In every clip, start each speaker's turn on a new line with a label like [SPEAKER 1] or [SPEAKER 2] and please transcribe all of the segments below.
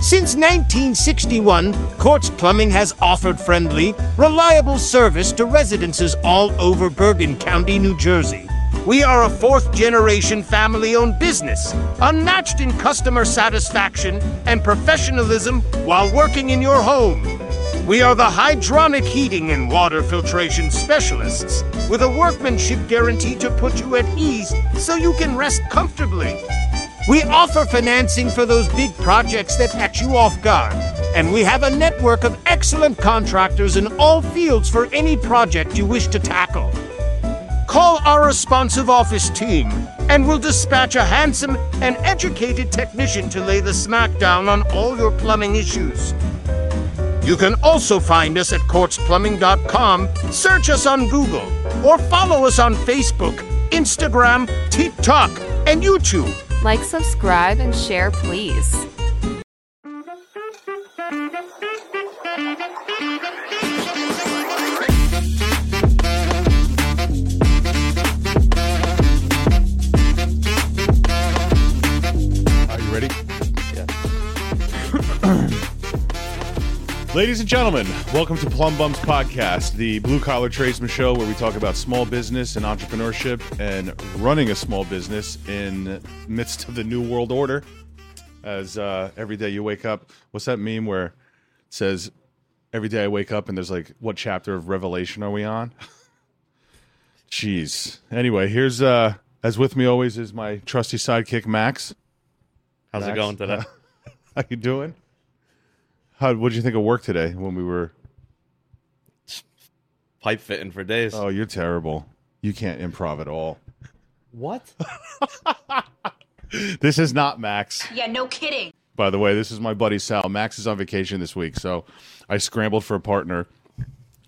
[SPEAKER 1] Since 1961, Quartz Plumbing has offered friendly, reliable service to residences all over Bergen County, New Jersey. We are a fourth generation family owned business, unmatched in customer satisfaction and professionalism while working in your home. We are the hydronic heating and water filtration specialists with a workmanship guarantee to put you at ease so you can rest comfortably. We offer financing for those big projects that catch you off guard, and we have a network of excellent contractors in all fields for any project you wish to tackle. Call our responsive office team, and we'll dispatch a handsome and educated technician to lay the smackdown on all your plumbing issues. You can also find us at quartzplumbing.com, search us on Google, or follow us on Facebook, Instagram, TikTok, and YouTube.
[SPEAKER 2] Like, subscribe, and share, please.
[SPEAKER 3] Are you ready? Ladies and gentlemen, welcome to Plum Bums Podcast, the blue collar tradesman show where we talk about small business and entrepreneurship and running a small business in midst of the new world order. As uh, every day you wake up, what's that meme where it says, "Every day I wake up and there's like, what chapter of Revelation are we on?" Jeez. Anyway, here's uh, as with me always is my trusty sidekick Max.
[SPEAKER 4] How's
[SPEAKER 3] Max?
[SPEAKER 4] it going today?
[SPEAKER 3] How you doing? How what did you think of work today when we were
[SPEAKER 4] Pipe fitting for days.
[SPEAKER 3] Oh, you're terrible. You can't improv at all.
[SPEAKER 4] what?
[SPEAKER 3] This is not Max.
[SPEAKER 5] Yeah, no kidding.
[SPEAKER 3] By the way, this is my buddy Sal. Max is on vacation this week, so I scrambled for a partner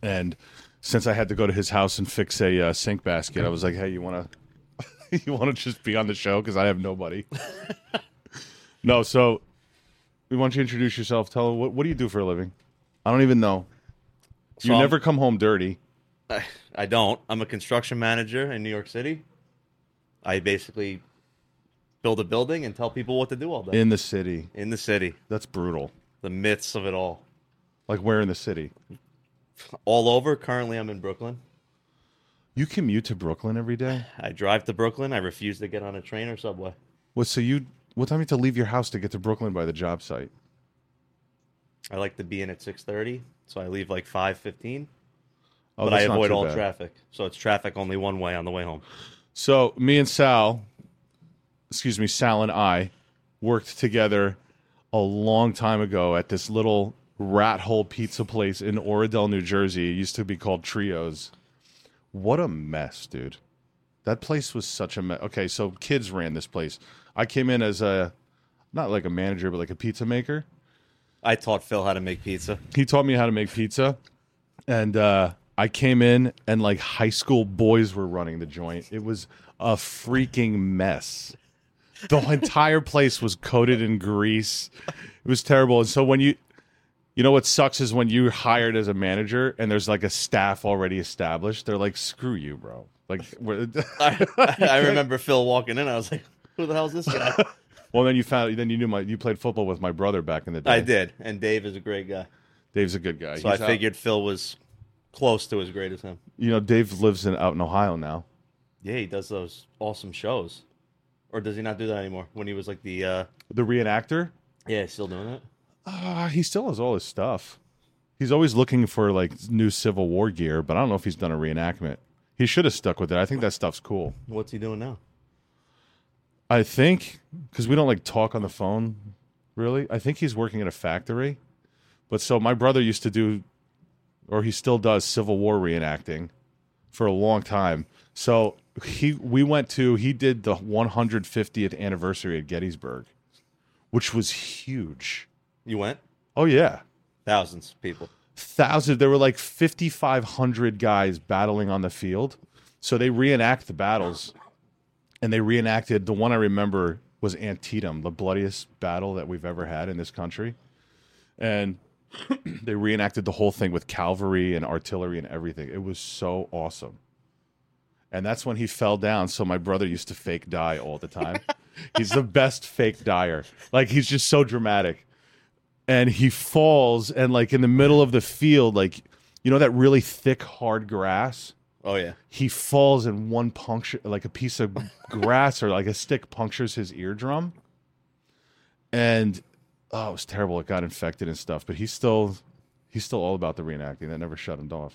[SPEAKER 3] and since I had to go to his house and fix a uh, sink basket, I was like, "Hey, you want to you want to just be on the show cuz I have nobody." no, so we want you to introduce yourself. Tell what what do you do for a living? I don't even know.
[SPEAKER 4] So
[SPEAKER 3] you
[SPEAKER 4] I'm-
[SPEAKER 3] never come home dirty.
[SPEAKER 4] I, I don't. I'm a construction manager in New York City. I basically build a building and tell people what to do all day
[SPEAKER 3] in the city.
[SPEAKER 4] in the city.
[SPEAKER 3] That's brutal.
[SPEAKER 4] The myths of it all.
[SPEAKER 3] Like where in the city?
[SPEAKER 4] All over. Currently, I'm in Brooklyn.
[SPEAKER 3] You commute to Brooklyn every day.
[SPEAKER 4] I drive to Brooklyn. I refuse to get on a train or subway.
[SPEAKER 3] What? So you? What time you have to leave your house to get to Brooklyn by the job site?
[SPEAKER 4] I like to be in at 6:30, so I leave like 5:15,
[SPEAKER 3] Oh,
[SPEAKER 4] but I
[SPEAKER 3] that's not
[SPEAKER 4] avoid
[SPEAKER 3] too
[SPEAKER 4] all
[SPEAKER 3] bad.
[SPEAKER 4] traffic. So it's traffic only one way on the way home.
[SPEAKER 3] So me and Sal, excuse me, Sal and I worked together a long time ago at this little rat hole pizza place in Oradell, New Jersey. It used to be called Trios. What a mess, dude. That place was such a mess. Okay, so kids ran this place. I came in as a not like a manager, but like a pizza maker.
[SPEAKER 4] I taught Phil how to make pizza.
[SPEAKER 3] he taught me how to make pizza and uh I came in and like high school boys were running the joint. It was a freaking mess. The entire place was coated in grease. It was terrible. And so when you you know what sucks is when you're hired as a manager and there's like a staff already established, they're like screw you, bro. Like we're-
[SPEAKER 4] I, I remember Phil walking in. I was like, "Who the hell is this guy?"
[SPEAKER 3] well then you found then you knew my you played football with my brother back in the day.
[SPEAKER 4] I did, and Dave is a great guy.
[SPEAKER 3] Dave's a good guy.
[SPEAKER 4] So
[SPEAKER 3] He's
[SPEAKER 4] I
[SPEAKER 3] out-
[SPEAKER 4] figured Phil was close to as great as him.
[SPEAKER 3] you know Dave lives in out in Ohio now.
[SPEAKER 4] Yeah, he does those awesome shows. Or does he not do that anymore? When he was like the uh
[SPEAKER 3] The reenactor?
[SPEAKER 4] Yeah, he's still doing it.
[SPEAKER 3] Uh, he still has all his stuff. He's always looking for like new Civil War gear, but I don't know if he's done a reenactment. He should have stuck with it. I think that stuff's cool.
[SPEAKER 4] What's he doing now?
[SPEAKER 3] I think because we don't like talk on the phone, really. I think he's working at a factory. But so my brother used to do, or he still does Civil War reenacting for a long time. So he we went to he did the 150th anniversary at Gettysburg, which was huge.
[SPEAKER 4] You went?
[SPEAKER 3] Oh yeah.
[SPEAKER 4] Thousands of people.
[SPEAKER 3] thousands. There were like 5,500 guys battling on the field. So they reenact the battles, and they reenacted the one I remember was Antietam, the bloodiest battle that we've ever had in this country, and they reenacted the whole thing with cavalry and artillery and everything. It was so awesome. And that's when he fell down. So my brother used to fake die all the time. he's the best fake dyer. Like he's just so dramatic and he falls and like in the middle of the field, like you know that really thick hard grass.
[SPEAKER 4] Oh yeah.
[SPEAKER 3] He falls and one puncture, like a piece of grass or like a stick, punctures his eardrum. And oh, it was terrible. It got infected and stuff. But he's still, he's still all about the reenacting. That never shut him off.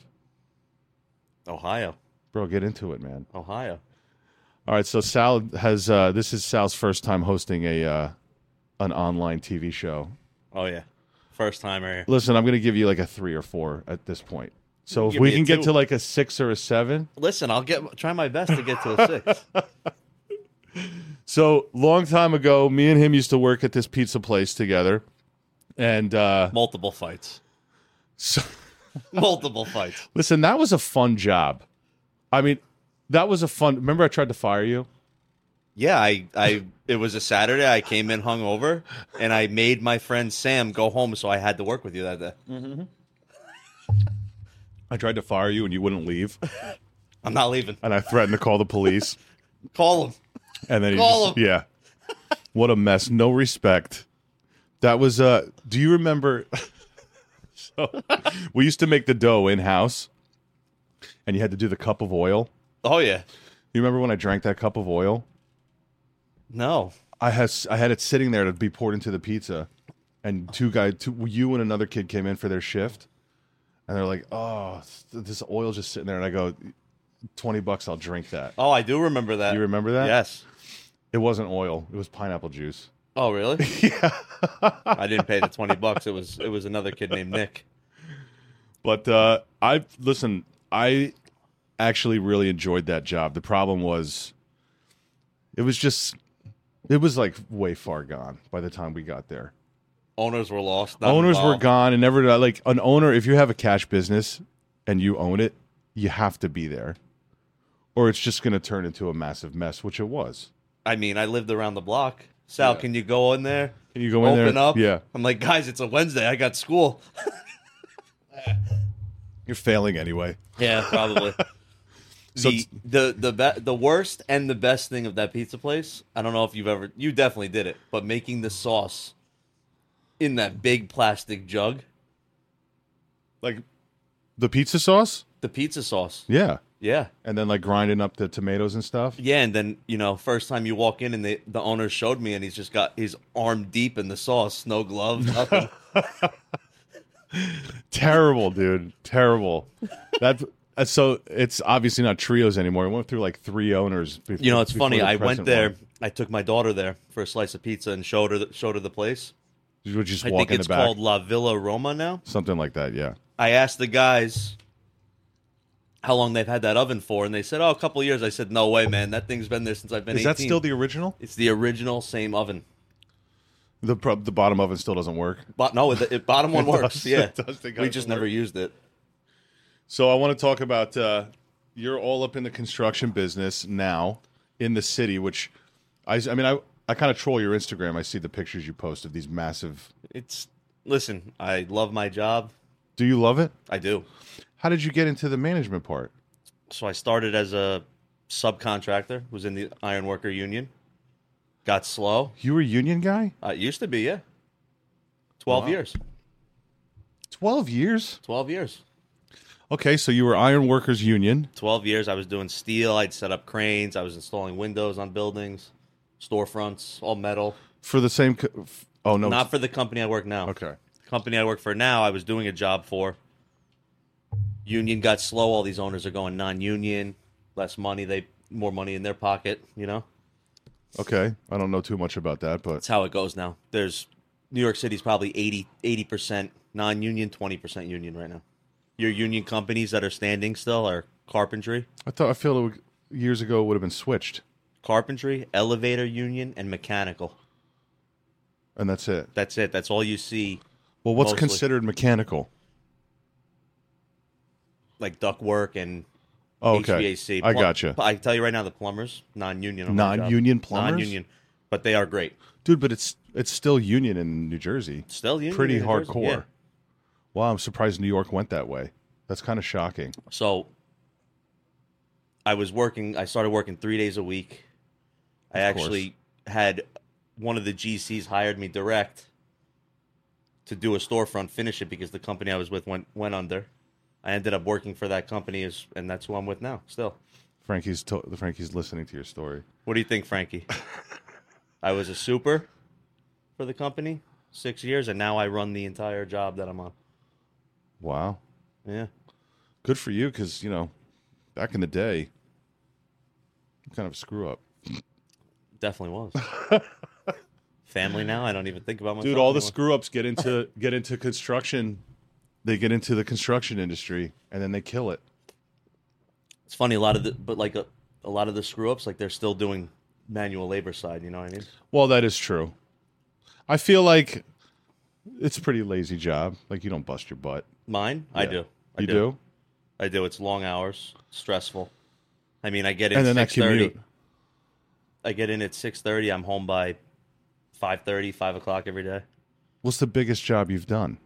[SPEAKER 4] Ohio.
[SPEAKER 3] Bro, get into it, man.
[SPEAKER 4] Ohio.
[SPEAKER 3] All right, so Sal has uh, this is Sal's first time hosting a uh, an online TV show.
[SPEAKER 4] Oh yeah. First timer here.
[SPEAKER 3] Listen, I'm going to give you like a three or four at this point. So if
[SPEAKER 4] Give
[SPEAKER 3] we
[SPEAKER 4] me a
[SPEAKER 3] can get
[SPEAKER 4] two.
[SPEAKER 3] to like a six or a seven,
[SPEAKER 4] Listen, I'll get try my best to get to a six.
[SPEAKER 3] so long time ago, me and him used to work at this pizza place together, and uh,
[SPEAKER 4] Multiple fights.
[SPEAKER 3] so,
[SPEAKER 4] Multiple fights.
[SPEAKER 3] listen, that was a fun job. I mean, that was a fun. Remember, I tried to fire you.
[SPEAKER 4] Yeah, I, I it was a Saturday. I came in hungover, and I made my friend Sam go home, so I had to work with you that day.
[SPEAKER 3] I tried to fire you, and you wouldn't leave,
[SPEAKER 4] I'm not leaving.
[SPEAKER 3] and I threatened to call the police.
[SPEAKER 4] Call him.
[SPEAKER 3] And then he
[SPEAKER 4] Call
[SPEAKER 3] just,
[SPEAKER 4] him.
[SPEAKER 3] yeah. What a mess. No respect. That was uh do you remember so we used to make the dough in house and you had to do the cup of oil.
[SPEAKER 4] Oh yeah.
[SPEAKER 3] You remember when I drank that cup of oil?
[SPEAKER 4] No.
[SPEAKER 3] I has I had it sitting there to be poured into the pizza and two guys two you and another kid came in for their shift and they're like, "Oh, th- this oil's just sitting there." And I go, "20 bucks, I'll drink that."
[SPEAKER 4] Oh, I do remember that.
[SPEAKER 3] You remember that?
[SPEAKER 4] Yes.
[SPEAKER 3] It wasn't oil. It was pineapple juice.
[SPEAKER 4] Oh really? Yeah. I didn't pay the twenty bucks. It was it was another kid named Nick.
[SPEAKER 3] But uh, I listen. I actually really enjoyed that job. The problem was, it was just, it was like way far gone by the time we got there.
[SPEAKER 4] Owners were lost. not
[SPEAKER 3] Owners were
[SPEAKER 4] involved.
[SPEAKER 3] gone, and never did I- like an owner. If you have a cash business and you own it, you have to be there, or it's just going to turn into a massive mess, which it was.
[SPEAKER 4] I mean, I lived around the block. Sal, can you go in there?
[SPEAKER 3] Can you go in there?
[SPEAKER 4] Open up.
[SPEAKER 3] Yeah,
[SPEAKER 4] I'm like, guys, it's a Wednesday. I got school.
[SPEAKER 3] you're failing anyway.
[SPEAKER 4] Yeah, probably.
[SPEAKER 3] So
[SPEAKER 4] the,
[SPEAKER 3] it's-
[SPEAKER 4] the the be- the worst and the best thing of that pizza place. I don't know if you've ever. You definitely did it, but making the sauce in that big plastic jug,
[SPEAKER 3] Like the pizza sauce,
[SPEAKER 4] the pizza sauce.
[SPEAKER 3] yeah,
[SPEAKER 4] Yeah,
[SPEAKER 3] and then like grinding up the tomatoes and stuff.
[SPEAKER 4] yeah. And then you know, first time you walk in, and the the owner showed me, and he's just got his arm deep in the sauce, no gloves, nothing.
[SPEAKER 3] terrible, dude. Terrible. That uh, so it's obviously not trios anymore. It went through like three owners. Before,
[SPEAKER 4] You know, it's
[SPEAKER 3] before
[SPEAKER 4] funny.
[SPEAKER 3] the
[SPEAKER 4] I
[SPEAKER 3] present
[SPEAKER 4] went there.
[SPEAKER 3] one.
[SPEAKER 4] I took my daughter there for a slice of pizza and showed her the, showed her the place.
[SPEAKER 3] You would just
[SPEAKER 4] I
[SPEAKER 3] walk
[SPEAKER 4] think
[SPEAKER 3] in
[SPEAKER 4] it's
[SPEAKER 3] the back,
[SPEAKER 4] called La Villa Roma now.
[SPEAKER 3] something like that. Yeah,
[SPEAKER 4] I asked the guys how long they've had that oven for, and they said, "Oh, a couple years." I said, "No way, man! That thing's been there since I've been."
[SPEAKER 3] is that
[SPEAKER 4] 18."
[SPEAKER 3] still the original?
[SPEAKER 4] It's the original same oven,
[SPEAKER 3] The pro- the bottom oven still doesn't work.
[SPEAKER 4] but no, the it, bottom one
[SPEAKER 3] It does-
[SPEAKER 4] works.
[SPEAKER 3] it
[SPEAKER 4] yeah,
[SPEAKER 3] does, they got
[SPEAKER 4] we
[SPEAKER 3] it
[SPEAKER 4] just
[SPEAKER 3] to
[SPEAKER 4] never
[SPEAKER 3] work.
[SPEAKER 4] used it.
[SPEAKER 3] So I want to talk about uh, you're all up in the construction business now in the city, which I I mean I I kind of troll your Instagram. I see the pictures you post of these massive.
[SPEAKER 4] It's listen. I love my job.
[SPEAKER 3] Do you love it?
[SPEAKER 4] I do.
[SPEAKER 3] How did you get into the management part?
[SPEAKER 4] So I started as a subcontractor. Was in the ironworker union. Got slow.
[SPEAKER 3] You were a union guy.
[SPEAKER 4] Uh, it used to be yeah. Twelve
[SPEAKER 3] Wow.
[SPEAKER 4] years.
[SPEAKER 3] Twelve years.
[SPEAKER 4] Twelve years.
[SPEAKER 3] Okay, so you were Iron Workers Union.
[SPEAKER 4] 12 years i was doing steel i'd set up cranes i was installing windows on buildings storefronts all metal
[SPEAKER 3] for the same. Co- f- oh no,
[SPEAKER 4] not for the company i work now
[SPEAKER 3] okay.
[SPEAKER 4] the company i work for now i was doing a job for union got slow all these owners are going non-union less money they more money in their pocket you know
[SPEAKER 3] Okay, I don't know too much about that, but
[SPEAKER 4] that's how it goes now there's new york city's probably 80 80% non-union 20% union right now your union companies that are standing still are carpentry
[SPEAKER 3] I thought I feel it would, years ago it would have been switched,
[SPEAKER 4] carpentry elevator union and mechanical
[SPEAKER 3] and that's it.
[SPEAKER 4] That's it. That's all you see,
[SPEAKER 3] Well, what's
[SPEAKER 4] Mostly.
[SPEAKER 3] considered mechanical?
[SPEAKER 4] like duck work and
[SPEAKER 3] Oh, okay,
[SPEAKER 4] HVAC.
[SPEAKER 3] I
[SPEAKER 4] Plum-
[SPEAKER 3] gotcha,
[SPEAKER 4] I tell you right now, the plumbers non-union. on my job.
[SPEAKER 3] Non-union plumbers?
[SPEAKER 4] Non-union, but they are great.
[SPEAKER 3] dude. But it's it's still union in New Jersey.
[SPEAKER 4] Still union.
[SPEAKER 3] Pretty
[SPEAKER 4] in New Jersey,
[SPEAKER 3] hardcore.
[SPEAKER 4] yeah.
[SPEAKER 3] Wow, I'm surprised New York went that way. That's kind of shocking.
[SPEAKER 4] So I was working. I started working three days a week. I
[SPEAKER 3] Of course.
[SPEAKER 4] actually had one of the GCs hired me direct to do a storefront, finish it because the company I was with went went under. I ended up working for that company, is and that's who I'm with now. Still,
[SPEAKER 3] Frankie's to- Frankie's listening to your story.
[SPEAKER 4] what do you think, Frankie? I was a super for the company six years, and now I run the entire job that I'm on.
[SPEAKER 3] Wow,
[SPEAKER 4] Yeah,
[SPEAKER 3] good for you because you know, back in the day, I'm kind of a screw up,
[SPEAKER 4] definitely was. Family now, I don't even think about myself.
[SPEAKER 3] dude. All the
[SPEAKER 4] anymore.
[SPEAKER 3] screw ups get into get into construction. They get into the construction industry and then they kill it.
[SPEAKER 4] it's funny a lot of the but like a, a lot of the screw ups like they're still doing manual labor side you know what i mean
[SPEAKER 3] Well, that is true. I feel like it's a pretty lazy job. Like you don't bust your butt.
[SPEAKER 4] mine i
[SPEAKER 3] Yeah.
[SPEAKER 4] do I
[SPEAKER 3] you do,
[SPEAKER 4] i do it's long hours stressful i mean i get in
[SPEAKER 3] and then that
[SPEAKER 4] 6.30
[SPEAKER 3] commute.
[SPEAKER 4] i get in at 6.30 i'm home by 5.30 5 o'clock every day
[SPEAKER 3] What's the biggest job you've done?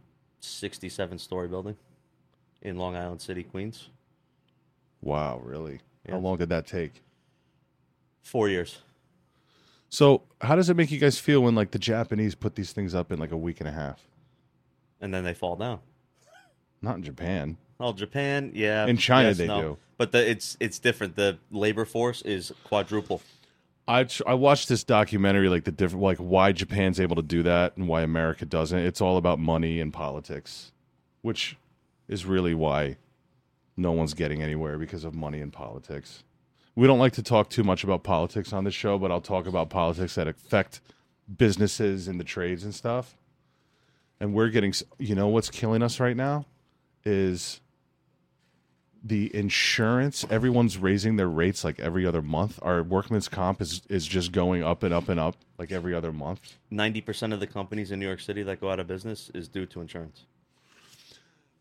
[SPEAKER 4] 67 story building in long island city queens
[SPEAKER 3] Wow, really?
[SPEAKER 4] Yeah.
[SPEAKER 3] How long did that take?
[SPEAKER 4] four years
[SPEAKER 3] So, how does it make you guys feel when like the Japanese put these things up in like a week and a half?
[SPEAKER 4] and then they fall down
[SPEAKER 3] Not in Japan.
[SPEAKER 4] well japan yeah
[SPEAKER 3] In China,
[SPEAKER 4] yes,
[SPEAKER 3] they
[SPEAKER 4] no.
[SPEAKER 3] do.
[SPEAKER 4] but the, it's it's different the labor force is quadruple
[SPEAKER 3] I tr- I watched this documentary like the different like why Japan's able to do that and why America doesn't. It's all about money and politics, which is really why no one's getting anywhere because of money and politics. We don't like to talk too much about politics on this show, but I'll talk about politics that affect businesses and the trades and stuff. And we're getting s- you know what's killing us right now is the insurance everyone's raising their rates like every other month our workman's comp is is just going up and up and up like every other month
[SPEAKER 4] 90% of the companies in New York City that go out of business is due to insurance.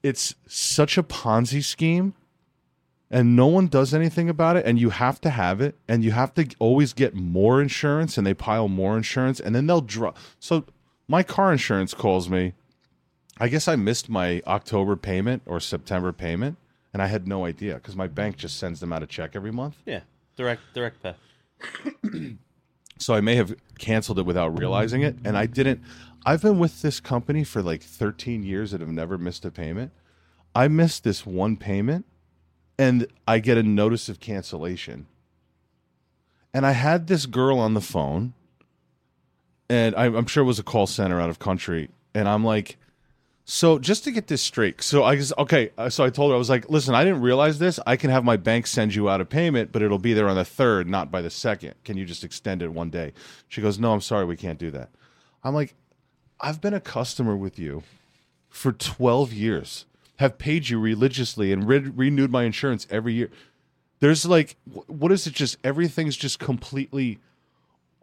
[SPEAKER 3] it's such a ponzi scheme and no one does anything about it and you have to have it and you have to always get more insurance and they pile more insurance and then they'll drop so my car insurance calls me i guess i missed my october payment or september payment and i had no idea because my bank just sends them out a check every month
[SPEAKER 4] Yeah, direct direct pay.
[SPEAKER 3] So I may have canceled it without realizing it. And I didn't. I've been with this company for like 13 years and have never missed a payment. I missed this one payment and I get a notice of cancellation. And I had this girl on the phone, and I, I'm sure it was a call center out of country. And I'm like, so just to get this straight, so I just okay. uh, So I told her I was like, "Listen, I didn't realize this. I can have my bank send you out a payment, but it'll be there on the third, not by the second. Can you just extend it one day?" She goes, "No, I'm sorry, we can't do that." I'm like, "I've been a customer with you for 12 years, have paid you religiously, and re- renewed my insurance every year. There's like, wh- what is it? Just everything's just completely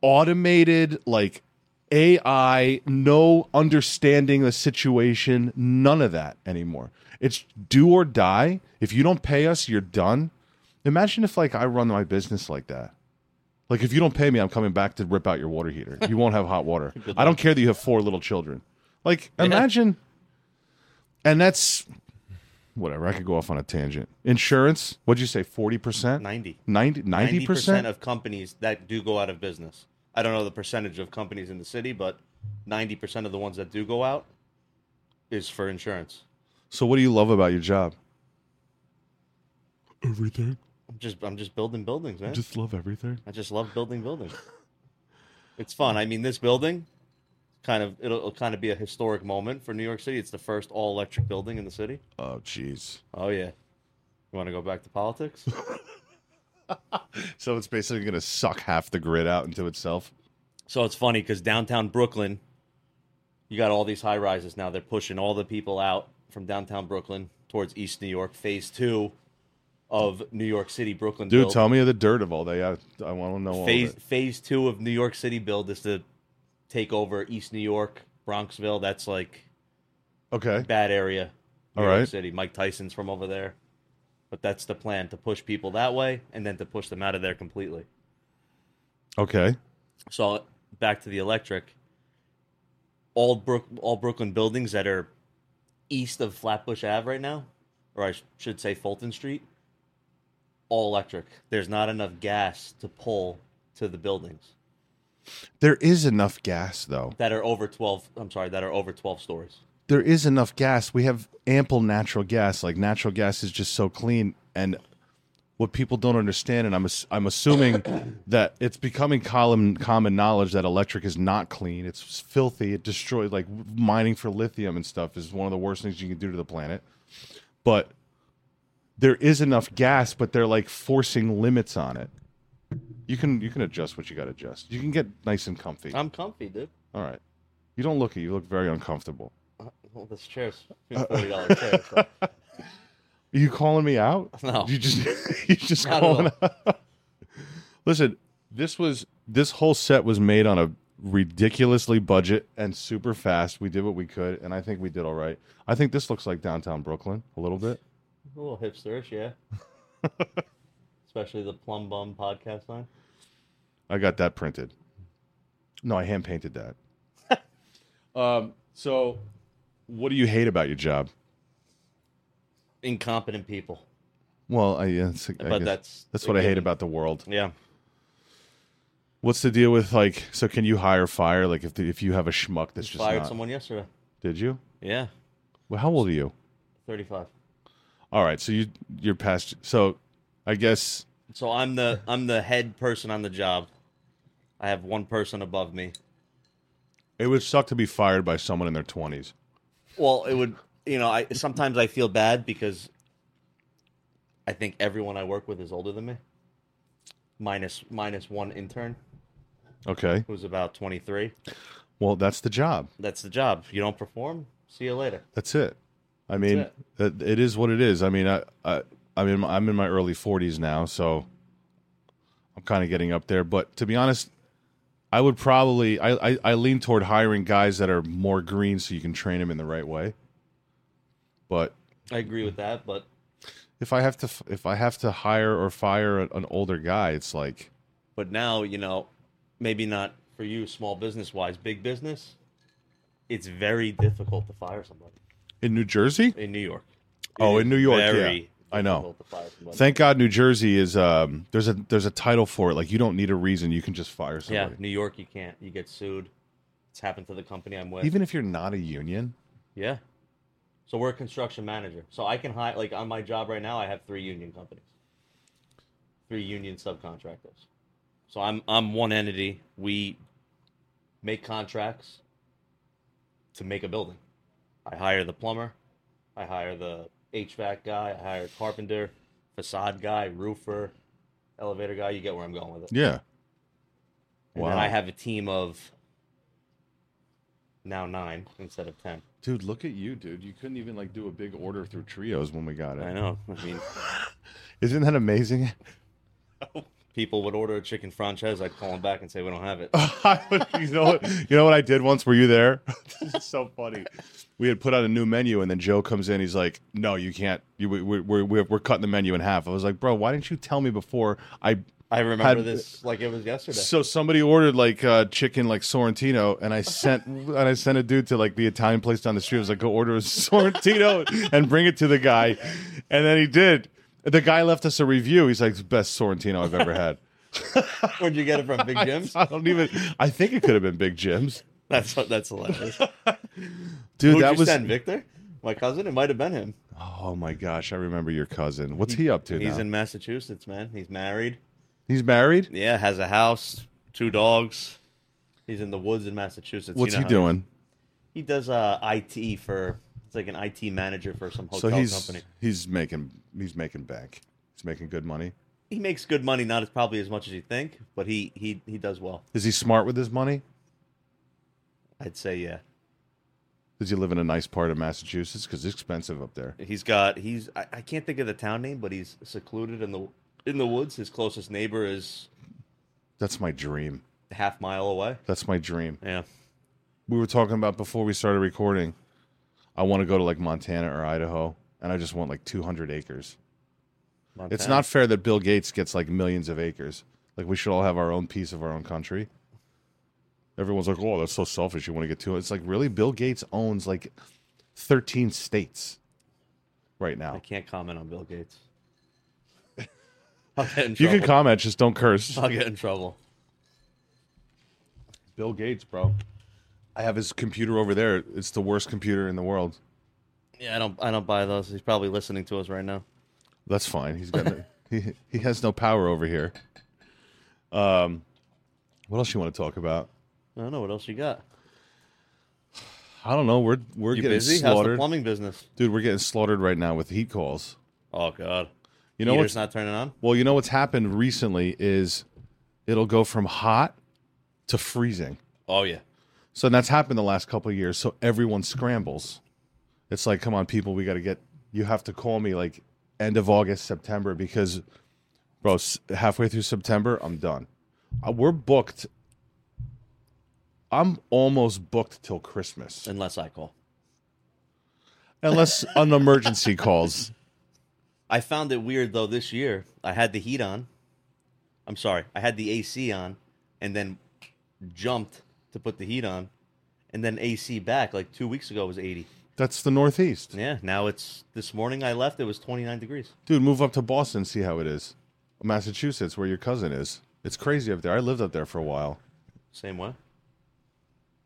[SPEAKER 3] automated, like AI, no understanding the situation, none of that anymore. It's do or die. If you don't pay us, you're done. Imagine if like I run my business like that. Like if you don't pay me, I'm coming back to rip out your water heater. You won't have hot water. I don't care that you have four little children. Like imagine and that's whatever. I could go off on a tangent. Insurance, what'd you say? 40%?
[SPEAKER 4] 90.
[SPEAKER 3] 90
[SPEAKER 4] 90
[SPEAKER 3] 90%?
[SPEAKER 4] percent of companies that do go out of business. I don't know the percentage of companies in the city, but 90% of the ones that do go out is for insurance.
[SPEAKER 3] So what do you love about your job?
[SPEAKER 5] everything.
[SPEAKER 4] I'm just I'm just building buildings, man.
[SPEAKER 3] Just love everything.
[SPEAKER 4] I just love building buildings. It's fun. I mean, this building kind of it'll, it'll kind of be a historic moment for New York City. It's the first all electric building in the city.
[SPEAKER 3] Oh jeez.
[SPEAKER 4] Oh yeah. You want to go back to politics?
[SPEAKER 3] So it's basically going to suck half the grid out into itself.
[SPEAKER 4] So it's funny because downtown Brooklyn, you got all these high rises now. They're pushing all the people out from downtown Brooklyn towards East New York, phase two of New York City, Brooklyn.
[SPEAKER 3] Dude,
[SPEAKER 4] build.
[SPEAKER 3] tell me the dirt of all day. I, I want to know all of
[SPEAKER 4] phase,
[SPEAKER 3] it.
[SPEAKER 4] phase two of New York City build is to take over East New York, Bronxville. That's like
[SPEAKER 3] Okay.
[SPEAKER 4] bad area. New
[SPEAKER 3] All
[SPEAKER 4] York
[SPEAKER 3] right.
[SPEAKER 4] City. Mike Tyson's from over there. But that's the plan to push people that way and then to push them out of there completely.
[SPEAKER 3] Okay.
[SPEAKER 4] So back to the electric. All Brook, all Brooklyn buildings that are east of Flatbush Ave right now, or I sh- should say Fulton Street, all electric. There's not enough gas to pull to the buildings.
[SPEAKER 3] There is enough gas though.
[SPEAKER 4] that are over 12 i'm sorry that are over 12 stories
[SPEAKER 3] There is enough gas. We have ample natural gas. Like natural gas is just so clean and what people don't understand and I'm ass- I'm assuming that it's becoming common common knowledge that electric is not clean. It's filthy. It destroys like mining for lithium and stuff is one of the worst things you can do to the planet. But there is enough gas, but they're like forcing limits on it. You can you can adjust what you got to adjust. You can get nice and comfy.
[SPEAKER 4] i'm comfy dude
[SPEAKER 3] All right. You don't look it. You look very uncomfortable.
[SPEAKER 4] Uh, well, this chair's $40 chair so-
[SPEAKER 3] Are you calling me out?
[SPEAKER 4] No.
[SPEAKER 3] You just you just
[SPEAKER 4] Not at
[SPEAKER 3] calling out. Listen, this was this whole set was made on a ridiculously budget and super fast. We did what we could, and I think we did all right. I think this looks like downtown Brooklyn a little bit.
[SPEAKER 4] a little hipsterish yeah especially the plum bum podcast line
[SPEAKER 3] I got that printed. No, I hand painted that. um, so what do you hate about your job?
[SPEAKER 4] incompetent people
[SPEAKER 3] Well, I, yeah, it's- I
[SPEAKER 4] But
[SPEAKER 3] guess
[SPEAKER 4] that's
[SPEAKER 3] that's
[SPEAKER 4] a
[SPEAKER 3] what I hate
[SPEAKER 4] given.
[SPEAKER 3] about the world.
[SPEAKER 4] yeah
[SPEAKER 3] What's the deal with like? So can you hire fire? Like if the, if you have a schmuck that's just
[SPEAKER 4] fired
[SPEAKER 3] not-
[SPEAKER 4] someone yesterday
[SPEAKER 3] Did you?
[SPEAKER 4] yeah
[SPEAKER 3] Well, how old are you?
[SPEAKER 4] 35
[SPEAKER 3] All right, so you you're past. So I guess
[SPEAKER 4] so i'm the i'm the head person on the job i have one person above me
[SPEAKER 3] it would suck to be fired by someone in their twenties.
[SPEAKER 4] Well, it would. You know, I sometimes I feel bad because I think everyone I work with is older than me. Minus minus one intern
[SPEAKER 3] Okay,
[SPEAKER 4] who's about twenty three.
[SPEAKER 3] well that's the job.
[SPEAKER 4] That's the job. You don't perform, see you later.
[SPEAKER 3] That's it. I mean,
[SPEAKER 4] it.
[SPEAKER 3] it. it is what it is. I mean, I, I I mean, I'm in my early 40s now, so I'm kind of getting up there. But to be honest, I would probably I, I I lean toward hiring guys that are more green, so you can train them in the right way. But
[SPEAKER 4] I agree with that, but
[SPEAKER 3] if I have to f- if I have to hire or fire an, an older guy, it's like
[SPEAKER 4] but now you know, maybe not for you, small business wise, big business. It's very difficult to fire somebody
[SPEAKER 3] in New Jersey.
[SPEAKER 4] in New York.
[SPEAKER 3] Oh,
[SPEAKER 4] It
[SPEAKER 3] in
[SPEAKER 4] is
[SPEAKER 3] New York, yeah. I know.
[SPEAKER 4] difficult to fire somebody.
[SPEAKER 3] Thank God, New Jersey is um. There's a there's a title for it. Like you don't need a reason. You can just fire
[SPEAKER 4] yeah,
[SPEAKER 3] somebody,
[SPEAKER 4] New York, you can't. You get sued. It's happened to the company I'm with.
[SPEAKER 3] even if you're not a union.
[SPEAKER 4] Yeah. So we're a construction manager. So I can hire, like on my job right now, I have three union companies, three union subcontractors. So I'm I'm one entity. We make contracts to make a building. I hire the plumber, I hire the HVAC guy, I hire carpenter, facade guy, roofer, elevator guy. You get where I'm going with it.
[SPEAKER 3] Yeah.
[SPEAKER 4] And then
[SPEAKER 3] Wow.
[SPEAKER 4] I have a team of now nine instead of ten.
[SPEAKER 3] Dude, look at you, dude. You couldn't even like do a big order through trios when we got
[SPEAKER 4] I
[SPEAKER 3] it.
[SPEAKER 4] know. I mean.
[SPEAKER 3] Isn't that amazing?
[SPEAKER 4] people would order a chicken franchise, I'd call them back and say we don't have it.
[SPEAKER 3] I would- you know what you know what I did once? Were you there? this is so funny. We had put out a new menu, and then Joe comes in. He's like, "No, you can't. You, we, we, we're we're we're cutting the menu in half." I was like, "Bro, why didn't you tell me before?" I
[SPEAKER 4] I remember
[SPEAKER 3] Had-
[SPEAKER 4] this like it was yesterday.
[SPEAKER 3] so somebody ordered like uh, chicken like Sorrentino, and I sent and I sent a dude to like the Italian place down the street. I was like, "Go order a Sorrentino and bring it to the guy," and then he did. The guy left us a review. He's like, "Best Sorrentino I've ever had."
[SPEAKER 4] Where'd you get it from, Big Jim's?
[SPEAKER 3] I don't even. I think it could have been Big Jim's.
[SPEAKER 4] That's that's hilarious.
[SPEAKER 3] Dude,
[SPEAKER 4] Who'd
[SPEAKER 3] that
[SPEAKER 4] you
[SPEAKER 3] was
[SPEAKER 4] send, Victor? My cousin. It might have been him.
[SPEAKER 3] Oh my gosh, I remember your cousin. What's he up to
[SPEAKER 4] He's
[SPEAKER 3] now?
[SPEAKER 4] in Massachusetts, man. He's married.
[SPEAKER 3] He's married.
[SPEAKER 4] Yeah, has a house, two dogs. He's in the woods in Massachusetts. You
[SPEAKER 3] What's
[SPEAKER 4] know
[SPEAKER 3] he
[SPEAKER 4] how
[SPEAKER 3] doing?
[SPEAKER 4] He does uh, IT for. It's like an IT manager for some
[SPEAKER 3] So
[SPEAKER 4] hotel
[SPEAKER 3] he's
[SPEAKER 4] company.
[SPEAKER 3] he's making he's making bank. He's making good money.
[SPEAKER 4] He makes good money, not as probably as much as you think, but he he he does well.
[SPEAKER 3] Is he smart with his money?
[SPEAKER 4] I'd say yeah.
[SPEAKER 3] Does he live in a nice part of Massachusetts? Because it's expensive up there.
[SPEAKER 4] He's got he's I, I can't think of the town name, but he's secluded in the in the woods. His closest neighbor is
[SPEAKER 3] That's my dream.
[SPEAKER 4] a half mile away.
[SPEAKER 3] That's my dream.
[SPEAKER 4] Yeah.
[SPEAKER 3] We were talking about before we started recording. I want to go to like Montana or Idaho, and I just want like 200 acres. It's not fair that Bill Gates gets like millions of acres. Like we should all have our own piece of our own country. Everyone's like, "Oh, that's so selfish. You want to get to it." It's like, really, Bill Gates owns like thirteen states right
[SPEAKER 4] I
[SPEAKER 3] now.
[SPEAKER 4] can't comment on Bill Gates. I'll get in
[SPEAKER 3] You
[SPEAKER 4] trouble.
[SPEAKER 3] can comment, just don't curse.
[SPEAKER 4] I'll get in trouble.
[SPEAKER 3] Bill Gates, bro. I have his computer over there. It's the worst computer in the world.
[SPEAKER 4] Yeah, I don't I don't buy those. He's probably listening to us right now.
[SPEAKER 3] That's fine. He's got no, he he has no power over here. Um, what else you want to talk about?
[SPEAKER 4] I don't know what else you got.
[SPEAKER 3] I don't know. We're we're
[SPEAKER 4] You
[SPEAKER 3] getting
[SPEAKER 4] busy? How's the
[SPEAKER 3] slaughtered,
[SPEAKER 4] plumbing business?
[SPEAKER 3] dude. We're getting slaughtered right now with heat calls.
[SPEAKER 4] Oh God,
[SPEAKER 3] You know
[SPEAKER 4] Heater's
[SPEAKER 3] what's
[SPEAKER 4] not turning on.
[SPEAKER 3] well. You know what's happened recently is it'll go from hot to freezing.
[SPEAKER 4] Oh yeah,
[SPEAKER 3] So that's happened the last couple of years. So everyone scrambles. It's like, come on, people, we got to get. You have to call me like end of August, September, because, bro, s- halfway through September, I'm done. Uh, we're booked. I'm almost booked till Christmas,
[SPEAKER 4] unless I call.
[SPEAKER 3] unless an emergency calls.
[SPEAKER 4] I found it weird though this year. I had the heat on. I'm sorry, I had the AC on, and then jumped to put the heat on, and then AC back like two weeks ago was 80.
[SPEAKER 3] That's the Northeast,
[SPEAKER 4] Yeah, now it's this morning I left. It was 29 degrees.
[SPEAKER 3] dude. Move up to Boston, see how it is. Massachusetts, where your cousin is. It's crazy up there. I lived up there for a while.
[SPEAKER 4] Same way.
[SPEAKER 3] What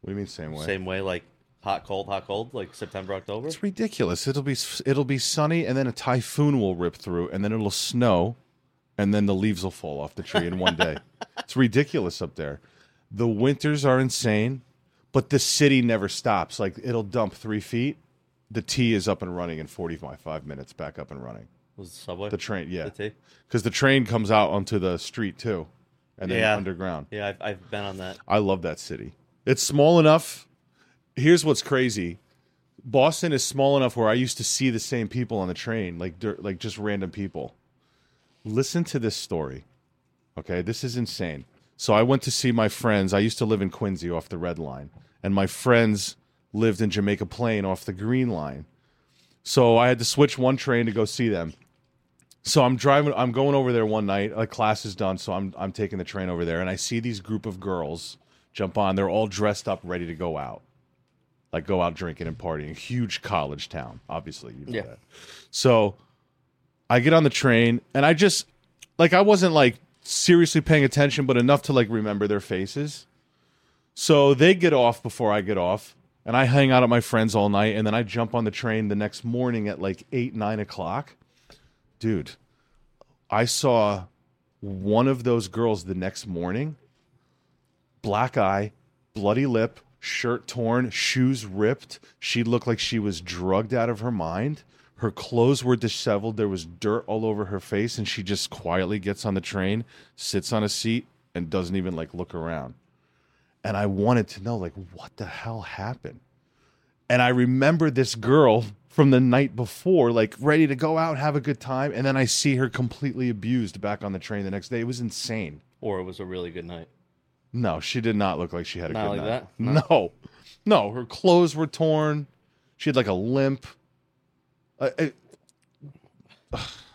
[SPEAKER 3] do you mean, same way?
[SPEAKER 4] Same way, like hot, cold, hot, cold, like September, October.
[SPEAKER 3] It's ridiculous. It'll be it'll be sunny, and then a typhoon will rip through, and then it'll snow, and then the leaves will fall off the tree in one day. it's ridiculous up there. The winters are insane, but the city never stops. Like it'll dump three feet. The T is up and running in forty five minutes. Back up and running.
[SPEAKER 4] Was the subway?
[SPEAKER 3] The train, yeah,
[SPEAKER 4] The T?
[SPEAKER 3] because the train comes out onto the street too, and then
[SPEAKER 4] Yeah.
[SPEAKER 3] underground.
[SPEAKER 4] Yeah, I've, I've been on that.
[SPEAKER 3] I love that city. It's small enough. Here's what's crazy. Boston is small enough where I used to see the same people on the train, like dir- like just random people. Listen to this story. Okay, this is insane. So I went to see my friends. I used to live in Quincy off the red line, and my friends lived in Jamaica Plain off the green line. So I had to switch one train to go see them. So I'm driving. I'm going over there one night. Like class is done, so I'm I'm taking the train over there, and I see these group of girls jump on. They're all dressed up, ready to go out, like go out drinking and partying. Huge college town, obviously. You know
[SPEAKER 4] Yeah.
[SPEAKER 3] that. So I get on the train, and I just like I wasn't like seriously paying attention, but enough to like remember their faces. So they get off before I get off, and I hang out at my friends all night, and then I jump on the train the next morning at like eight nine o'clock dude, I saw one of those girls the next morning, black eye, bloody lip, shirt torn, shoes ripped. She looked like she was drugged out of her mind. Her clothes were disheveled. There was dirt all over her face, and she just quietly gets on the train, sits on a seat, and doesn't even like look around. And I wanted to know, like, what the hell happened? and I remember this girl from the night before, like ready to go out, have a good time, and then I see her completely abused back on the train the next day. It was insane.
[SPEAKER 4] Or it was a really good night.
[SPEAKER 3] No, she did not look like she had a
[SPEAKER 4] Not
[SPEAKER 3] good
[SPEAKER 4] like
[SPEAKER 3] night.
[SPEAKER 4] that? No.
[SPEAKER 3] No, no, her clothes were torn. She had like a limp. I,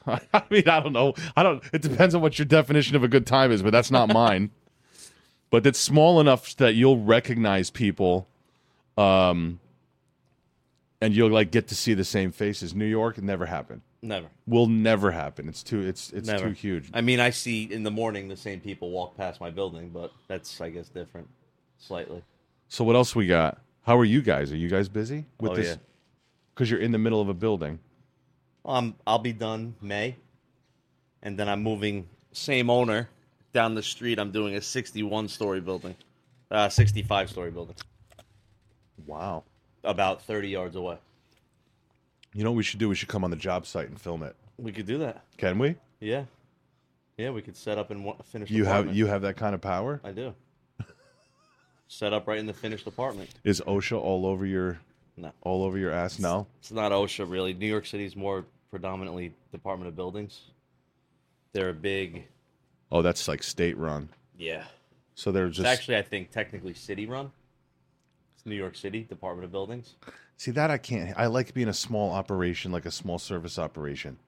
[SPEAKER 3] I, I mean, I don't know. I don't. It depends on what your definition of a good time is, but that's not mine. But it's small enough that you'll recognize people, um, and you'll like get to see the same faces. New York it never happened.
[SPEAKER 4] Never.
[SPEAKER 3] Will never happen. It's too. It's it's
[SPEAKER 4] Never.
[SPEAKER 3] too huge.
[SPEAKER 4] I mean, I see in the morning the same people walk past my building, but that's, I guess, different slightly.
[SPEAKER 3] So what else we got? How are you guys? Are you guys busy with
[SPEAKER 4] Oh,
[SPEAKER 3] this?
[SPEAKER 4] yeah.
[SPEAKER 3] Because you're in the middle of a building.
[SPEAKER 4] Um, I'll be done May, and then I'm moving same owner down the street. I'm doing a 61 story building, uh, 65 story building,
[SPEAKER 3] Wow.
[SPEAKER 4] about 30 yards away.
[SPEAKER 3] You know what we should do? We should come on the job site and film it.
[SPEAKER 4] We could do that.
[SPEAKER 3] Can we?
[SPEAKER 4] Yeah, yeah, we could set up and wa- finish.
[SPEAKER 3] You have
[SPEAKER 4] apartment.
[SPEAKER 3] you have that kind of power?
[SPEAKER 4] I do. set up right in the finished apartment.
[SPEAKER 3] Is OSHA all over your
[SPEAKER 4] No,
[SPEAKER 3] all over your ass? No.
[SPEAKER 4] it's not OSHA really. New York City's more predominantly Department of Buildings. They're a big,
[SPEAKER 3] Oh, that's like state run.
[SPEAKER 4] yeah.
[SPEAKER 3] So they're just
[SPEAKER 4] It's actually, I think, technically city run. It's New York City Department of Buildings.
[SPEAKER 3] see that I can't. I like being a small operation, like a small service operation.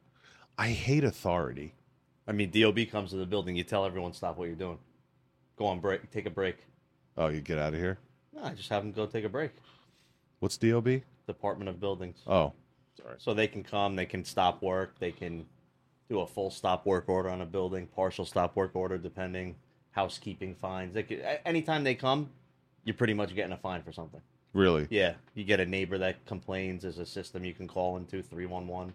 [SPEAKER 3] I hate authority.
[SPEAKER 4] I mean, DOB comes to the building. You tell everyone stop what you're doing. Go on break. Take a break.
[SPEAKER 3] Oh, you get out of here.
[SPEAKER 4] No, I just have them go take a break.
[SPEAKER 3] What's DOB?
[SPEAKER 4] Department of Buildings.
[SPEAKER 3] Oh,
[SPEAKER 4] So they can come. They can stop work. They can do a full stop work order on a building, partial stop work order, depending. Housekeeping fines. They could, a- anytime they come, you're pretty much getting a fine for something.
[SPEAKER 3] Really?
[SPEAKER 4] Yeah, you get a neighbor that complains. There's a system you can call into three one one.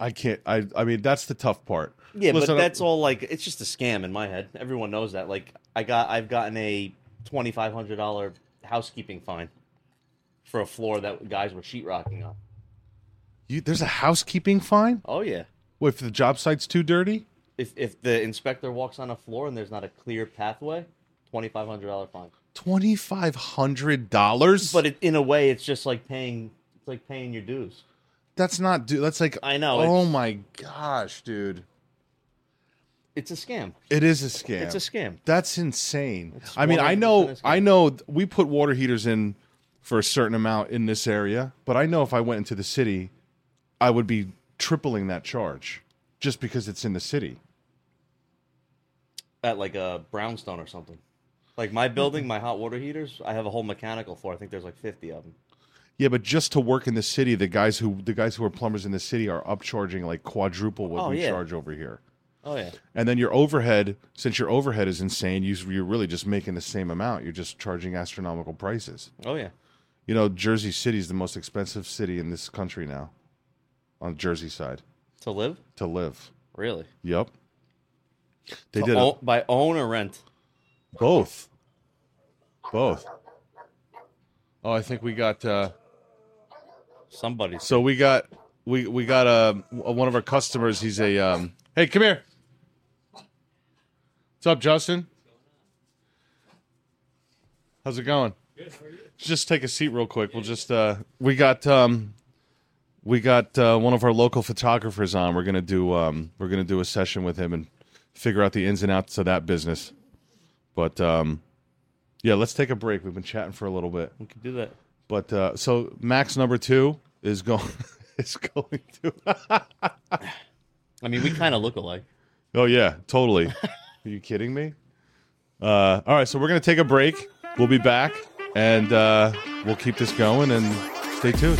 [SPEAKER 3] I can't. I. I mean, that's the tough part.
[SPEAKER 4] Yeah,
[SPEAKER 3] Listen,
[SPEAKER 4] but that's all like it's just a scam in my head. Everyone knows that. Like I got I've gotten a twenty five hundred dollar housekeeping fine for a floor that guys were sheetrocking on.
[SPEAKER 3] You, there's a housekeeping fine.
[SPEAKER 4] Oh yeah.
[SPEAKER 3] What if the job site's too dirty?
[SPEAKER 4] If if the inspector walks on a floor and there's not a clear pathway, twenty five hundred dollar fine.
[SPEAKER 3] Twenty five hundred dollars.
[SPEAKER 4] But it, in a way, it's just like paying. It's like paying your dues.
[SPEAKER 3] that's not. Do that's like.
[SPEAKER 4] I know,
[SPEAKER 3] Oh
[SPEAKER 4] it's-
[SPEAKER 3] my gosh, dude.
[SPEAKER 4] It's a scam.
[SPEAKER 3] It is a scam.
[SPEAKER 4] It's a scam.
[SPEAKER 3] That's insane.
[SPEAKER 4] It's
[SPEAKER 3] I mean, I
[SPEAKER 4] 100%
[SPEAKER 3] know,
[SPEAKER 4] a scam.
[SPEAKER 3] I know. th- We put water heaters in for a certain amount in this area, but I know if I went into the city, I would be tripling that charge just because it's in the city.
[SPEAKER 4] At like a brownstone or something. Like my building, my hot water heaters. I have a whole mechanical floor. I think there's like fifty of them.
[SPEAKER 3] Yeah, but just to work in the city, the guys who the guys who are plumbers in the city are upcharging like quadruple what
[SPEAKER 4] Oh,
[SPEAKER 3] we
[SPEAKER 4] yeah.
[SPEAKER 3] charge over here.
[SPEAKER 4] Oh yeah.
[SPEAKER 3] And then your overhead, since your overhead is insane, you, you're really just making the same amount. You're just charging astronomical prices.
[SPEAKER 4] Oh yeah.
[SPEAKER 3] You know, Jersey City is the most expensive city in this country now, on the Jersey side
[SPEAKER 4] To live?
[SPEAKER 3] to live.
[SPEAKER 4] Really?
[SPEAKER 3] Yep, they
[SPEAKER 4] To
[SPEAKER 3] did
[SPEAKER 4] own,
[SPEAKER 3] it.
[SPEAKER 4] by own or rent?
[SPEAKER 3] both. Both. Oh, I think we got. Uh,
[SPEAKER 4] Somebody's.
[SPEAKER 3] So we got we we got a, one of our customers. He's a um, hey, come here. What's up, Justin? How's it going? Good. Just take a seat real quick. We'll just uh, we got um, we got uh, one of our local photographers on. We're gonna do um, we're gonna do a session with him and figure out the ins and outs of that business. But um, yeah, let's take a break. We've been chatting for a little bit.
[SPEAKER 4] We could do that.
[SPEAKER 3] But uh, so Max number two is going is going to.
[SPEAKER 4] I mean, we kind of look alike.
[SPEAKER 3] Oh yeah, totally. Are you kidding me? Uh, all right, so we're gonna take a break. We'll be back, and uh, we'll keep this going. And stay tuned.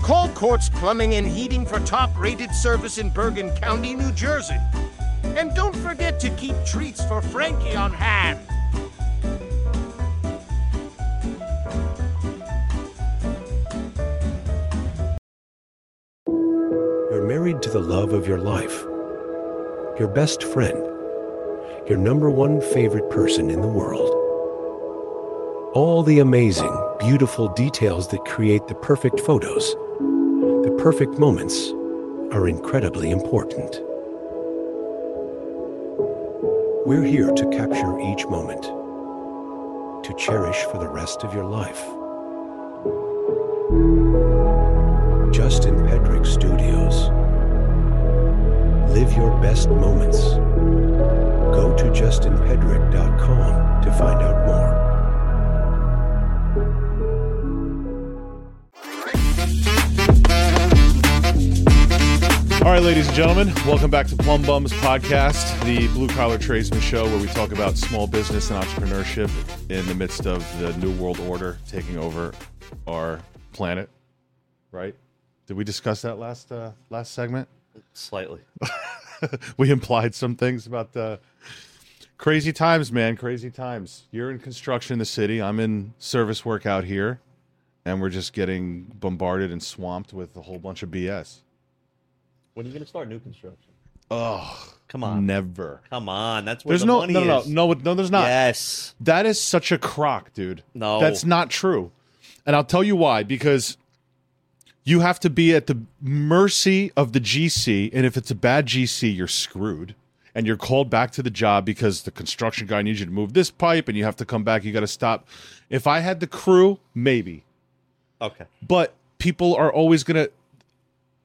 [SPEAKER 1] Call Quartz Plumbing and Heating for top rated service in Bergen County, New Jersey. And don't forget to keep treats for Frankie on hand.
[SPEAKER 5] You're married to the love of your life, your best friend, your number one favorite person in the world. All the amazing, beautiful details that create the perfect photos, the perfect moments, are incredibly important. We're here to capture each moment, to cherish for the rest of your life. Justin Pedrick Studios. Live your best moments. Go to justinpedrick.com to find out more.
[SPEAKER 3] All right, ladies and gentlemen, welcome back to Plum Bums Podcast, the blue collar tradesman show where we talk about small business and entrepreneurship in the midst of the new world order taking over our planet. Right? Did we discuss that last uh, last segment?
[SPEAKER 4] Slightly.
[SPEAKER 3] we implied some things about the crazy times, man. Crazy times. You're in construction in the city. I'm in service work out here, and we're just getting bombarded and swamped with a whole bunch of BS.
[SPEAKER 4] When are you going to start new construction?
[SPEAKER 3] Ugh,
[SPEAKER 4] Come on.
[SPEAKER 3] never.
[SPEAKER 4] Come on. That's where
[SPEAKER 3] There's
[SPEAKER 4] the
[SPEAKER 3] no,
[SPEAKER 4] money
[SPEAKER 3] no, no,
[SPEAKER 4] is.
[SPEAKER 3] no, no, no. There's not.
[SPEAKER 4] Yes.
[SPEAKER 3] That is such a crock, dude.
[SPEAKER 4] No.
[SPEAKER 3] That's not true. And I'll tell you why because you have to be at the mercy of the GC. And if it's a bad GC, you're screwed. And you're called back to the job because the construction guy needs you to move this pipe and you have to come back. You got to stop. If I had the crew, maybe.
[SPEAKER 4] Okay.
[SPEAKER 3] But people are always going to.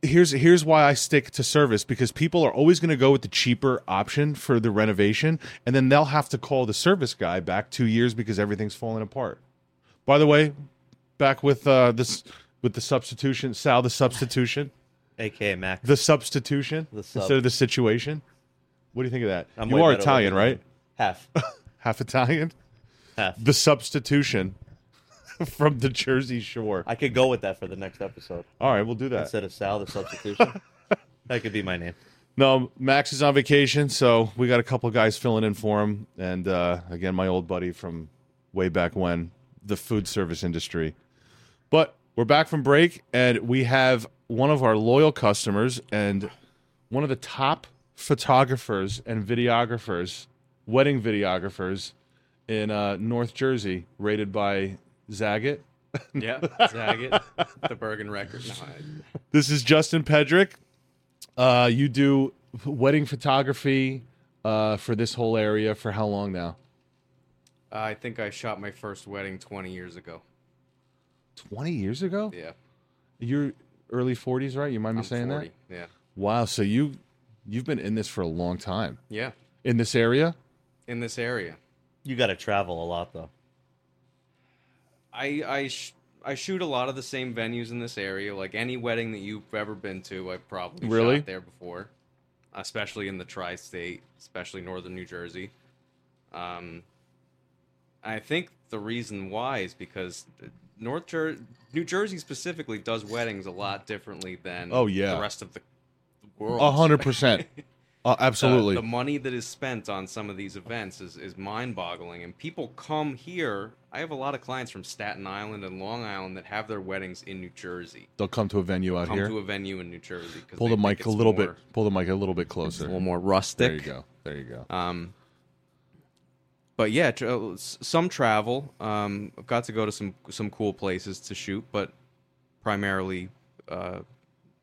[SPEAKER 3] Here's here's why I stick to service because people are always going to go with the cheaper option for the renovation and then they'll have to call the service guy back 2 years because everything's falling apart. By the way, back with uh, this with the substitution, Sal, the substitution,
[SPEAKER 4] AKA Max.
[SPEAKER 3] the substitution
[SPEAKER 4] The sub.
[SPEAKER 3] instead of the situation. What do you think of that?
[SPEAKER 4] I'm
[SPEAKER 3] you
[SPEAKER 4] way
[SPEAKER 3] are
[SPEAKER 4] better
[SPEAKER 3] Italian,
[SPEAKER 4] looking.
[SPEAKER 3] right?
[SPEAKER 4] Half.
[SPEAKER 3] Half Italian.
[SPEAKER 4] Half.
[SPEAKER 3] The substitution from the Jersey Shore.
[SPEAKER 4] I could go with that for the next episode.
[SPEAKER 3] All right, we'll do that.
[SPEAKER 4] Instead of Sal, the substitution. that could be my name.
[SPEAKER 3] No, Max is on vacation, so we got a couple guys filling in for him. And uh, again, my old buddy from way back when, the food service industry. But we're back from break, and we have one of our loyal customers and one of the top photographers and videographers, wedding videographers in uh, North Jersey, rated by Zagat.
[SPEAKER 6] Yeah, Zagat, the Bergen record. No, I-
[SPEAKER 3] This is Justin Pedrick. Uh, you do wedding photography uh, for this whole area for how long now?
[SPEAKER 6] I think I shot my first wedding 20 years ago.
[SPEAKER 3] 20 years ago?
[SPEAKER 6] Yeah,
[SPEAKER 3] You're early 40s, right? You mind me
[SPEAKER 6] I'm
[SPEAKER 3] saying
[SPEAKER 6] 40.
[SPEAKER 3] that?
[SPEAKER 6] Yeah,
[SPEAKER 3] Wow. So you you've been in this for a long time
[SPEAKER 6] yeah,
[SPEAKER 3] in this area.
[SPEAKER 6] in this area.
[SPEAKER 4] You got to travel a lot, though.
[SPEAKER 6] I I sh- I shoot a lot of the same venues in this area. Like any wedding that you've ever been to, I probably
[SPEAKER 3] Really?
[SPEAKER 6] shot there before, especially in the tri-state, especially northern New Jersey. Um, I think the reason why is because North Jer- New Jersey specifically does weddings a lot differently than
[SPEAKER 3] Oh, yeah.
[SPEAKER 6] the rest of the world.
[SPEAKER 3] A hundred percent. Uh,
[SPEAKER 6] The-
[SPEAKER 3] Absolutely.
[SPEAKER 6] The, money that is spent on some of these events is, is mind boggling. And people come here. I have a lot of clients from Staten Island and Long Island that have their weddings in New Jersey.
[SPEAKER 3] They'll come to a venue out
[SPEAKER 6] Come
[SPEAKER 3] here.
[SPEAKER 6] to a venue in New Jersey. 'cause
[SPEAKER 3] pull
[SPEAKER 6] they
[SPEAKER 3] the
[SPEAKER 6] think
[SPEAKER 3] mic a
[SPEAKER 6] it's
[SPEAKER 3] little
[SPEAKER 6] more-
[SPEAKER 3] bit. Pull the mic a little bit closer.
[SPEAKER 6] a little more
[SPEAKER 3] there
[SPEAKER 6] rustic.
[SPEAKER 3] you go. There you go.
[SPEAKER 6] Um, but yeah, tra- s- some travel. Um, I've got to go to some some cool places to shoot, but primarily, uh,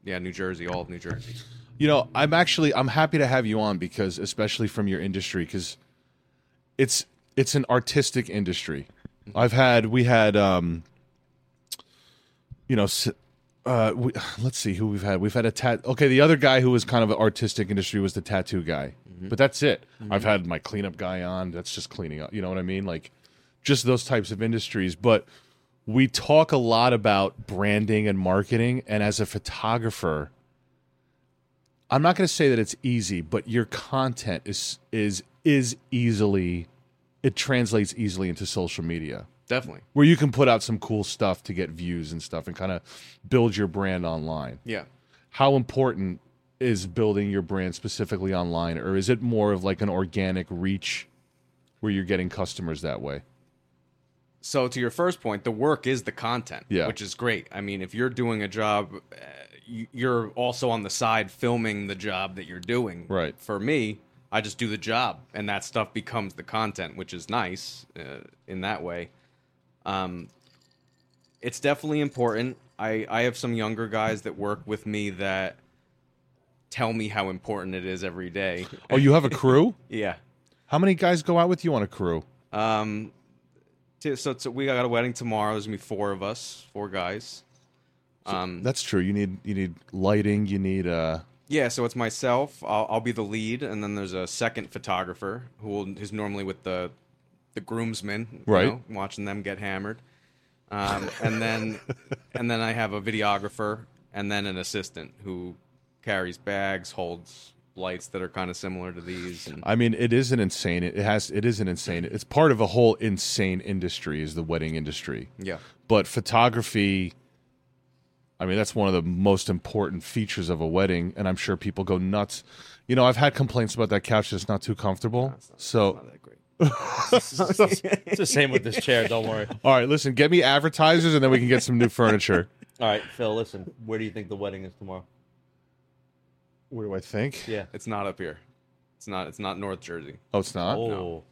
[SPEAKER 6] yeah, New Jersey, all of New Jersey.
[SPEAKER 3] You know, I'm actually I'm happy to have you on because especially from your industry cuz it's it's an artistic industry. I've had we had um you know s- uh we, let's see who we've had. We've had a tat Okay, the other guy who was kind of an artistic industry was the tattoo guy. But that's it. I've had my cleanup guy on. That's just cleaning up. You know what I mean? Like just those types of industries, but we talk a lot about branding and marketing and as a photographer I'm not going to say that it's easy, but your content is is is easily it translates easily into social media
[SPEAKER 6] Definitely.
[SPEAKER 3] where you can put out some cool stuff to get views and stuff and kind of build your brand online.
[SPEAKER 6] Yeah.
[SPEAKER 3] How important is building your brand specifically online or is it more of like an organic reach where you're getting customers that way?
[SPEAKER 6] so to your first point the work is the content
[SPEAKER 3] Yeah.
[SPEAKER 6] which is great i mean if you're doing a job uh, you- you're also on the side filming the job that you're doing
[SPEAKER 3] Right.
[SPEAKER 6] for me i just do the job and that stuff becomes the content which is nice uh, in that way um, it's definitely important I, I have some younger guys that work with me that tell me how important it is every day
[SPEAKER 3] Oh, you have a crew?
[SPEAKER 6] yeah
[SPEAKER 3] How many guys go out with you on a crew?
[SPEAKER 6] um, t- so, so we got a wedding tomorrow. There's gonna be four of us, four guys. Um,
[SPEAKER 3] That's true. You need you need lighting, you need uh
[SPEAKER 6] yeah. So it's myself. I'll, I'll be the lead, and then there's a second photographer who will, who's normally with the the groomsmen, you
[SPEAKER 3] Right.
[SPEAKER 6] know, watching them get hammered. Um, and then and then I have a videographer, and then an assistant who carries bags, holds lights that are kind of similar to these. And,
[SPEAKER 3] I mean, it is an insane. It has. It is an insane. It's part of a whole insane industry. Is the wedding industry,
[SPEAKER 6] yeah.
[SPEAKER 3] but photography. I mean, that's one of the most important features of a wedding, and I'm sure people go nuts. You know, I've had complaints about that couch that's not too comfortable. so,
[SPEAKER 6] Not that great.
[SPEAKER 4] It's the same with this chair. Don't worry.
[SPEAKER 3] all right, listen, get me advertisers, and then we can get some new furniture.
[SPEAKER 4] All right, Phil. Listen, where do you think the wedding is tomorrow?
[SPEAKER 3] What do I think?
[SPEAKER 4] Yeah.
[SPEAKER 6] It's not up here. It's not. It's not North Jersey.
[SPEAKER 3] Oh, it's not.
[SPEAKER 4] oh,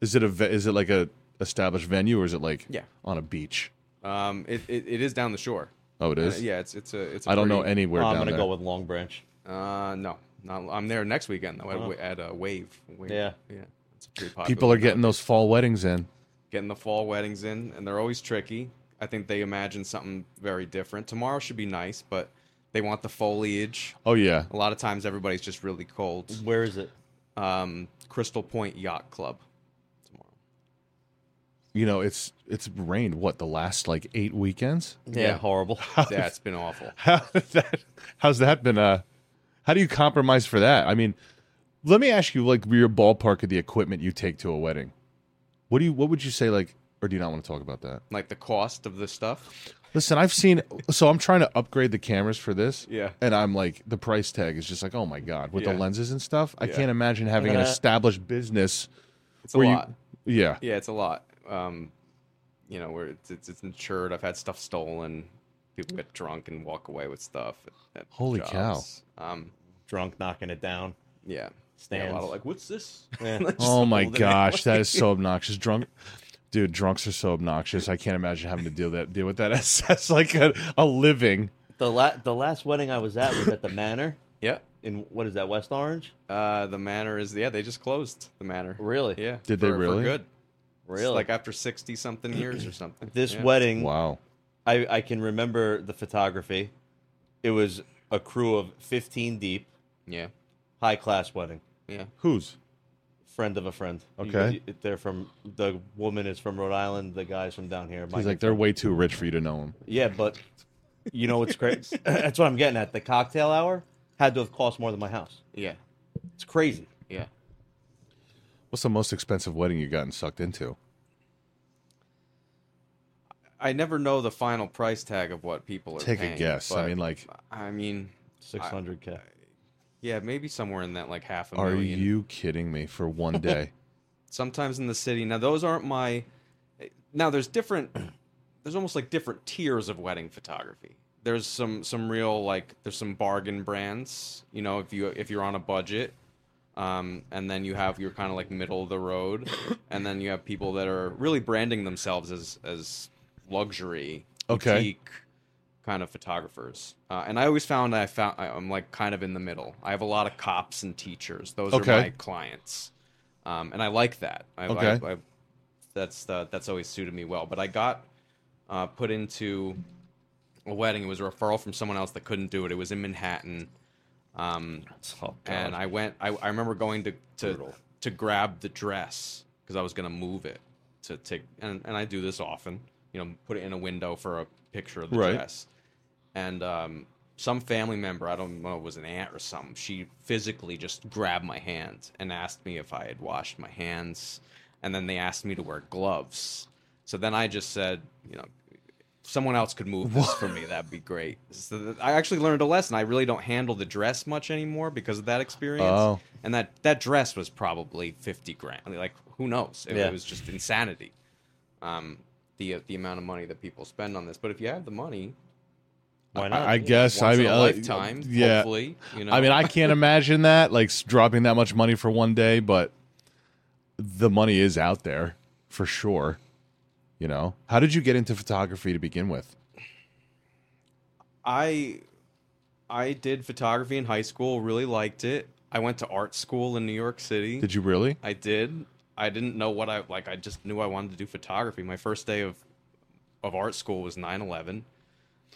[SPEAKER 3] Is it a? ve- Is it like a established venue, or is it like
[SPEAKER 6] Yeah.
[SPEAKER 3] on a beach?
[SPEAKER 6] Um, it, it, it is down the shore.
[SPEAKER 3] Oh, it
[SPEAKER 6] Uh,
[SPEAKER 3] is.
[SPEAKER 6] yeah, it's it's a it's. I
[SPEAKER 3] I don't know anywhere
[SPEAKER 4] I'm
[SPEAKER 3] down
[SPEAKER 4] gonna
[SPEAKER 3] there.
[SPEAKER 4] go with Long Branch.
[SPEAKER 6] Uh, no, not, I'm there next weekend though at, Wa- at uh, Wave. Wave.
[SPEAKER 4] Yeah.
[SPEAKER 6] yeah. It's pretty popular.
[SPEAKER 3] people are
[SPEAKER 6] now.
[SPEAKER 3] getting those fall weddings in.
[SPEAKER 6] getting the fall weddings in, and they're always tricky. I think they imagine something very different. Tomorrow should be nice, but they want the foliage.
[SPEAKER 3] Oh yeah,
[SPEAKER 6] A lot of times, everybody's just really cold.
[SPEAKER 4] Where is it?
[SPEAKER 6] Um, Crystal Point Yacht Club. Tomorrow.
[SPEAKER 3] you know it's it's rained what the last like eight weekends
[SPEAKER 4] Yeah, horrible.
[SPEAKER 6] Yeah, it's been awful.
[SPEAKER 3] how that how's that been uh how do you compromise for that i mean Let me ask you, like your ballpark of the equipment you take to a wedding. What do you? What would you say? Like, or do you not want to talk about that?
[SPEAKER 6] Like the cost of the stuff.
[SPEAKER 3] Listen, I've seen. So I'm trying to upgrade the cameras for this.
[SPEAKER 6] Yeah.
[SPEAKER 3] And I'm like, the price tag is just like, oh my god, with
[SPEAKER 6] Yeah.
[SPEAKER 3] the lenses and stuff. I
[SPEAKER 6] Yeah. Uh-huh.
[SPEAKER 3] can't imagine having an established business.
[SPEAKER 6] It's a
[SPEAKER 3] where
[SPEAKER 6] lot.
[SPEAKER 3] You, yeah.
[SPEAKER 6] Yeah, it's a lot. Um, you know, where it's, it's it's insured. I've had stuff stolen. People get drunk and walk away with stuff. At, at
[SPEAKER 3] Holy cow.
[SPEAKER 6] jobs. Um,
[SPEAKER 4] drunk, knocking it down.
[SPEAKER 6] yeah. Yeah, a lot
[SPEAKER 4] Stands.
[SPEAKER 6] of like, what's this?
[SPEAKER 4] Yeah.
[SPEAKER 6] Just
[SPEAKER 3] Oh my
[SPEAKER 6] holding it.
[SPEAKER 3] gosh, that is so obnoxious. Drunk, dude, drunks are so obnoxious. I can't imagine having to deal that deal with that. That's, that's like a, a living.
[SPEAKER 4] The la- the last wedding I was at was at the Manor
[SPEAKER 6] Yeah.
[SPEAKER 4] in what is that West Orange?
[SPEAKER 6] Uh, the manor is yeah. They just closed the manor.
[SPEAKER 4] Really?
[SPEAKER 6] Yeah.
[SPEAKER 3] Did they
[SPEAKER 6] for- for
[SPEAKER 3] really?
[SPEAKER 6] good. It's
[SPEAKER 4] Really?
[SPEAKER 6] like after sixty something years or something.
[SPEAKER 4] this
[SPEAKER 6] Yeah.
[SPEAKER 4] wedding,
[SPEAKER 3] Wow.
[SPEAKER 4] I I can remember the photography. It was a crew of fifteen deep,
[SPEAKER 6] Yeah.
[SPEAKER 4] high class wedding.
[SPEAKER 6] Yeah.
[SPEAKER 3] Who's?
[SPEAKER 4] Friend of a friend. You-
[SPEAKER 3] Okay.
[SPEAKER 4] you- they're from the woman is from Rhode Island. The guy's from down here.
[SPEAKER 3] He's
[SPEAKER 4] Mike
[SPEAKER 3] like, they're way too rich for you to know him.
[SPEAKER 4] Yeah, but you know what's crazy? That's what I'm getting at. The cocktail hour had to have cost more than my house.
[SPEAKER 6] Yeah.
[SPEAKER 4] It's crazy.
[SPEAKER 6] Yeah.
[SPEAKER 3] What's the most expensive wedding you've gotten sucked into?
[SPEAKER 6] I never know the final price tag of what people are
[SPEAKER 3] Take
[SPEAKER 6] paying,
[SPEAKER 3] a guess. I
[SPEAKER 6] but-
[SPEAKER 3] mean, like,
[SPEAKER 6] I mean,
[SPEAKER 4] Six hundred k.
[SPEAKER 6] yeah, maybe somewhere in that like half a
[SPEAKER 3] are
[SPEAKER 6] million.
[SPEAKER 3] you kidding me for one day?
[SPEAKER 6] sometimes in the city. Now those aren't my. Now there's different. There's almost like different tiers of wedding photography. There's some some real like there's some bargain brands. You know if you if you're on a budget, um, and then you have your kind of like middle of the road, and then you have people that are really branding themselves as as luxury,
[SPEAKER 3] Okay.
[SPEAKER 6] boutique kind of photographers. Uh, and I always found I found I- I'm like kind of in the middle. I have a lot of cops and teachers. Those
[SPEAKER 3] Okay.
[SPEAKER 6] are my clients um, and I like that. I,
[SPEAKER 3] Okay.
[SPEAKER 6] I, I, that's uh, that's always suited me well. But I got uh, put into a wedding. It was a referral from someone else that couldn't do it. It was in Manhattan, um,
[SPEAKER 3] oh,
[SPEAKER 6] and I went. I, I remember going to to, to grab the dress because I was going to move it to take. And, and I do this often. You know, put it in a window for a picture of the
[SPEAKER 3] Right.
[SPEAKER 6] dress and um, some family member, I don't know, it was an aunt or something. She physically just grabbed my hand and asked me if I had washed my hands, and then they asked me to wear gloves. So then I just said, you know, if someone else could move this for me. That'd be great. So th- I actually learned a lesson. I really don't handle the dress much anymore because of that experience.
[SPEAKER 3] Oh.
[SPEAKER 6] And that that dress was probably fifty grand. Like who knows? It,
[SPEAKER 4] Yeah.
[SPEAKER 6] it was just insanity. Um, the the amount of money that people spend on this. But if you have the money,
[SPEAKER 4] Why not?
[SPEAKER 3] I, I guess.
[SPEAKER 6] once
[SPEAKER 3] I mean,
[SPEAKER 6] in a
[SPEAKER 3] uh,
[SPEAKER 6] lifetime.
[SPEAKER 3] Yeah.
[SPEAKER 6] Hopefully, you know.
[SPEAKER 3] I mean, I can't imagine that, like s- dropping that much money for one day, but the money is out there for sure. You know, how did you get into photography to begin with?
[SPEAKER 6] I, I did photography in high school. Really liked it. I went to art school in New York City.
[SPEAKER 3] Did you really?
[SPEAKER 6] I did. I didn't know what I like. I just knew I wanted to do photography. My first day of, of art school was 9/11,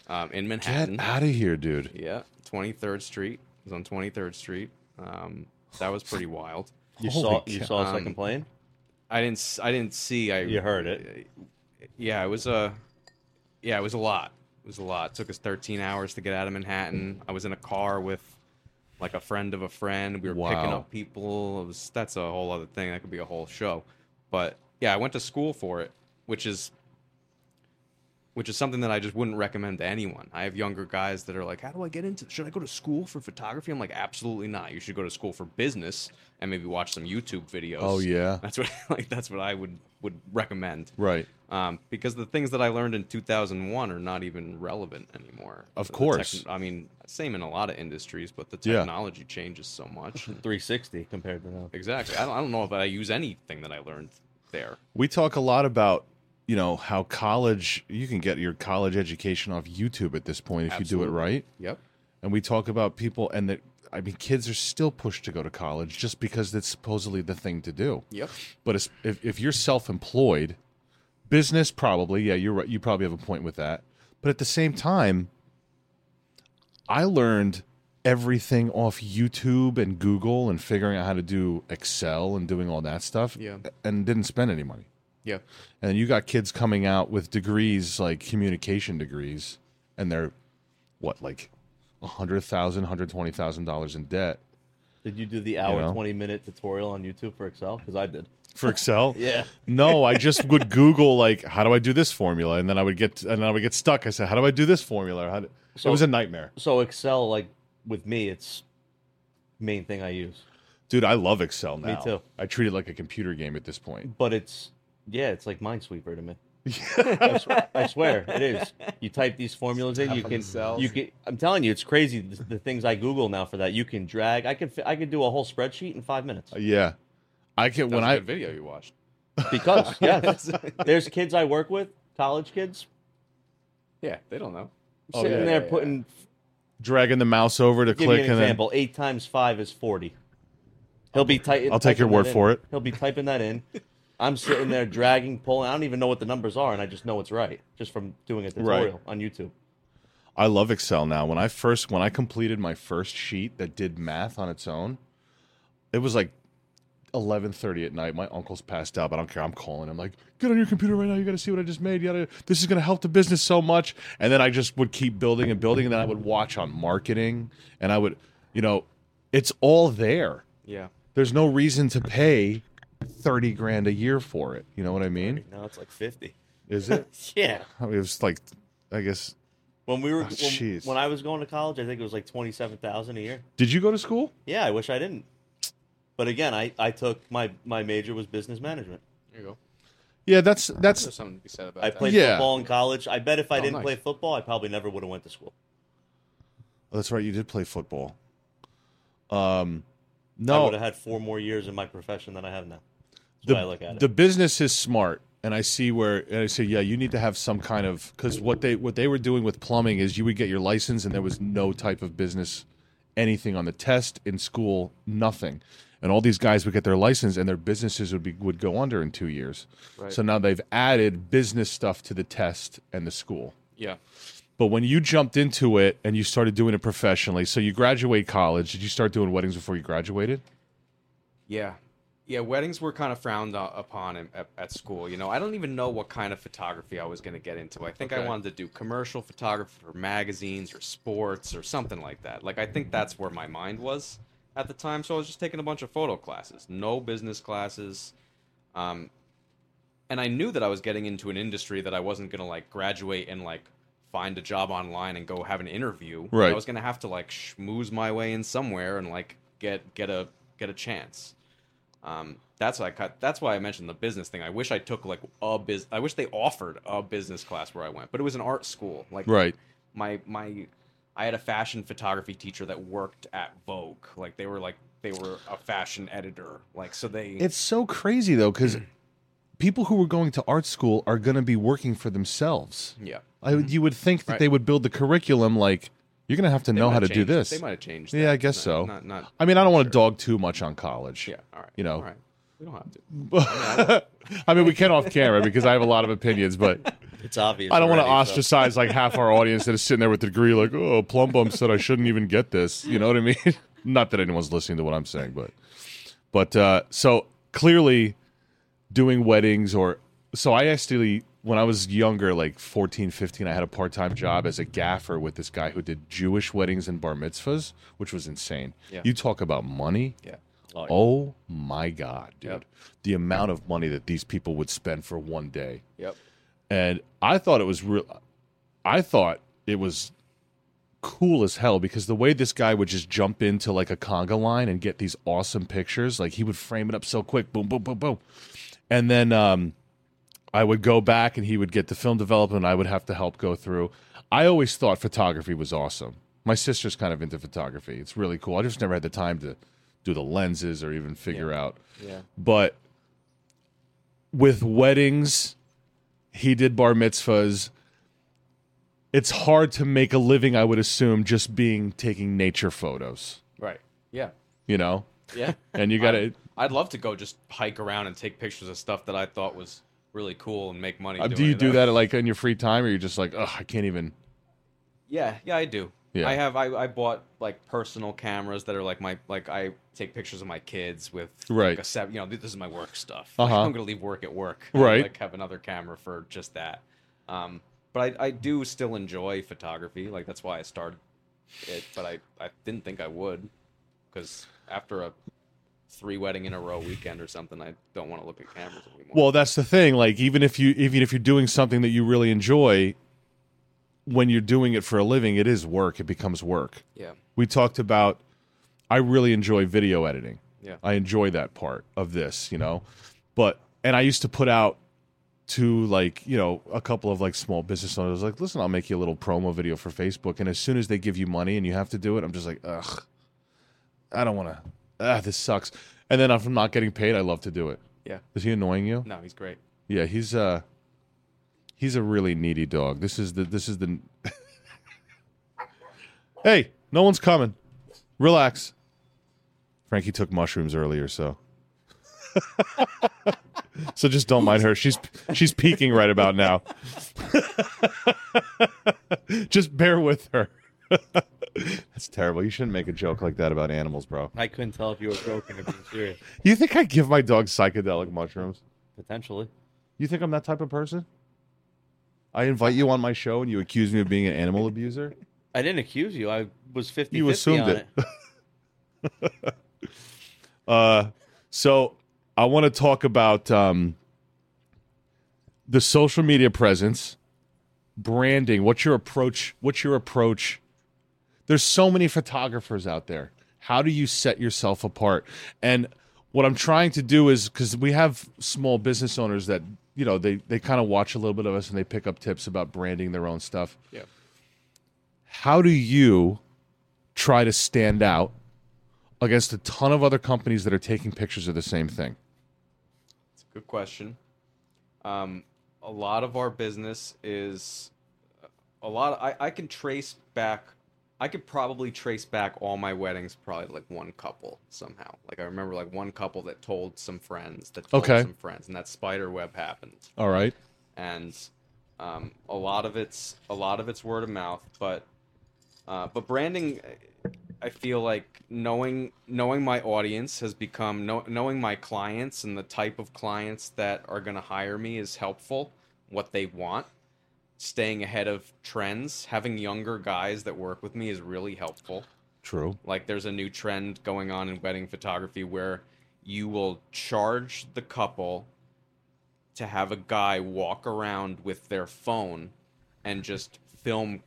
[SPEAKER 6] um, in Manhattan.
[SPEAKER 3] Get out of here, dude.
[SPEAKER 6] Yeah, 23rd Street. It was on 23rd Street. Um, that was pretty wild.
[SPEAKER 4] You
[SPEAKER 3] Holy
[SPEAKER 4] saw
[SPEAKER 3] cow.
[SPEAKER 4] you saw a
[SPEAKER 6] Um,
[SPEAKER 4] second plane.
[SPEAKER 6] I didn't. s- I didn't see. I
[SPEAKER 4] You heard it.
[SPEAKER 6] yeah, it was a yeah, it was a lot. It was a lot. It took us 13 hours to get out of Manhattan. I was in a car with like a friend of a friend. We were picking
[SPEAKER 3] Wow.
[SPEAKER 6] up people. It was that's a whole other thing. That could be a whole show. But yeah, I went to school for it, which is which is something that I just wouldn't recommend to anyone. I have younger guys that are like, "How do I get into? Should I go to school for photography?" I'm like, "Absolutely not. You should go to school for business and maybe watch some YouTube videos."
[SPEAKER 3] Oh, yeah.
[SPEAKER 6] that's what like that's what I would would recommend
[SPEAKER 3] Right.
[SPEAKER 6] um, because the things that I learned in 2001 are not even relevant anymore.
[SPEAKER 3] Of
[SPEAKER 6] The tech-
[SPEAKER 3] course.
[SPEAKER 6] I mean, same in a lot of industries, but the
[SPEAKER 3] Yeah.
[SPEAKER 6] technology changes so much.
[SPEAKER 4] Three sixty compared to now.
[SPEAKER 6] exactly. I don't, I don't know if I use anything that I learned there.
[SPEAKER 3] We talk a lot about, you know, how college, you can get your college education off YouTube at this point if you do it
[SPEAKER 6] Absolutely.
[SPEAKER 3] right.
[SPEAKER 6] Yep.
[SPEAKER 3] And we talk about people and that, I mean, kids are still pushed to go to college just because that's supposedly the thing to do.
[SPEAKER 6] Yep.
[SPEAKER 3] But it's- if, if you're self-employed, business probably, yeah, you're right. You probably have a point with that. But at the same time, I learned everything off YouTube and Google and figuring out how to do Excel and doing all that stuff.
[SPEAKER 6] Yeah.
[SPEAKER 3] And didn't spend any money.
[SPEAKER 6] Yeah.
[SPEAKER 3] And you got kids coming out with degrees like communication degrees, and they're what like a hundred thousand, hundred twenty thousand dollars in debt.
[SPEAKER 4] Did you do the hour
[SPEAKER 3] know?
[SPEAKER 4] 20 minute tutorial on YouTube for Excel? Because I did.
[SPEAKER 3] for Excel.
[SPEAKER 4] Yeah.
[SPEAKER 3] No, I just would Google like, how do I do this formula, and then I would get and then I would get stuck. I said, how do I do this formula? How do...
[SPEAKER 4] So-
[SPEAKER 3] it was a nightmare,
[SPEAKER 4] So Excel, like with me, it's main thing I use.
[SPEAKER 3] dude. I love Excel now.
[SPEAKER 4] Me too.
[SPEAKER 3] I treat it like a computer game at this point.
[SPEAKER 4] But it's yeah, it's like Minesweeper to me. I, sw- I swear it is. You type these formulas in, you can you can. I'm telling you, it's crazy the, the things I Google now for that. You can drag. I can fi- I can do a whole spreadsheet in five minutes
[SPEAKER 3] Yeah, I can
[SPEAKER 6] That was
[SPEAKER 3] when
[SPEAKER 6] a
[SPEAKER 3] I
[SPEAKER 6] good video you watched.
[SPEAKER 4] because yes, there's kids I work with, college kids,
[SPEAKER 6] Yeah, they don't know.
[SPEAKER 3] Oh,
[SPEAKER 4] sitting
[SPEAKER 3] yeah,
[SPEAKER 4] there
[SPEAKER 6] yeah, yeah.
[SPEAKER 4] putting.
[SPEAKER 3] dragging the mouse over to
[SPEAKER 4] Give
[SPEAKER 3] click
[SPEAKER 4] me an
[SPEAKER 3] and then
[SPEAKER 4] example. Eight times five is forty. He'll be typing.
[SPEAKER 3] I'll take your
[SPEAKER 4] typing
[SPEAKER 3] word
[SPEAKER 4] that in.
[SPEAKER 3] for it.
[SPEAKER 4] He'll be typing that in. I'm sitting there dragging, pulling. I don't even know what the numbers are, and I just know it's right just from doing a tutorial on YouTube.
[SPEAKER 3] I love Excel now. When I first when I completed my first sheet that did math on its own, it was like 11:30 at night. My uncle's passed out, but I don't care. I'm calling him like, "Get on your computer right now. You got to see what I just made. You gotta, this is going to help the business so much." And then I just would keep building and building and then I would watch on marketing and I would, you know, it's all there.
[SPEAKER 6] Yeah.
[SPEAKER 3] There's no reason to pay 30 grand a year for it. You know what I mean?
[SPEAKER 4] Now it's like fifty.
[SPEAKER 3] Is it?
[SPEAKER 4] Yeah.
[SPEAKER 3] I mean, it was like I guess
[SPEAKER 4] When we were
[SPEAKER 3] Oh,
[SPEAKER 4] when,
[SPEAKER 3] jeez.
[SPEAKER 4] when I was going to college, I think it was like twenty seven thousand a year.
[SPEAKER 3] Did you go to school?
[SPEAKER 4] Yeah, I wish I didn't. But again, I, I took my, my major was business management.
[SPEAKER 6] There you go.
[SPEAKER 3] Yeah, that's that's
[SPEAKER 6] There's something to be said about
[SPEAKER 4] I
[SPEAKER 6] that.
[SPEAKER 4] played
[SPEAKER 3] Yeah.
[SPEAKER 4] football in college. I bet if I
[SPEAKER 6] Oh,
[SPEAKER 4] didn't
[SPEAKER 6] nice.
[SPEAKER 4] play football, I probably never would have went to school.
[SPEAKER 3] Oh, That's right. You did play football. Um,
[SPEAKER 4] I
[SPEAKER 3] no,
[SPEAKER 4] would have had four more years in my profession than I have now.
[SPEAKER 3] the,
[SPEAKER 4] That's the, way I look at it.
[SPEAKER 3] the business is smart, and I see where. And I say, yeah, you need to have some kind of because what they what they were doing with plumbing is you would get your license, and there was no type of business, anything on the test in school, nothing. And all these guys would get their license, and their businesses would be would go under in two years.
[SPEAKER 6] Right.
[SPEAKER 3] So now they've added business stuff to the test and the school.
[SPEAKER 6] Yeah.
[SPEAKER 3] But when you jumped into it and you started doing it professionally, so you graduate college, did you start doing weddings before you graduated?
[SPEAKER 6] Yeah. Yeah, weddings were kind of frowned u- upon in, at, at school. You know, I don't even know what kind of photography I was going to get into. I think I
[SPEAKER 3] Okay.
[SPEAKER 6] wanted to do commercial photography for magazines or sports or something like that. Like, I think that's where my mind was at the time. So I was just taking a bunch of photo classes, no business classes. Um, and I knew that I was getting into an industry that I wasn't going to like graduate and like find a job online and go have an interview.
[SPEAKER 3] Right.
[SPEAKER 6] I was going to have to like schmooze my way in somewhere and like get get a get a chance. Um, that's why I cut. That's why I mentioned the business thing. I wish I took like a biz. I wish they offered a business class where I went, but it was an art school. Like
[SPEAKER 3] Right.
[SPEAKER 6] my my, I had a fashion photography teacher that worked at Vogue. Like they were like they were a fashion editor. Like so they.
[SPEAKER 3] It's so crazy though, because people who were going to art school are going to be working for themselves.
[SPEAKER 6] yeah.
[SPEAKER 3] I, would- you would think that
[SPEAKER 6] Right.
[SPEAKER 3] they would build the curriculum like you're going to have to
[SPEAKER 6] They
[SPEAKER 3] know
[SPEAKER 6] might
[SPEAKER 3] how to
[SPEAKER 6] have
[SPEAKER 3] do
[SPEAKER 6] changed-
[SPEAKER 3] this.
[SPEAKER 6] They might have changed.
[SPEAKER 3] Yeah,
[SPEAKER 6] that.
[SPEAKER 3] I guess
[SPEAKER 6] Not-
[SPEAKER 3] so.
[SPEAKER 6] Not not.
[SPEAKER 3] I mean, I don't want to
[SPEAKER 6] sure.
[SPEAKER 3] dog too much on college.
[SPEAKER 6] Yeah. All right.
[SPEAKER 3] you know.
[SPEAKER 6] All right. We don't have to.
[SPEAKER 3] I mean, we can off camera because I have a lot of opinions, but
[SPEAKER 4] it's obvious.
[SPEAKER 3] I don't want to
[SPEAKER 4] already, so-
[SPEAKER 3] ostracize like half our audience that is sitting there with the degree, like, oh, Plum Bum said I shouldn't even get this. You know what I mean? Not that anyone's listening to what I'm saying, but but uh, so clearly doing weddings or so I actually when I was younger, like 14, 15, I had a part time job as a gaffer with this guy who did Jewish weddings and bar mitzvahs, which was insane.
[SPEAKER 6] Yeah.
[SPEAKER 3] You talk about money.
[SPEAKER 6] Yeah.
[SPEAKER 3] Oh my God, dude.
[SPEAKER 6] Yep.
[SPEAKER 3] The amount of money that these people would spend for one day
[SPEAKER 6] Yep.
[SPEAKER 3] and I thought it was real. I thought it was cool as hell because the way this guy would just jump into like a conga line and get these awesome pictures, like he would frame it up so quick, boom, boom, boom, boom, and then um, I would go back and he would get the film development. And I would have to help go through. I always thought photography was awesome. My sister's kind of into photography. It's really cool. I just never had the time to do the lenses or even figure out.
[SPEAKER 6] Yeah.
[SPEAKER 3] But with weddings, he did bar mitzvahs. It's hard to make a living, I would assume, just being taking nature photos,
[SPEAKER 6] Right. Yeah.
[SPEAKER 3] you know?
[SPEAKER 6] Yeah.
[SPEAKER 3] And you got to.
[SPEAKER 6] I'd love to go just hike around and take pictures of stuff that I thought was really cool and make money.
[SPEAKER 3] Uh, Do
[SPEAKER 6] doing
[SPEAKER 3] you
[SPEAKER 6] it.
[SPEAKER 3] do that like in your free time or you're just like, ugh, I can't even.
[SPEAKER 6] Yeah, yeah, I do.
[SPEAKER 3] Yeah.
[SPEAKER 6] I have. I, I bought like personal cameras that are like my like I take pictures of my kids with like,
[SPEAKER 3] Right.
[SPEAKER 6] a set, you know, this is my work stuff.
[SPEAKER 3] Uh-huh.
[SPEAKER 6] I'm gonna leave work at work.
[SPEAKER 3] Right.
[SPEAKER 6] Like have another camera for just that. Um, but I, I do still enjoy photography. Like that's why I started it. But I I didn't think I would. because after a three wedding in a row weekend or something, I don't want to look at cameras anymore.
[SPEAKER 3] Well, that's the thing. Like, even if you even if you're doing something that you really enjoy, when you're doing it for a living, it is work. It becomes work.
[SPEAKER 6] yeah,
[SPEAKER 3] We talked about. I really enjoy video editing.
[SPEAKER 6] yeah,
[SPEAKER 3] I enjoy that part of this, you know. But and I used to put out to like, you know, a couple of like small business owners like, "Listen, I'll make you a little promo video for Facebook." And as soon as they give you money and you have to do it, I'm just like, "Ugh. I don't want to. Ah, this sucks." And then if I'm not getting paid, I love to do it.
[SPEAKER 6] yeah.
[SPEAKER 3] Is he annoying you?
[SPEAKER 6] No, he's great.
[SPEAKER 3] Yeah, he's uh he's a really needy dog. This is the this is the Hey, no one's coming. Relax. Frankie took mushrooms earlier, so so just don't mind her. She's she's peeking right about now. just bear with her. That's terrible. You shouldn't make a joke like that about animals, bro.
[SPEAKER 4] I couldn't tell if you were joking or being serious.
[SPEAKER 3] You think I give my dog psychedelic mushrooms?
[SPEAKER 4] Potentially.
[SPEAKER 3] You think I'm that type of person? I invite you on my show and you accuse me of being an animal abuser?
[SPEAKER 4] I didn't accuse you. I was 50
[SPEAKER 3] You assumed
[SPEAKER 4] on
[SPEAKER 3] it. Uh, so I want to talk about um, the social media presence, branding. What's your approach? What's your approach? There's so many photographers out there. How do you set yourself apart? And what I'm trying to do is because we have small business owners that you know they they kind of watch a little bit of us and they pick up tips about branding their own stuff.
[SPEAKER 6] Yeah.
[SPEAKER 3] How do you try to stand out against a ton of other companies that are taking pictures of the same thing.
[SPEAKER 6] It's a good question. Um, a lot of our business is a lot. I, I can trace back. I could probably trace back all my weddings, probably to, like one couple somehow. Like I remember like one couple that told some friends that told
[SPEAKER 3] Okay.
[SPEAKER 6] some friends, and that spider web happened.
[SPEAKER 3] All right.
[SPEAKER 6] and um, a lot of it's a lot of it's word of mouth. But uh, but branding, I feel like knowing knowing my audience has become know, knowing my clients and the type of clients that are going to hire me is helpful. What they want, staying ahead of trends, having younger guys that work with me is really helpful.
[SPEAKER 3] True.
[SPEAKER 6] Like there's a new trend going on in wedding photography where you will charge the couple to have a guy walk around with their phone and just film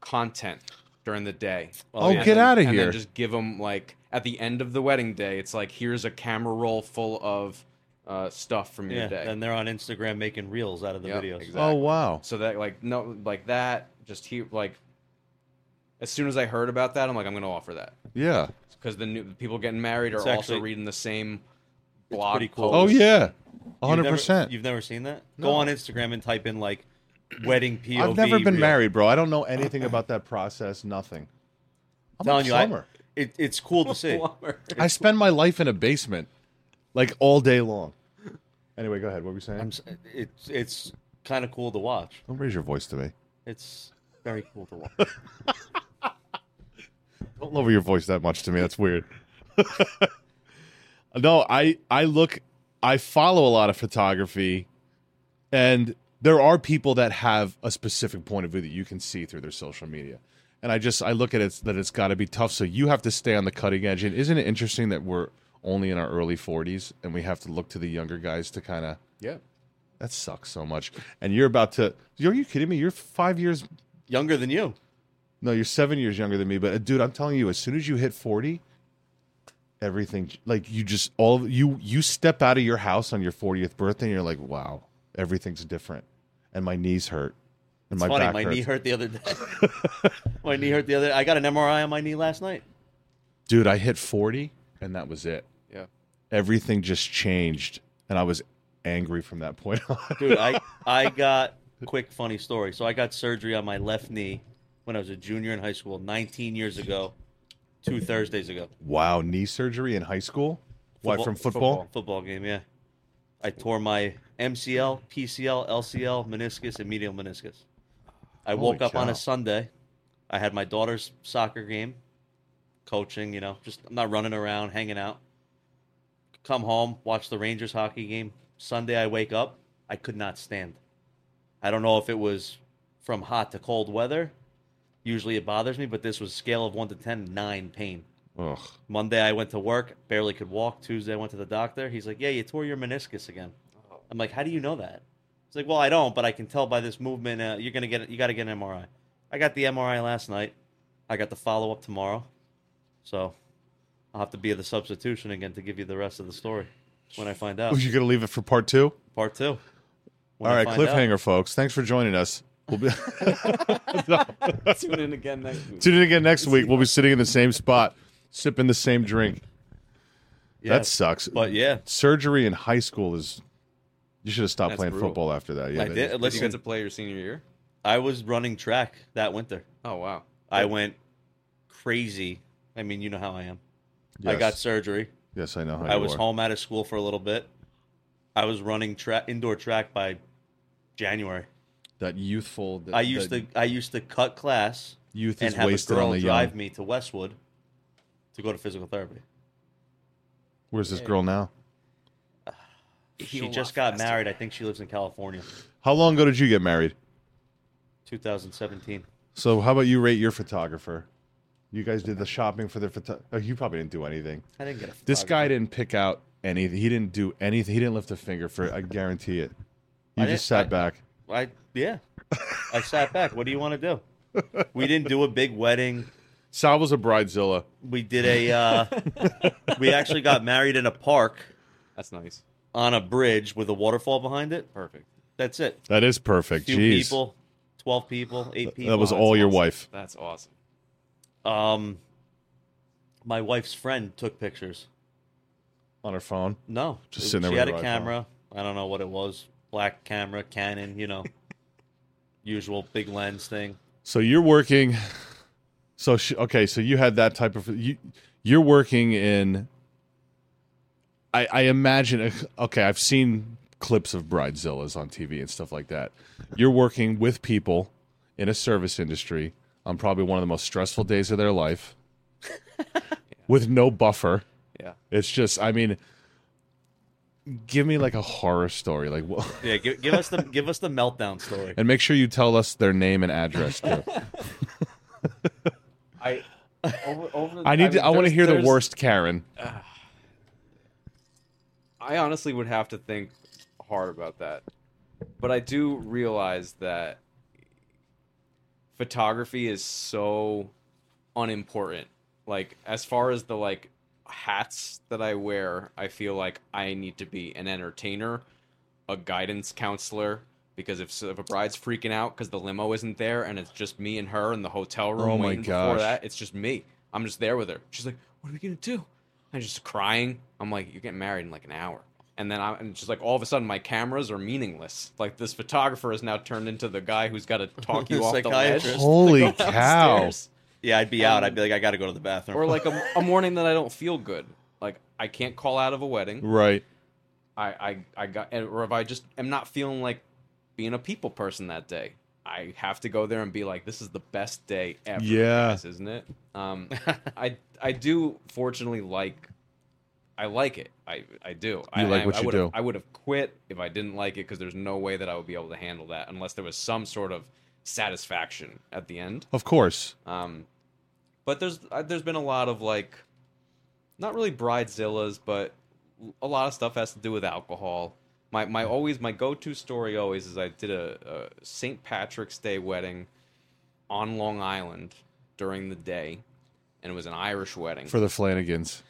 [SPEAKER 6] content during the day.
[SPEAKER 3] Oh,
[SPEAKER 6] And
[SPEAKER 3] get
[SPEAKER 6] then-
[SPEAKER 3] outta
[SPEAKER 6] And
[SPEAKER 3] here.
[SPEAKER 6] then just give them like at the end of the wedding day, it's like here's a camera roll full of uh, stuff from your
[SPEAKER 4] Yeah.
[SPEAKER 6] day.
[SPEAKER 4] And they're on Instagram making reels out of the
[SPEAKER 6] Yep,
[SPEAKER 4] videos.
[SPEAKER 6] exactly.
[SPEAKER 3] Oh wow.
[SPEAKER 6] So that like no like that just he like as soon as I heard about that, I'm like I'm gonna offer that
[SPEAKER 3] Yeah.
[SPEAKER 6] because the new the people getting married are
[SPEAKER 4] It's
[SPEAKER 6] also
[SPEAKER 4] actually-
[SPEAKER 6] reading the same blog
[SPEAKER 4] pretty cool.
[SPEAKER 3] Oh
[SPEAKER 6] post.
[SPEAKER 3] yeah. A
[SPEAKER 4] You've never-
[SPEAKER 3] hundred percent.
[SPEAKER 4] You've never seen that?
[SPEAKER 3] No.
[SPEAKER 4] Go on Instagram and type in like wedding POV.
[SPEAKER 3] I've never been
[SPEAKER 4] reel.
[SPEAKER 3] married, bro. I don't know anything about that process. Nothing. I'm
[SPEAKER 4] telling
[SPEAKER 3] a
[SPEAKER 4] you, I-
[SPEAKER 3] plumber.
[SPEAKER 4] it, it's cool to see.
[SPEAKER 6] Plumber.
[SPEAKER 3] I, spend my life in a basement, like all day long. Anyway, go ahead. What were you saying?
[SPEAKER 4] I'm, s- it's it's kind of cool to watch.
[SPEAKER 3] Don't raise your voice to me.
[SPEAKER 4] It's very cool to watch.
[SPEAKER 3] Don't lower your voice that much to me. That's weird. no, I I look I follow a lot of photography and there are people that have a specific point of view that you can see through their social media. And I just I look at it that it's got to be tough so you have to stay on the cutting edge and isn't it interesting that we're only in our early 40s and we have to look to the younger guys to kind of
[SPEAKER 6] Yeah.
[SPEAKER 3] that sucks so much. And you're about to Are you kidding me? You're 5 years
[SPEAKER 4] Younger than you.
[SPEAKER 3] no, you're seven years younger than me, but uh, dude, I'm telling you, as soon as you hit forty, everything like you just all you you step out of your house on your fortieth birthday, and you're like, wow, everything's different, and my knees hurt, and
[SPEAKER 4] It's
[SPEAKER 3] my
[SPEAKER 4] funny.
[SPEAKER 3] back
[SPEAKER 4] My
[SPEAKER 3] hurts.
[SPEAKER 4] knee hurt the other day. my knee hurt the other. I got an MRI on my knee last night.
[SPEAKER 3] Dude, I hit forty, and that was it.
[SPEAKER 6] Yeah.
[SPEAKER 3] Everything just changed, and I was angry from that point on.
[SPEAKER 4] dude i i got quick funny story so i got surgery on my left knee when i was a junior in high school 19 years ago two thursdays ago
[SPEAKER 3] wow, knee surgery in high school. Why
[SPEAKER 4] Football-
[SPEAKER 3] from football?
[SPEAKER 4] football game yeah i tore my mcl pcl lcl meniscus and medial meniscus i
[SPEAKER 3] Holy
[SPEAKER 4] woke up on
[SPEAKER 3] cow.
[SPEAKER 4] a sunday i had my daughter's soccer game coaching you know just i'm not running around hanging out come home watch the rangers hockey game sunday i wake up i could not stand I don't know if it was from hot to cold weather. Usually it bothers me, but this was scale of one to ten, nine pain.
[SPEAKER 3] Ugh.
[SPEAKER 4] Monday I went to work, barely could walk. Tuesday I went to the doctor. He's like, "Yeah, you tore your meniscus again." I'm like, "How do you know that?" He's like, "Well, I don't, but I can tell by this movement. Uh, you're gonna get you got to get an MRI." I got the MRI last night. I got the follow up tomorrow, so I'll have to be the substitution again to give you the rest of the story when I find out.
[SPEAKER 3] Oh, you gonna leave it for part two?
[SPEAKER 4] Part two. When
[SPEAKER 3] All
[SPEAKER 4] I
[SPEAKER 3] right,
[SPEAKER 4] find out.
[SPEAKER 3] cliffhanger, folks. Thanks for joining us. We'll be
[SPEAKER 6] Tune in again next week.
[SPEAKER 3] tune in again next week. We'll be sitting in the same spot, sipping the same drink.
[SPEAKER 4] Yeah,
[SPEAKER 3] That sucks.
[SPEAKER 4] But yeah,
[SPEAKER 3] surgery in high school is. You should have stopped
[SPEAKER 6] That's
[SPEAKER 3] playing
[SPEAKER 6] brutal.
[SPEAKER 3] football after that. Yeah,
[SPEAKER 4] I
[SPEAKER 3] that-
[SPEAKER 4] did.
[SPEAKER 6] Unless
[SPEAKER 4] Listen,
[SPEAKER 6] you get to play your senior year.
[SPEAKER 4] I was running track that winter.
[SPEAKER 6] Oh wow.
[SPEAKER 4] I went crazy. I mean, you know how I am. I
[SPEAKER 3] Yes.
[SPEAKER 4] got surgery.
[SPEAKER 3] Yes, I know. How
[SPEAKER 4] I
[SPEAKER 3] you
[SPEAKER 4] was
[SPEAKER 3] are.
[SPEAKER 4] home out of school for a little bit. I was running track indoor track by January.
[SPEAKER 3] That youthful.
[SPEAKER 4] I used to I used to cut class
[SPEAKER 3] Youth
[SPEAKER 4] and
[SPEAKER 3] is
[SPEAKER 4] have a
[SPEAKER 3] wasted on
[SPEAKER 4] girl
[SPEAKER 3] the
[SPEAKER 4] drive
[SPEAKER 3] young.
[SPEAKER 4] me to Westwood to go to physical therapy.
[SPEAKER 3] Where's this girl now?
[SPEAKER 4] she just got married. I think she lives in California.
[SPEAKER 3] How long ago did you get married?
[SPEAKER 4] 2017.
[SPEAKER 3] So, how about you rate your photographer? You guys did the shopping for the photo. Oh, you probably didn't do anything.
[SPEAKER 4] I didn't get a
[SPEAKER 3] This guy
[SPEAKER 4] photographer.
[SPEAKER 3] didn't pick out anything. He didn't do anything. He didn't lift a finger for it. I guarantee it. You
[SPEAKER 4] I
[SPEAKER 3] just
[SPEAKER 4] didn't-
[SPEAKER 3] sat
[SPEAKER 4] I-
[SPEAKER 3] back.
[SPEAKER 4] I yeah. I sat back. What do you want to do? We didn't do a big wedding.
[SPEAKER 3] Sal was a bridezilla.
[SPEAKER 4] We did a uh, we actually got married in a park
[SPEAKER 6] That's nice.
[SPEAKER 4] on a bridge with a waterfall behind it.
[SPEAKER 6] Perfect.
[SPEAKER 4] That's it.
[SPEAKER 3] That is perfect.
[SPEAKER 4] few
[SPEAKER 3] Jeez.
[SPEAKER 4] people, twelve people, eight people.
[SPEAKER 3] that was
[SPEAKER 6] Wow,
[SPEAKER 3] all
[SPEAKER 6] that's
[SPEAKER 3] your
[SPEAKER 6] awesome.
[SPEAKER 3] wife.
[SPEAKER 6] That's awesome.
[SPEAKER 4] Um, my wife's friend took pictures.
[SPEAKER 3] on her phone.
[SPEAKER 4] No,
[SPEAKER 3] Just
[SPEAKER 4] it-
[SPEAKER 3] sitting there
[SPEAKER 4] She
[SPEAKER 3] with
[SPEAKER 4] had
[SPEAKER 3] her
[SPEAKER 4] a
[SPEAKER 3] iPhone.
[SPEAKER 4] camera. I don't know what it was. Black camera, Canon. You know, usual big lens thing.
[SPEAKER 3] So you're working. So she, okay, so you had that type of you. You're working in. I, I imagine. Okay, I've seen clips of bridezillas on TV and stuff like that. You're working with people in a service industry on probably one of the most stressful days of their life, with no buffer.
[SPEAKER 6] Yeah.
[SPEAKER 3] It's just, I mean, give me like a horror story, like what,
[SPEAKER 4] Yeah, give, give us the give us the meltdown story.
[SPEAKER 3] and make sure you tell us their name and address too.
[SPEAKER 6] I over, over
[SPEAKER 3] I need to.
[SPEAKER 6] mean,
[SPEAKER 3] I want to
[SPEAKER 6] there's-
[SPEAKER 3] hear the
[SPEAKER 6] there's-
[SPEAKER 3] worst Karen.
[SPEAKER 6] I honestly would have to think hard about that. But I do realize that photography is so unimportant. Like as far as the like hats that I wear, I feel like I need to be an entertainer, a guidance counselor because if, if a bride's freaking out cuz the limo isn't there and it's just me and her in the hotel room
[SPEAKER 3] Oh my
[SPEAKER 6] waiting
[SPEAKER 3] gosh.
[SPEAKER 6] before that, it's just me. I'm just there with her. She's like, "What are we going to do?" I'm just crying. I'm like, you're getting married in like an hour. And then I'm and just like, all of a sudden, my cameras are meaningless. Like, this photographer is now turned into the guy who's got to talk you off the ledge.
[SPEAKER 4] Psychiatrist.
[SPEAKER 3] Holy
[SPEAKER 6] Go
[SPEAKER 3] cow!
[SPEAKER 6] upstairs.
[SPEAKER 4] Yeah, I'd be out. I'd be like, I got to go to the bathroom.
[SPEAKER 6] Or like a, a morning that I don't feel good. Like, I can't call out of a wedding.
[SPEAKER 3] Right.
[SPEAKER 6] I, I, I got, and- or if I just am not feeling like being a people person that day, I have to go there and be like, this is the best day ever. I
[SPEAKER 3] Yeah.
[SPEAKER 6] guess, isn't it? Um, I, I do fortunately like, I like it. I, I do. I,
[SPEAKER 3] You like
[SPEAKER 6] I,
[SPEAKER 3] what
[SPEAKER 6] I
[SPEAKER 3] you
[SPEAKER 6] would've-
[SPEAKER 3] do.
[SPEAKER 6] I would have quit if I didn't like it because there's no way that I would be able to handle that unless there was some sort of satisfaction at the end.
[SPEAKER 3] Of course.
[SPEAKER 6] Um, but there's uh, there's been a lot of like, not really bridezillas, but a lot of stuff has to do with alcohol. My my always my go to story always is I did a, a St. Patrick's Day wedding on Long Island during the day, and it was an Irish wedding.
[SPEAKER 3] For the Flanagans,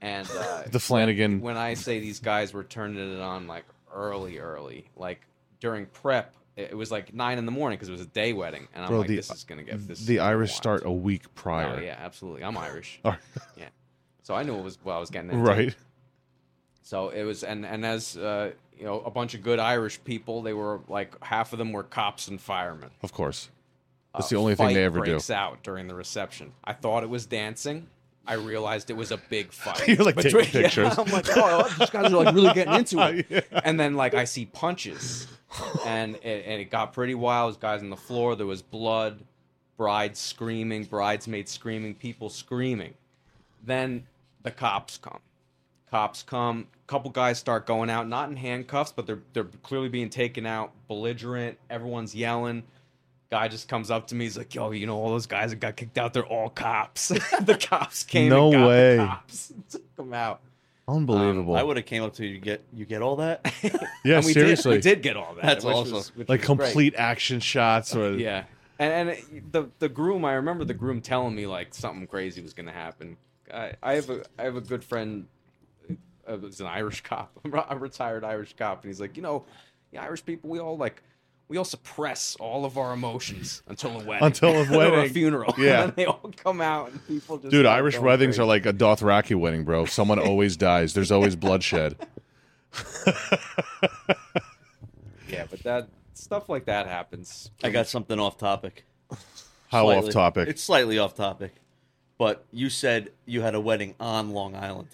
[SPEAKER 6] and uh,
[SPEAKER 3] the Flanagan.
[SPEAKER 6] when I say these guys were turning it on like early, early, like during prep, it it was like nine in the morning because it was a day wedding, and I'm
[SPEAKER 3] Bro,
[SPEAKER 6] like,
[SPEAKER 3] the-
[SPEAKER 6] this is gonna get this. is
[SPEAKER 3] the
[SPEAKER 6] gonna
[SPEAKER 3] Irish
[SPEAKER 6] wild.
[SPEAKER 3] start a week prior.
[SPEAKER 6] Oh yeah, absolutely. I'm Irish.
[SPEAKER 3] All
[SPEAKER 6] yeah. So I knew it was what I was getting into.
[SPEAKER 3] Right.
[SPEAKER 6] So it was, and and as uh, you know, a bunch of good Irish people. They were like half of them were cops and firemen.
[SPEAKER 3] Of course. That's
[SPEAKER 6] A
[SPEAKER 3] the only thing they
[SPEAKER 6] Uh, fight
[SPEAKER 3] ever do.
[SPEAKER 6] breaks out during the reception. I thought it was dancing. I realized it was a big fight.
[SPEAKER 3] You're, like, taking
[SPEAKER 6] Between- yeah,
[SPEAKER 3] pictures.
[SPEAKER 6] I'm like, oh, these guys are like really getting into it. And then like I see punches, and it, and it got pretty wild. There's guys on the floor. There was blood. Brides screaming, bridesmaids screaming, people screaming. Then the cops come. Cops come. Couple guys start going out, not in handcuffs, but they're they're clearly being taken out, belligerent. Everyone's yelling Guy just comes up to me. He's like, "Yo, you know all those guys that got kicked out? They're all cops. the cops came.
[SPEAKER 3] No
[SPEAKER 6] and got
[SPEAKER 3] way.
[SPEAKER 6] The cops took 'em out. Um,
[SPEAKER 3] Unbelievable.
[SPEAKER 4] I would have came up to you. You Get you get all that?
[SPEAKER 3] yeah,
[SPEAKER 6] and we
[SPEAKER 3] seriously.
[SPEAKER 6] did, we did get all that.
[SPEAKER 4] That's
[SPEAKER 6] which
[SPEAKER 4] awesome.
[SPEAKER 6] was- which
[SPEAKER 3] Like
[SPEAKER 6] was great.
[SPEAKER 3] complete action shots or
[SPEAKER 6] Yeah. And, and it- the the groom, I remember the groom telling me like something crazy was gonna happen. I, I have a I have a good friend, uh, was an Irish cop, a retired Irish cop, and he's like, you know, the Irish people, we all like, we all suppress all of our emotions until a wedding,
[SPEAKER 3] Until a
[SPEAKER 6] or a
[SPEAKER 3] wedding.
[SPEAKER 6] funeral,
[SPEAKER 3] Yeah.
[SPEAKER 6] and then they all come out and people just
[SPEAKER 3] Dude,
[SPEAKER 6] start
[SPEAKER 3] Irish
[SPEAKER 6] going
[SPEAKER 3] weddings
[SPEAKER 6] crazy.
[SPEAKER 3] are like a Dothraki wedding, bro. Someone always dies. There's always bloodshed.
[SPEAKER 6] yeah, but that stuff like that happens.
[SPEAKER 4] I got something off topic.
[SPEAKER 3] How
[SPEAKER 4] Slightly.
[SPEAKER 3] off topic?
[SPEAKER 4] It's slightly off topic, but you said you had a wedding on Long Island.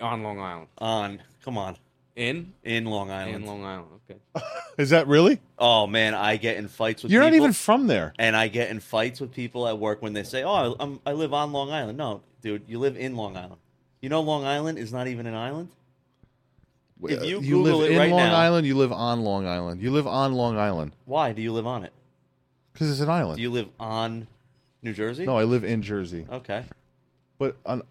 [SPEAKER 6] on Long Island,
[SPEAKER 4] On, come on,
[SPEAKER 6] in
[SPEAKER 4] in Long Island.
[SPEAKER 6] in Long Island. Okay,
[SPEAKER 3] Is that really?
[SPEAKER 4] oh man, I get in fights with.
[SPEAKER 3] You're not
[SPEAKER 4] people,
[SPEAKER 3] even from there.
[SPEAKER 4] And I get in fights with people at work when they say, "Oh, I'm, I live on Long Island." No, dude, you live in Long Island. You know, Long Island is not even an island. If you Google
[SPEAKER 3] live
[SPEAKER 4] it
[SPEAKER 3] in
[SPEAKER 4] right
[SPEAKER 3] Long
[SPEAKER 4] now-
[SPEAKER 3] Island, you live on Long Island. You live on Long Island
[SPEAKER 4] Why do you live on it?
[SPEAKER 3] because it's an island.
[SPEAKER 4] Do you live on New Jersey?
[SPEAKER 3] no, I live in Jersey,
[SPEAKER 4] Okay,
[SPEAKER 3] but on,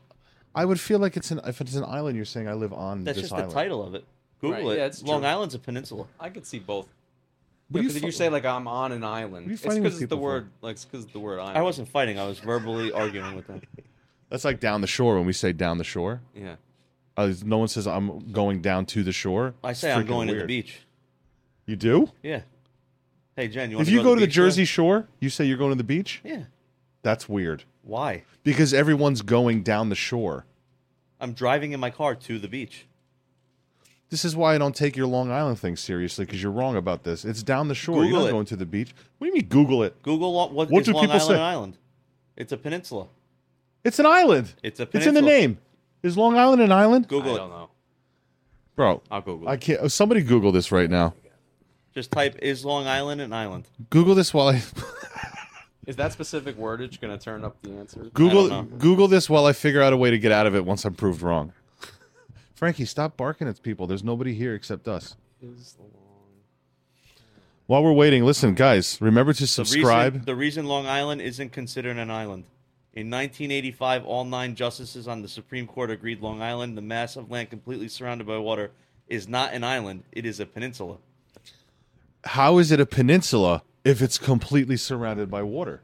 [SPEAKER 3] I would feel like it's an if it's an island. You're saying I live on
[SPEAKER 4] that's
[SPEAKER 3] this
[SPEAKER 4] just
[SPEAKER 3] island.
[SPEAKER 4] the title of it. Google it.
[SPEAKER 6] Right, yeah, it's
[SPEAKER 4] Long
[SPEAKER 6] true.
[SPEAKER 4] Island's a peninsula.
[SPEAKER 6] I could see both.
[SPEAKER 3] What are
[SPEAKER 6] Because if
[SPEAKER 3] fu-
[SPEAKER 6] you say like I'm on an island,
[SPEAKER 3] are you
[SPEAKER 6] it's
[SPEAKER 3] fighting with
[SPEAKER 6] because it's the
[SPEAKER 3] people for?
[SPEAKER 6] word like it's because the word island.
[SPEAKER 4] I wasn't fighting. I was verbally arguing with them.
[SPEAKER 3] that's like down the shore when we say down the shore,
[SPEAKER 6] Yeah.
[SPEAKER 3] uh, no one says I'm going down to the shore.
[SPEAKER 4] I
[SPEAKER 3] It's
[SPEAKER 4] say I'm
[SPEAKER 3] freaking
[SPEAKER 4] going to the
[SPEAKER 3] weird.
[SPEAKER 4] beach.
[SPEAKER 3] You do?
[SPEAKER 4] Yeah. Hey Jen, you want
[SPEAKER 3] If you go to the
[SPEAKER 4] beach
[SPEAKER 3] Jersey Shore, you say you're going to the beach.
[SPEAKER 4] today? Yeah.
[SPEAKER 3] That's weird
[SPEAKER 4] Why?
[SPEAKER 3] because everyone's going down the shore.
[SPEAKER 4] I'm driving in my car to the beach.
[SPEAKER 3] This is why I don't take your Long Island thing seriously because you're wrong about this. It's down the shore.
[SPEAKER 4] Google
[SPEAKER 3] you're not
[SPEAKER 4] it.
[SPEAKER 3] going to the beach. What do you mean Google it?
[SPEAKER 4] Google lo- what,
[SPEAKER 3] What
[SPEAKER 4] is
[SPEAKER 3] do
[SPEAKER 4] Long
[SPEAKER 3] people
[SPEAKER 4] Island
[SPEAKER 3] say?
[SPEAKER 4] an island? It's a peninsula.
[SPEAKER 3] It's an island.
[SPEAKER 4] It's a
[SPEAKER 3] It's in the
[SPEAKER 4] peninsula.
[SPEAKER 3] name. Is Long Island an island?
[SPEAKER 4] Google
[SPEAKER 6] I
[SPEAKER 4] it.
[SPEAKER 6] don't know.
[SPEAKER 3] Bro,
[SPEAKER 6] I'll Google.
[SPEAKER 3] I
[SPEAKER 6] it.
[SPEAKER 3] can't. oh, Somebody Google this right now.
[SPEAKER 4] Just type is Long Island an island?
[SPEAKER 3] Google this while I
[SPEAKER 6] Is that specific wordage going to turn up the answer?
[SPEAKER 3] Google
[SPEAKER 4] don't know.
[SPEAKER 3] Google this while I figure out a way to get out of it once I'm proved wrong. Frankie, stop barking at people. There's nobody here except us.
[SPEAKER 6] Is long-
[SPEAKER 3] While we're waiting, listen, guys, remember to
[SPEAKER 4] The Reason,
[SPEAKER 3] subscribe.
[SPEAKER 4] the reason Long Island isn't considered an island. In 1985, all nine justices on the Supreme Court agreed Long Island, the mass of land completely surrounded by water, is not an island. It is a peninsula.
[SPEAKER 3] How is it a peninsula if it's completely surrounded by water?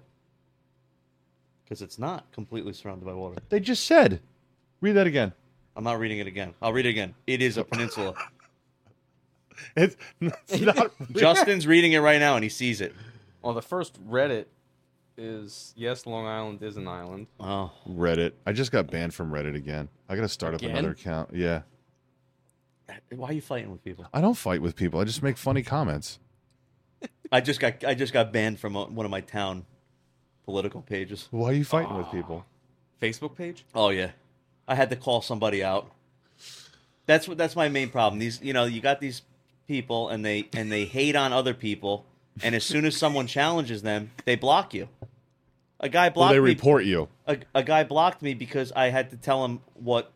[SPEAKER 4] Because it's not completely surrounded by water.
[SPEAKER 3] They just said. Read that again.
[SPEAKER 4] I'm not reading it again. I'll read it again. It is a peninsula.
[SPEAKER 3] It's, it's not.
[SPEAKER 4] Justin's reading it right now and he sees it.
[SPEAKER 6] Well, the first Reddit is yes, Long Island is an island.
[SPEAKER 4] Oh.
[SPEAKER 3] Reddit. I just got banned from Reddit again. I got to start up
[SPEAKER 6] Again?
[SPEAKER 3] another account. Yeah.
[SPEAKER 4] Why are you fighting with people?
[SPEAKER 3] I don't fight with people. I just make funny comments.
[SPEAKER 4] I just got I just got banned from uh, one of my town political pages.
[SPEAKER 3] Why are you fighting with people?
[SPEAKER 6] Facebook page?
[SPEAKER 4] Oh yeah, I had to call somebody out. That's what that's my main problem. These you know you got these people and they and they hate on other people, and as soon as someone challenges them, they block you. A guy
[SPEAKER 3] Well,
[SPEAKER 4] blocked
[SPEAKER 3] they
[SPEAKER 4] me.
[SPEAKER 3] report you.
[SPEAKER 4] a, a guy blocked me because I had to tell him what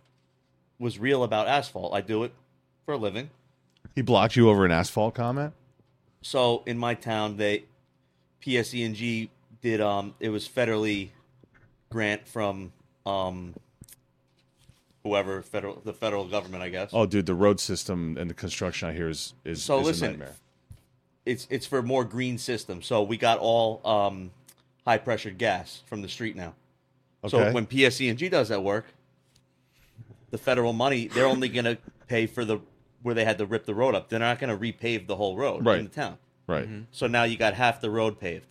[SPEAKER 4] was real about asphalt. I do it for a living.
[SPEAKER 3] He blocked you over an asphalt comment.
[SPEAKER 4] so in my town they PSENG did um it was federally grant from um whoever federal the federal government I guess.
[SPEAKER 3] Oh, dude, the road system and the construction I hear is is,
[SPEAKER 4] So
[SPEAKER 3] is
[SPEAKER 4] listen,
[SPEAKER 3] a nightmare.
[SPEAKER 4] It's it's for more green system. So we got all um high pressure gas from the street now.
[SPEAKER 3] Okay.
[SPEAKER 4] So when PSENG does that work, the federal money they're only going to pay for the where they had to rip the road up. They're not going to repave the whole road
[SPEAKER 3] Right.
[SPEAKER 4] in the town.
[SPEAKER 3] Right.
[SPEAKER 4] So now you got half the road paved.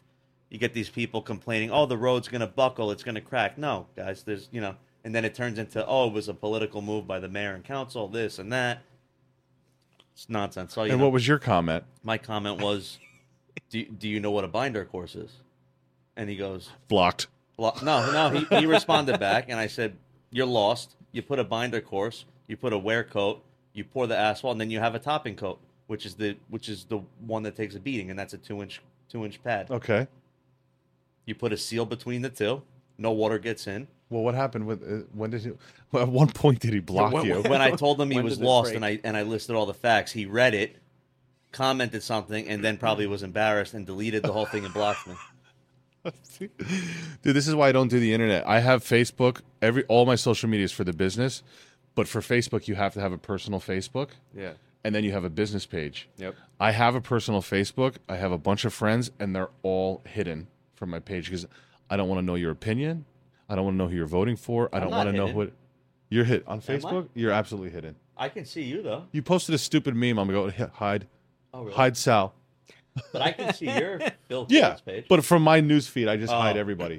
[SPEAKER 4] You get these people complaining, "Oh, the road's going to buckle, it's going to crack." No, guys, there's, you know, and then it turns into, "Oh, it was a political move by the mayor and council, this and that." It's nonsense. So, you
[SPEAKER 3] And
[SPEAKER 4] know,
[SPEAKER 3] what was your comment?
[SPEAKER 4] my comment was, do, "Do you know what a binder course is?" And he goes,
[SPEAKER 3] Blocked.
[SPEAKER 4] "Well, "No, no." He, he responded back, and I said, "You're lost. You put a binder course, you put a wear coat, you pour the asphalt, and then you have a topping coat, which is the which is the one that takes a beating, and that's a two inch two inch pad."
[SPEAKER 3] Okay.
[SPEAKER 4] You put a seal between the two. No water gets in.
[SPEAKER 3] Well, what happened with uh, when did he? Well, at one point, did he block
[SPEAKER 6] what-
[SPEAKER 3] you?
[SPEAKER 4] When I told him he
[SPEAKER 6] When
[SPEAKER 4] was
[SPEAKER 6] did it
[SPEAKER 4] lost
[SPEAKER 6] break?
[SPEAKER 4] and I and I listed all the facts, he read it, commented something, and then probably was embarrassed and deleted the whole thing and blocked me.
[SPEAKER 3] Dude, this is why I don't do the internet. I have Facebook. Every all my social media is for the business, but for Facebook you have to have a personal Facebook
[SPEAKER 6] Yeah.
[SPEAKER 3] and then you have a business page.
[SPEAKER 6] Yep.
[SPEAKER 3] I have a personal Facebook. I have a bunch of friends, and they're all hidden from my page because I don't want to know your opinion. I don't want to know who you're voting for. I
[SPEAKER 4] I'm
[SPEAKER 3] don't
[SPEAKER 4] not
[SPEAKER 3] want to know
[SPEAKER 4] hidden.
[SPEAKER 3] what you're hit on
[SPEAKER 4] I?
[SPEAKER 3] Facebook. You're absolutely hidden.
[SPEAKER 4] I can see you though.
[SPEAKER 3] You posted a stupid meme. I'm gonna go hide,
[SPEAKER 4] Oh, really?
[SPEAKER 3] hide Sal.
[SPEAKER 4] But I can see your Bill
[SPEAKER 3] Yeah,
[SPEAKER 4] Gates page.
[SPEAKER 3] but from my news feed, I just hide
[SPEAKER 4] Oh.
[SPEAKER 3] everybody.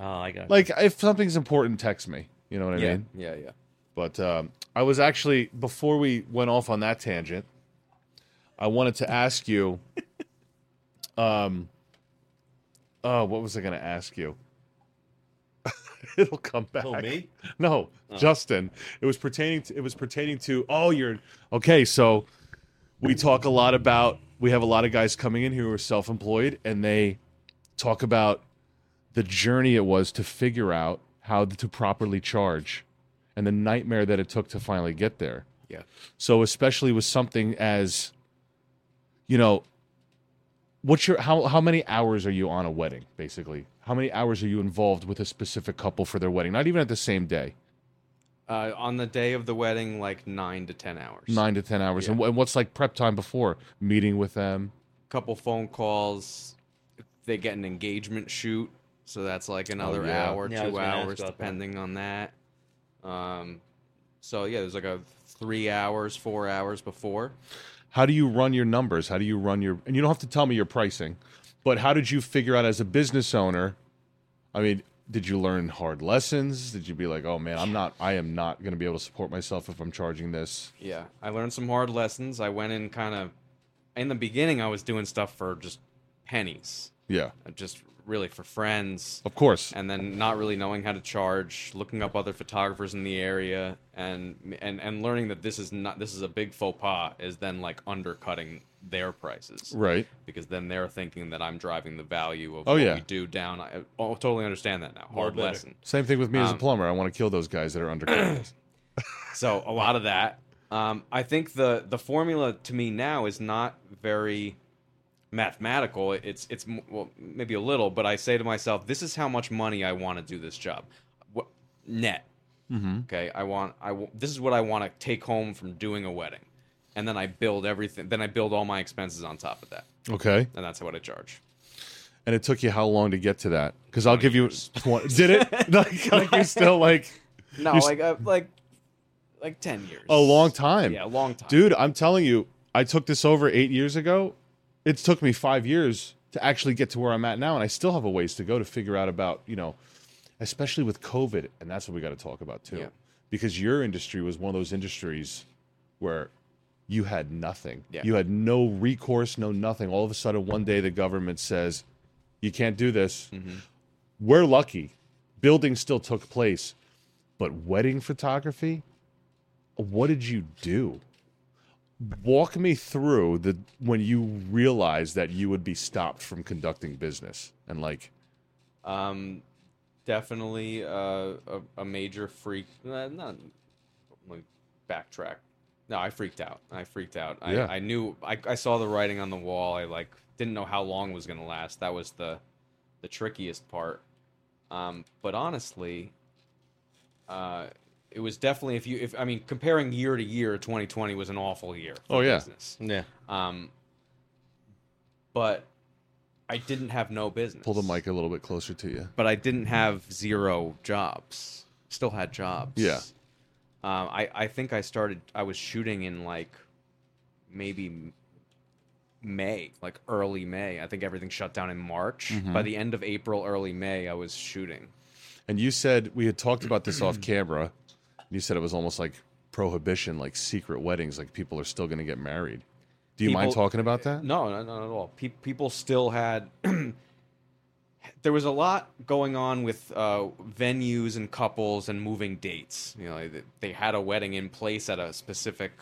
[SPEAKER 4] oh, I got
[SPEAKER 3] Like if something's important, text me. You know what I
[SPEAKER 6] Yeah.
[SPEAKER 3] mean?
[SPEAKER 6] Yeah. Yeah.
[SPEAKER 3] But um, I was actually before we went off on that tangent, I wanted to ask you. Um. Uh, what was I going to ask you? It'll come back.
[SPEAKER 4] Who, me?
[SPEAKER 3] No, Justin. It was pertaining to. It was pertaining to. Oh, you're okay. So, we talk a lot about. We have a lot of guys coming in who are self-employed, and they talk about the journey it was to figure out how to properly charge and the nightmare that it took to finally get there.
[SPEAKER 6] Yeah.
[SPEAKER 3] So especially with something as you know what's your how how many hours are you on a wedding basically? How many hours are you involved with a specific couple for their wedding? Not even at the same day.
[SPEAKER 6] Uh, on the day of the wedding, like nine to ten hours.
[SPEAKER 3] 9 to 10 hours.
[SPEAKER 6] Yeah.
[SPEAKER 3] And, wh- and what's like prep time before meeting with them?
[SPEAKER 6] couple phone calls. They get an engagement shoot, so that's like another
[SPEAKER 3] yeah.
[SPEAKER 6] hour,
[SPEAKER 4] Yeah, I was
[SPEAKER 6] two
[SPEAKER 4] gonna ask
[SPEAKER 6] hours,
[SPEAKER 4] about that.
[SPEAKER 6] depending on that. Um, so yeah, there's like a three hours, four hours before.
[SPEAKER 3] How do you run your numbers? How do you run your and you don't have to tell me your pricing, but how did you figure out as a business owner? I mean, did you learn hard lessons? Did you be like, "Oh man, I'm not I am not going to be able to support myself if I'm charging this."
[SPEAKER 6] Yeah, I learned some hard lessons. I went in kind of in the beginning. I was doing stuff for just pennies,
[SPEAKER 3] Yeah.
[SPEAKER 6] uh, just really for friends.
[SPEAKER 3] Of course.
[SPEAKER 6] and then not really knowing how to charge, looking up other photographers in the area, and and and learning that this is not this is a big faux pas is then like undercutting their prices,
[SPEAKER 3] Right.
[SPEAKER 6] Because then they're thinking that I'm driving the value of
[SPEAKER 3] Oh,
[SPEAKER 6] what
[SPEAKER 3] yeah.
[SPEAKER 6] we do down. I oh, totally understand that now. Hard
[SPEAKER 4] better.
[SPEAKER 6] lesson.
[SPEAKER 3] Same thing with me as a
[SPEAKER 6] Um,
[SPEAKER 3] plumber. I want to kill those guys that are undercutting us.
[SPEAKER 6] So a lot of that. Um, I think the the formula to me now is not very mathematical. It's it's m- well maybe a little, but I say to myself, this is how much money I want to do this job, what, net. Mm-hmm. Okay, I want I w- this is what I want to take home from doing a wedding, and then I build everything. Then I build all my expenses on top of that,
[SPEAKER 3] Okay.
[SPEAKER 6] and that's what I charge.
[SPEAKER 3] And it took you how long to get to that? Because I'll give you. Tw- did it? like, like you're still like
[SPEAKER 6] No,
[SPEAKER 3] You're s-
[SPEAKER 6] like uh, like like ten years.
[SPEAKER 3] a long time.
[SPEAKER 6] Yeah, a long time.
[SPEAKER 3] Dude, I'm telling you, I took this over eight years ago. It took me five years to actually get to where I'm at now, and I still have a ways to go to figure out about, you know, especially with COVID, and that's what we got to talk about too.
[SPEAKER 6] Yeah.
[SPEAKER 3] Because your industry was one of those industries where you had nothing.
[SPEAKER 6] Yeah.
[SPEAKER 3] You had no recourse, no nothing. All of a sudden, one day the government says, you can't do this.
[SPEAKER 6] Mm-hmm.
[SPEAKER 3] We're lucky. Building still took place. But wedding photography, what did you do? Walk me through the when you realized that you would be stopped from conducting business and like
[SPEAKER 6] Um, definitely uh, a, a major freak. uh, Not let me backtrack. No, I freaked out. I freaked out. I,
[SPEAKER 3] Yeah.
[SPEAKER 6] I knew. I, I saw the writing on the wall. I like didn't know how long was gonna last. That was the the trickiest part. Um, but honestly, uh, it was definitely if you if I mean comparing year to year, 2020 was an awful year. for
[SPEAKER 3] Oh, yeah.
[SPEAKER 6] business.
[SPEAKER 4] Yeah.
[SPEAKER 6] Um, but I didn't have no business
[SPEAKER 3] pull the mic a little bit closer to you.
[SPEAKER 6] but I didn't have zero jobs. Still had jobs.
[SPEAKER 3] Yeah.
[SPEAKER 6] Um, I I think I started. I was shooting in like maybe M- May, like early May. I think everything shut down in March. By the end of April, early May, I was shooting.
[SPEAKER 3] And you said we had talked about this off camera. And you said it was almost like prohibition, like secret weddings, like people are still going to get married. Do you mind
[SPEAKER 6] People-
[SPEAKER 3] talking about that?
[SPEAKER 6] No, no, not at all. Pe- people still had. there was a lot going on with uh, venues and couples and moving dates. You know, they, they had a wedding in place at a specific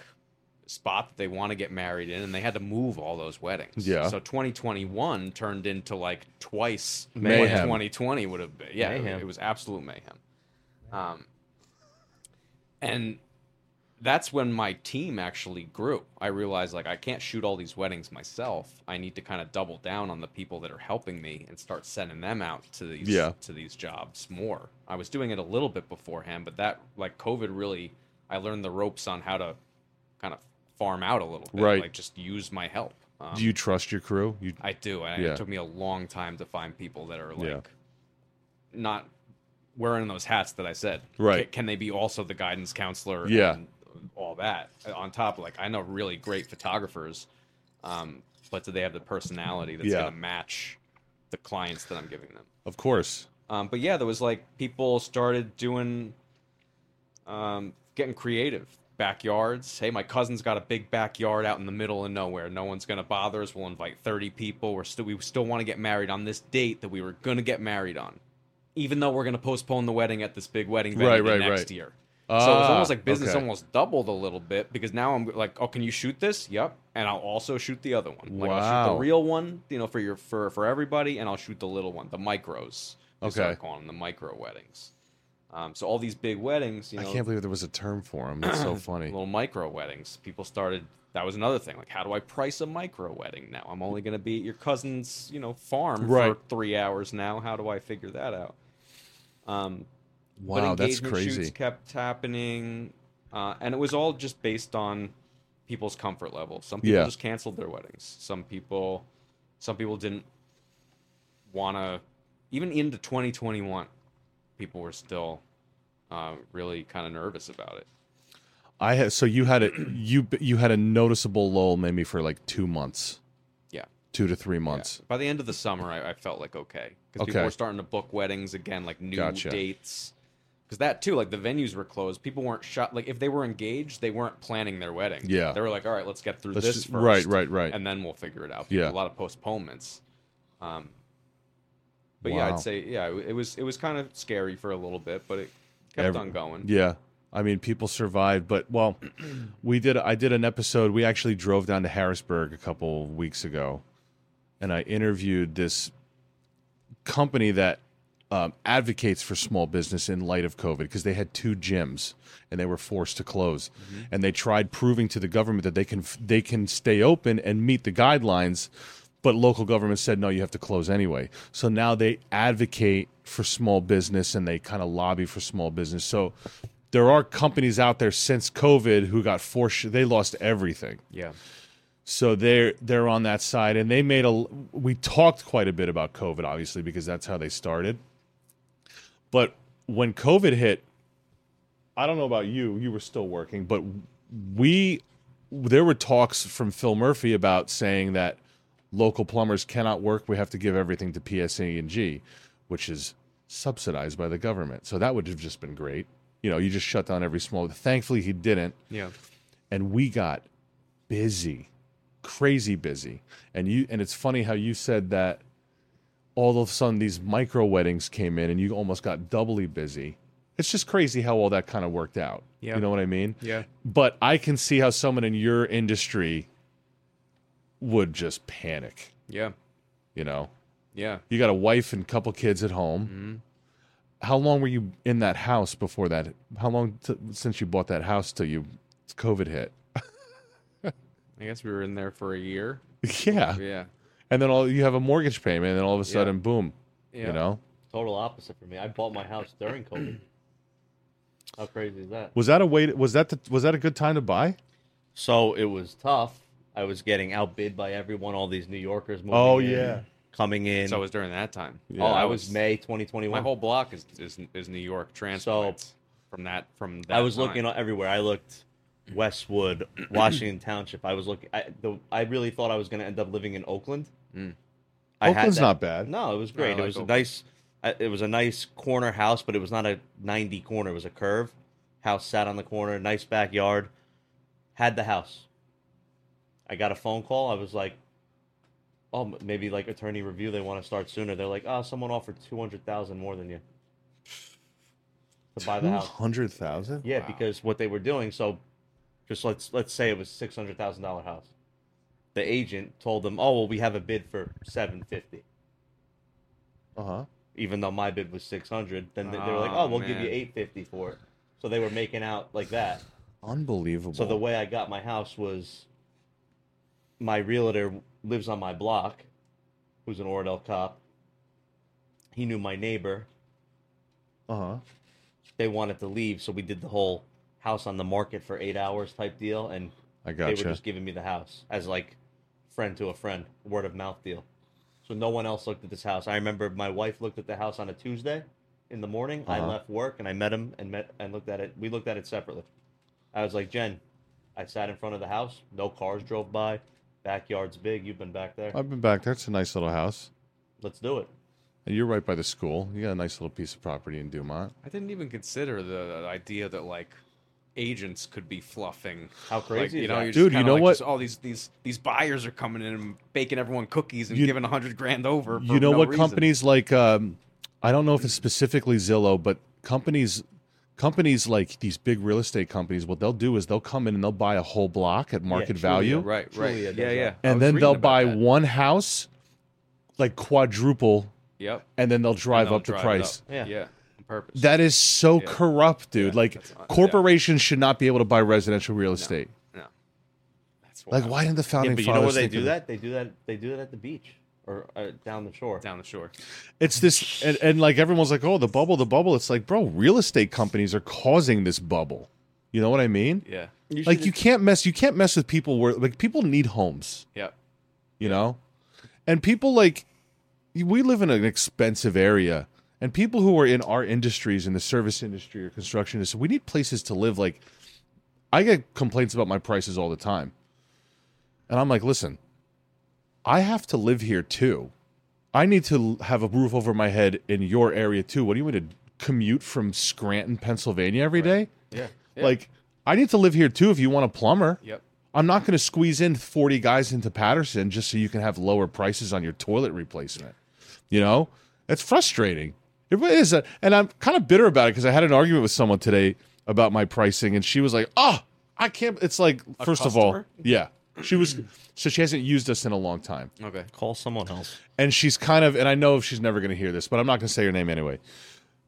[SPEAKER 6] spot that they want to get married in, and they had to move all those weddings.
[SPEAKER 3] Yeah.
[SPEAKER 6] So 2021 turned into like twice what
[SPEAKER 3] Mayhem.
[SPEAKER 6] 2020 would have been. Yeah, it,
[SPEAKER 4] Mayhem.
[SPEAKER 6] it was absolute mayhem. Um, and that's when my team actually grew. I realized like I can't shoot all these weddings myself. I need to kind of double down on the people that are helping me and start sending them out to these
[SPEAKER 3] Yeah.
[SPEAKER 6] to these jobs more. I was doing it a little bit beforehand, but that like COVID really I learned the ropes on how to kind of farm out a little bit.
[SPEAKER 3] Right.
[SPEAKER 6] Like just use my help. Um,
[SPEAKER 3] Do you trust your crew? You
[SPEAKER 6] I do. And
[SPEAKER 3] Yeah.
[SPEAKER 6] it took me a long time to find people that are like
[SPEAKER 3] Yeah.
[SPEAKER 6] not wearing those hats that I said.
[SPEAKER 3] Right.
[SPEAKER 6] Ca- Can they be also the guidance counselor?
[SPEAKER 3] Yeah.
[SPEAKER 6] And all that Uh, on top. Like I know really great photographers, um, but do they have the personality that's
[SPEAKER 3] Yeah.
[SPEAKER 6] going to match the clients that I'm giving them?
[SPEAKER 3] of course.
[SPEAKER 6] Um, but yeah, there was like people started doing, um, getting creative. Backyards. Hey, my cousin's got a big backyard out in the middle of nowhere. No one's gonna bother us. We'll invite thirty people. We're still we still want to get married on this date that we were gonna get married on, even though we're gonna postpone the wedding at this big wedding venue
[SPEAKER 3] Right,
[SPEAKER 6] the
[SPEAKER 3] right,
[SPEAKER 6] next
[SPEAKER 3] right.
[SPEAKER 6] year. so it's
[SPEAKER 3] Ah,
[SPEAKER 6] almost like business
[SPEAKER 3] okay.
[SPEAKER 6] almost doubled a little bit because now I'm like, oh, can you shoot this? Yep, and I'll also shoot the other one. Like I'll shoot
[SPEAKER 3] Wow.
[SPEAKER 6] the real one, you know, for your for for everybody, and I'll shoot the little one, the micros. They
[SPEAKER 3] Okay.
[SPEAKER 6] start calling them micro weddings. Um, so all these big weddings, you know,
[SPEAKER 3] I can't believe there was a term for him. That's so funny.
[SPEAKER 6] little micro weddings. People started. That was another thing. Like, how do I price a micro wedding now? I'm only going to be at your cousin's, you know, farm
[SPEAKER 3] Right.
[SPEAKER 6] for three hours now. How do I figure that out? Um, but
[SPEAKER 3] Wow, that's
[SPEAKER 6] engagement Shoots
[SPEAKER 3] crazy.
[SPEAKER 6] kept happening, uh, and it was all just based on people's comfort level. Some people
[SPEAKER 3] Yeah.
[SPEAKER 6] just canceled their weddings. Some people, some people didn't want to. Even into 2021, people were still uh, really kind of nervous about it.
[SPEAKER 3] I had so you had a you you had a noticeable lull maybe for like two months,
[SPEAKER 6] Yeah.
[SPEAKER 3] two to three
[SPEAKER 6] Yeah.
[SPEAKER 3] months.
[SPEAKER 6] By the end of the summer, I, I felt like okay because people
[SPEAKER 3] Okay.
[SPEAKER 6] were starting to book weddings again, like new
[SPEAKER 3] Gotcha.
[SPEAKER 6] dates. Because that too, like the venues were closed. People weren't shot. Like if they were engaged, they weren't planning their wedding.
[SPEAKER 3] Yeah.
[SPEAKER 6] they were like, all right, let's get through
[SPEAKER 3] Let's
[SPEAKER 6] this
[SPEAKER 3] just-
[SPEAKER 6] first,
[SPEAKER 3] right, right, right.
[SPEAKER 6] and then we'll figure it out.
[SPEAKER 3] Yeah.
[SPEAKER 6] a lot of postponements. Um, but yeah,
[SPEAKER 3] Wow.
[SPEAKER 6] I'd say yeah, it was it was kind of scary for a little bit, but it kept
[SPEAKER 3] Every-
[SPEAKER 6] on going.
[SPEAKER 3] Yeah. I mean, people survived, but well, we did. I did an episode. We actually drove down to Harrisburg a couple weeks ago, and I interviewed this company that um, advocates for small business in light of COVID because they had two gyms and they were forced to close, and they tried proving to the government that they can they can stay open and meet the guidelines, but local government said no, you have to close anyway. So now they advocate for small business and they kind of lobby for small business. So there are companies out there since COVID who got forced they lost everything
[SPEAKER 6] Yeah,
[SPEAKER 3] so they're they're on that side and they made a we talked quite a bit about covid obviously because that's how they started but when covid hit i don't know about you you were still working but we there were talks from phil murphy about saying that local plumbers cannot work we have to give everything to psa&g which is subsidized by the government so that would have just been great you know you just shut down every small thankfully he didn't
[SPEAKER 6] yeah.
[SPEAKER 3] and we got busy crazy busy and you and it's funny how you said that all of a sudden these micro weddings came in and you almost got doubly busy it's just crazy how all that kind of worked out
[SPEAKER 6] Yeah.
[SPEAKER 3] you know what i mean
[SPEAKER 6] Yeah.
[SPEAKER 3] but i can see how someone in your industry would just panic
[SPEAKER 6] Yeah,
[SPEAKER 3] you know
[SPEAKER 6] yeah.
[SPEAKER 3] you got a wife and couple kids at home
[SPEAKER 6] Mm-hmm.
[SPEAKER 3] how long were you in that house before that how long t- since you bought that house till you covid hit
[SPEAKER 6] I guess we were in there for a year.
[SPEAKER 3] yeah
[SPEAKER 6] Yeah,
[SPEAKER 3] and then all you have a mortgage payment, and then all of a sudden, boom,
[SPEAKER 6] Yeah.
[SPEAKER 3] you know.
[SPEAKER 4] Total opposite for me. I bought my house during COVID. How crazy is that?
[SPEAKER 3] Was that a way? To, was that the, was that a good time to buy?
[SPEAKER 4] So it was tough. I was getting outbid by everyone. All these New Yorkers moving
[SPEAKER 3] Oh,
[SPEAKER 4] in,
[SPEAKER 3] yeah.
[SPEAKER 4] coming in.
[SPEAKER 6] so it was during that time.
[SPEAKER 4] oh, I was May 2021.
[SPEAKER 6] My whole block is is, is New York transplants from that from that.
[SPEAKER 4] I was
[SPEAKER 6] time.
[SPEAKER 4] looking everywhere. I looked Westwood, Washington Township. I was looking. I, the, I really thought I was going to end up living in Oakland. had
[SPEAKER 3] Oakland's
[SPEAKER 4] that-
[SPEAKER 3] not bad.
[SPEAKER 4] No, it was great.
[SPEAKER 6] Mm. I like
[SPEAKER 4] it was
[SPEAKER 6] Oakland.
[SPEAKER 4] a nice. I- It was a nice corner house, but it was not a 90 corner. It was a curve. House sat on the corner. Nice backyard. Had the house. I got a phone call. I was like, "Oh, m- maybe like attorney review. They want to start sooner." They're like, "Oh, someone offered 200,000 more than you to buy the house."
[SPEAKER 3] hundred thousand.
[SPEAKER 4] Yeah, because what they were doing. So, just let's let's say it was six hundred thousand dollar house. The agent told them, "Oh well, we have a bid for seven fifty,
[SPEAKER 3] Uh huh.
[SPEAKER 4] even though my bid was six hundred. Then they, they were like,
[SPEAKER 6] Oh,
[SPEAKER 4] "Oh, we'll give you
[SPEAKER 6] man.
[SPEAKER 4] eight fifty for it." So they were making out like that.
[SPEAKER 3] Unbelievable.
[SPEAKER 4] So the way I got my house was my realtor lives on my block, who's an Oradell cop. He knew my neighbor.
[SPEAKER 3] uh huh.
[SPEAKER 4] They wanted to leave, so we did the whole house on the market for eight hours type deal, and
[SPEAKER 3] I
[SPEAKER 4] they
[SPEAKER 3] gotcha.
[SPEAKER 4] were just giving me the house as like friend to a friend, word of mouth deal. So no one else looked at this house. I remember my wife looked at the house on a Tuesday in the morning. I
[SPEAKER 3] Uh-huh.
[SPEAKER 4] left work and I met him and met and looked at it. We looked at it separately. I was like, Jen, I sat in front of the house. No cars drove by. Backyard's big. You've been back there.
[SPEAKER 3] I've been back there. It's a nice little house.
[SPEAKER 4] Let's do it.
[SPEAKER 3] And you're right by the school. You got a nice little piece of property in Dumont.
[SPEAKER 6] I didn't even consider the idea that like agents could be fluffing.
[SPEAKER 4] How crazy
[SPEAKER 6] Like, you
[SPEAKER 4] is
[SPEAKER 6] know,
[SPEAKER 4] that?
[SPEAKER 6] you're just
[SPEAKER 3] Dude, you
[SPEAKER 6] kinda
[SPEAKER 3] know
[SPEAKER 6] like,
[SPEAKER 3] what?
[SPEAKER 6] just, All these these these buyers are coming in and baking everyone cookies and
[SPEAKER 3] You-
[SPEAKER 6] giving a hundred grand over. for
[SPEAKER 3] you know
[SPEAKER 6] no
[SPEAKER 3] what
[SPEAKER 6] reason.
[SPEAKER 3] companies like um, i don't know if it's specifically zillow but companies companies like these big real estate companies what they'll do is they'll come in and they'll buy a whole block at market
[SPEAKER 4] Trulia,
[SPEAKER 3] value
[SPEAKER 6] Right, right,
[SPEAKER 4] Trulia does
[SPEAKER 6] yeah,
[SPEAKER 4] that.
[SPEAKER 6] yeah. I was
[SPEAKER 3] and then
[SPEAKER 6] reading
[SPEAKER 3] they'll
[SPEAKER 6] about
[SPEAKER 3] buy
[SPEAKER 6] that.
[SPEAKER 3] one house like quadruple
[SPEAKER 6] Yep.
[SPEAKER 3] and then they'll drive
[SPEAKER 6] they'll
[SPEAKER 3] up the
[SPEAKER 6] drive it
[SPEAKER 3] price
[SPEAKER 6] up.
[SPEAKER 4] Yeah.
[SPEAKER 6] Yeah, on purpose.
[SPEAKER 3] that is so
[SPEAKER 6] Yeah.
[SPEAKER 3] corrupt dude
[SPEAKER 6] Yeah,
[SPEAKER 3] like
[SPEAKER 6] that's un- yeah.
[SPEAKER 3] corporations should not be able to buy residential real estate
[SPEAKER 6] no. That's
[SPEAKER 3] like why didn't the founding
[SPEAKER 4] Yeah, but you know
[SPEAKER 3] fathers
[SPEAKER 4] where they
[SPEAKER 3] think
[SPEAKER 4] do
[SPEAKER 3] of-
[SPEAKER 4] that? They do that. They do that at the beach or uh, down the shore.
[SPEAKER 6] down the shore.
[SPEAKER 3] it's this and, and like everyone's like oh the bubble the bubble it's like bro real estate companies are causing this bubble you know what i mean
[SPEAKER 6] Yeah.
[SPEAKER 3] like you can't mess you can't mess with people where like people need homes
[SPEAKER 6] Yep.
[SPEAKER 3] you know and people like we live in an expensive area and people who are in our industries in the service industry or construction industry we need places to live like i get complaints about my prices all the time and i'm like listen i have to live here too i need to have a roof over my head in your area too what do you want to commute from scranton pennsylvania every day?
[SPEAKER 6] Yeah.
[SPEAKER 3] like i need to live here too if you want a plumber
[SPEAKER 6] Yep.
[SPEAKER 3] I'm not going to squeeze in 40 guys into Patterson just so you can have lower prices on your toilet replacement. You know, it's frustrating. It really is. A, and I'm kind of bitter about it because I had an argument with someone today about my pricing, and she was like, oh, I can't. It's like, first of all,
[SPEAKER 6] customer?
[SPEAKER 3] yeah. She was, so she hasn't used us in a long time
[SPEAKER 6] Okay.
[SPEAKER 4] Call someone else.
[SPEAKER 3] and she's kind of and I know she's never going to hear this, but I'm not going to say her name anyway.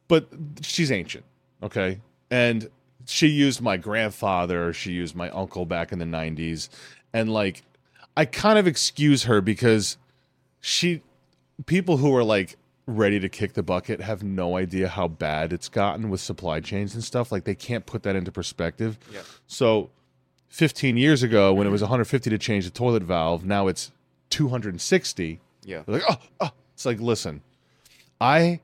[SPEAKER 3] But she's ancient, okay? And she used my grandfather, she used my uncle back in the 90s, and like I kind of excuse her because she people who are like ready to kick the bucket have no idea how bad it's gotten with supply chains and stuff like they can't put that into perspective.
[SPEAKER 6] Yeah.
[SPEAKER 3] So 15 years ago when it was 150 to change the toilet valve, now it's 260.
[SPEAKER 6] Yeah.
[SPEAKER 3] They're like, oh, oh. It's like, listen, I,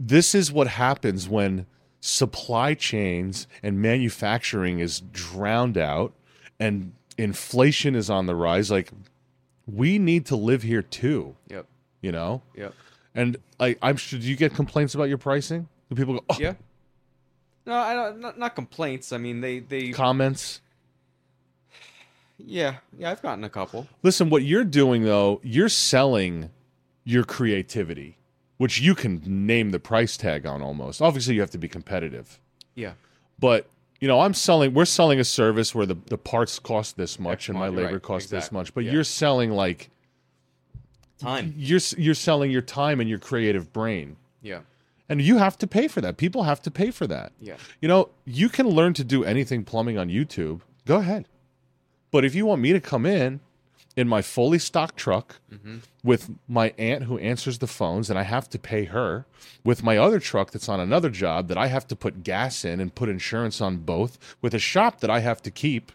[SPEAKER 3] this is what happens when supply chains and manufacturing is drowned out and inflation is on the rise. Like, we need to live here too,
[SPEAKER 6] Yep.
[SPEAKER 3] you know?
[SPEAKER 6] Yep.
[SPEAKER 3] And I, I'm sure, do you get complaints about your pricing? Do people go, oh,
[SPEAKER 6] Yeah. No, I don't, not, not complaints. I mean, they they
[SPEAKER 3] comments?
[SPEAKER 6] yeah yeah. I've gotten a couple.
[SPEAKER 3] Listen, what you're doing though, you're selling your creativity, which you can name the price tag on almost. Obviously, you have to be competitive.
[SPEAKER 6] Yeah.
[SPEAKER 3] but you know i'm selling we're selling a service where the, the parts cost this much
[SPEAKER 6] X
[SPEAKER 3] and my
[SPEAKER 6] amount, you're
[SPEAKER 3] labor
[SPEAKER 6] right,
[SPEAKER 3] costs this
[SPEAKER 6] exactly,
[SPEAKER 3] much but
[SPEAKER 6] yeah.
[SPEAKER 3] you're selling like
[SPEAKER 4] Time.
[SPEAKER 3] you're s- you're selling your time and your creative brain
[SPEAKER 6] Yeah.
[SPEAKER 3] and you have to pay for that people have to pay for that
[SPEAKER 6] Yeah.
[SPEAKER 3] you know you can learn to do anything plumbing on youtube go ahead but if you want me to come in in my fully stocked truck with my aunt who answers the phones and I have to pay her with my other truck that's on another job that I have to put gas in and put insurance on both with a shop that I have to keep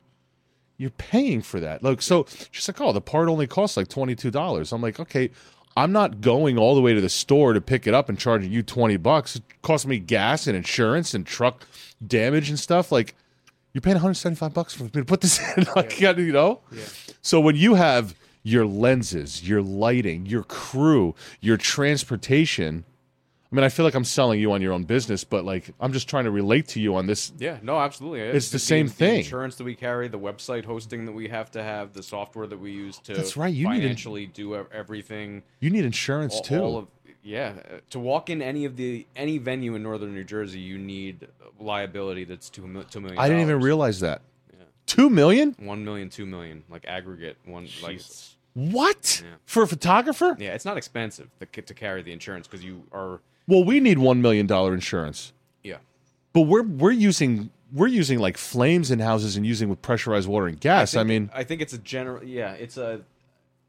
[SPEAKER 3] you're paying for that like so she's like oh the part only costs like $22 I'm like okay I'm not going all the way to the store to pick it up and charging you 20 bucks it costs me gas and insurance and truck damage and stuff like you're paying 175 bucks for me to put this in like you know so when you have your lenses your lighting your crew your transportation i mean i feel like i'm selling you on your own business but like i'm just trying to relate to you on this
[SPEAKER 6] Yeah, no, absolutely.
[SPEAKER 3] It's the same thing.
[SPEAKER 6] insurance that we carry, the website hosting that we have to have, the software that we use to
[SPEAKER 3] That's right, you need to-
[SPEAKER 6] financially do ev- everything.
[SPEAKER 3] you need insurance
[SPEAKER 6] all-
[SPEAKER 3] too
[SPEAKER 6] all of- yeah, uh, to walk in any of the any venue in northern New Jersey, you need liability that's two mil- two million.
[SPEAKER 3] i didn't even realize that two million
[SPEAKER 6] one million, two million, like aggregate one. Like,
[SPEAKER 4] Jesus.
[SPEAKER 3] what
[SPEAKER 6] Yeah.
[SPEAKER 3] for a photographer
[SPEAKER 6] yeah, it's not expensive to, ca- to carry the insurance because you are
[SPEAKER 3] well we need one million dollar insurance
[SPEAKER 6] yeah
[SPEAKER 3] But we're we're using we're using like flames in houses and using with pressurized water and gas. I,
[SPEAKER 6] think-
[SPEAKER 3] mean,
[SPEAKER 6] I think it's a general. Yeah, it's a,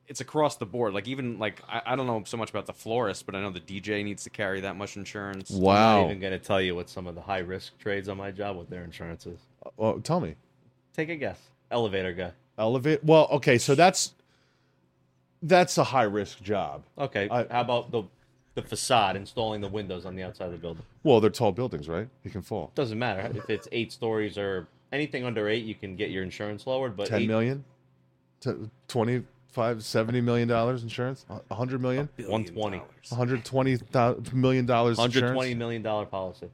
[SPEAKER 6] it's across the board. Like even like I, I don't know so much about the florist, but I know the DJ needs to carry that much insurance.
[SPEAKER 4] I'm
[SPEAKER 3] wow.
[SPEAKER 4] not even going to tell you what some of the high risk trades on my job with their insurance is.
[SPEAKER 3] oh, tell me,
[SPEAKER 4] Take a guess. Elevator guy.
[SPEAKER 3] elevate. Well, okay, so that's that's a high risk job.
[SPEAKER 4] Okay.
[SPEAKER 3] I-
[SPEAKER 4] How about the the facade installing the windows on the outside of the building?
[SPEAKER 3] Well, they're tall buildings, right? You can fall.
[SPEAKER 4] Doesn't matter if it's eight stories or anything under eight, you can get your insurance lowered.
[SPEAKER 6] Uh,
[SPEAKER 4] But
[SPEAKER 3] Ten
[SPEAKER 4] eight-
[SPEAKER 3] million, T- 25, 70 million dollars insurance, A hundred million,
[SPEAKER 6] Billion
[SPEAKER 4] 120.
[SPEAKER 6] dollars.
[SPEAKER 3] a hundred twenty thou- million dollars.
[SPEAKER 4] $120 million
[SPEAKER 3] insurance.
[SPEAKER 4] million dollar policy.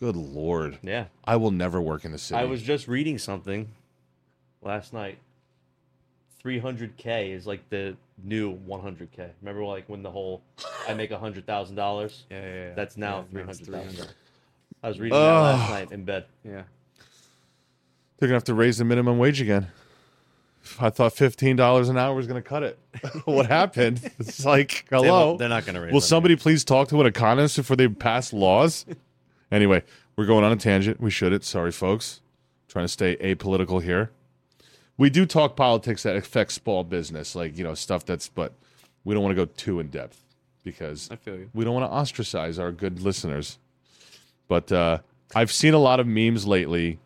[SPEAKER 3] Good lord,
[SPEAKER 4] Yeah.
[SPEAKER 3] I will never work in the city.
[SPEAKER 4] I was just reading something last night. 300k is like the new 100k. Remember, like when the whole I make hundred thousand dollars.
[SPEAKER 6] Yeah, yeah, yeah.
[SPEAKER 4] That's now
[SPEAKER 6] Yeah,
[SPEAKER 4] three
[SPEAKER 6] now it's
[SPEAKER 4] hundred thousand. I was reading that last night in bed.
[SPEAKER 6] Yeah.
[SPEAKER 3] They're gonna have to raise the minimum wage again. I thought fifteen dollars an hour was gonna cut it. what happened? It's like hello.
[SPEAKER 4] won't- they're not gonna raise
[SPEAKER 3] Will
[SPEAKER 4] them.
[SPEAKER 3] somebody please talk to an economist before they pass laws? anyway, we're going on a tangent. We shouldn't. Sorry, folks. trying to stay apolitical here. We do talk politics that affects small business, like you know stuff that's. But we don't want to go too in depth because
[SPEAKER 6] I feel you.
[SPEAKER 3] we don't want to ostracize our good listeners. But uh, I've seen a lot of memes lately.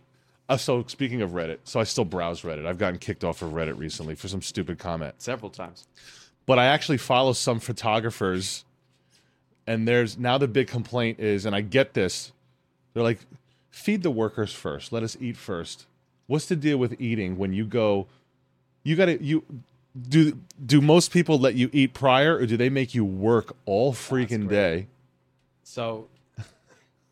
[SPEAKER 3] Uh, so speaking of Reddit, so I still browse Reddit. I've gotten kicked off of Reddit recently for some stupid comment.
[SPEAKER 6] Several times.
[SPEAKER 3] But I actually follow some photographers, and there's now the big complaint is, and I get this, they're like, feed the workers first. Let us eat first. What's the deal with eating when you go? You gotta you do. Do most people let you eat prior, or do they make you work all freaking day?
[SPEAKER 6] So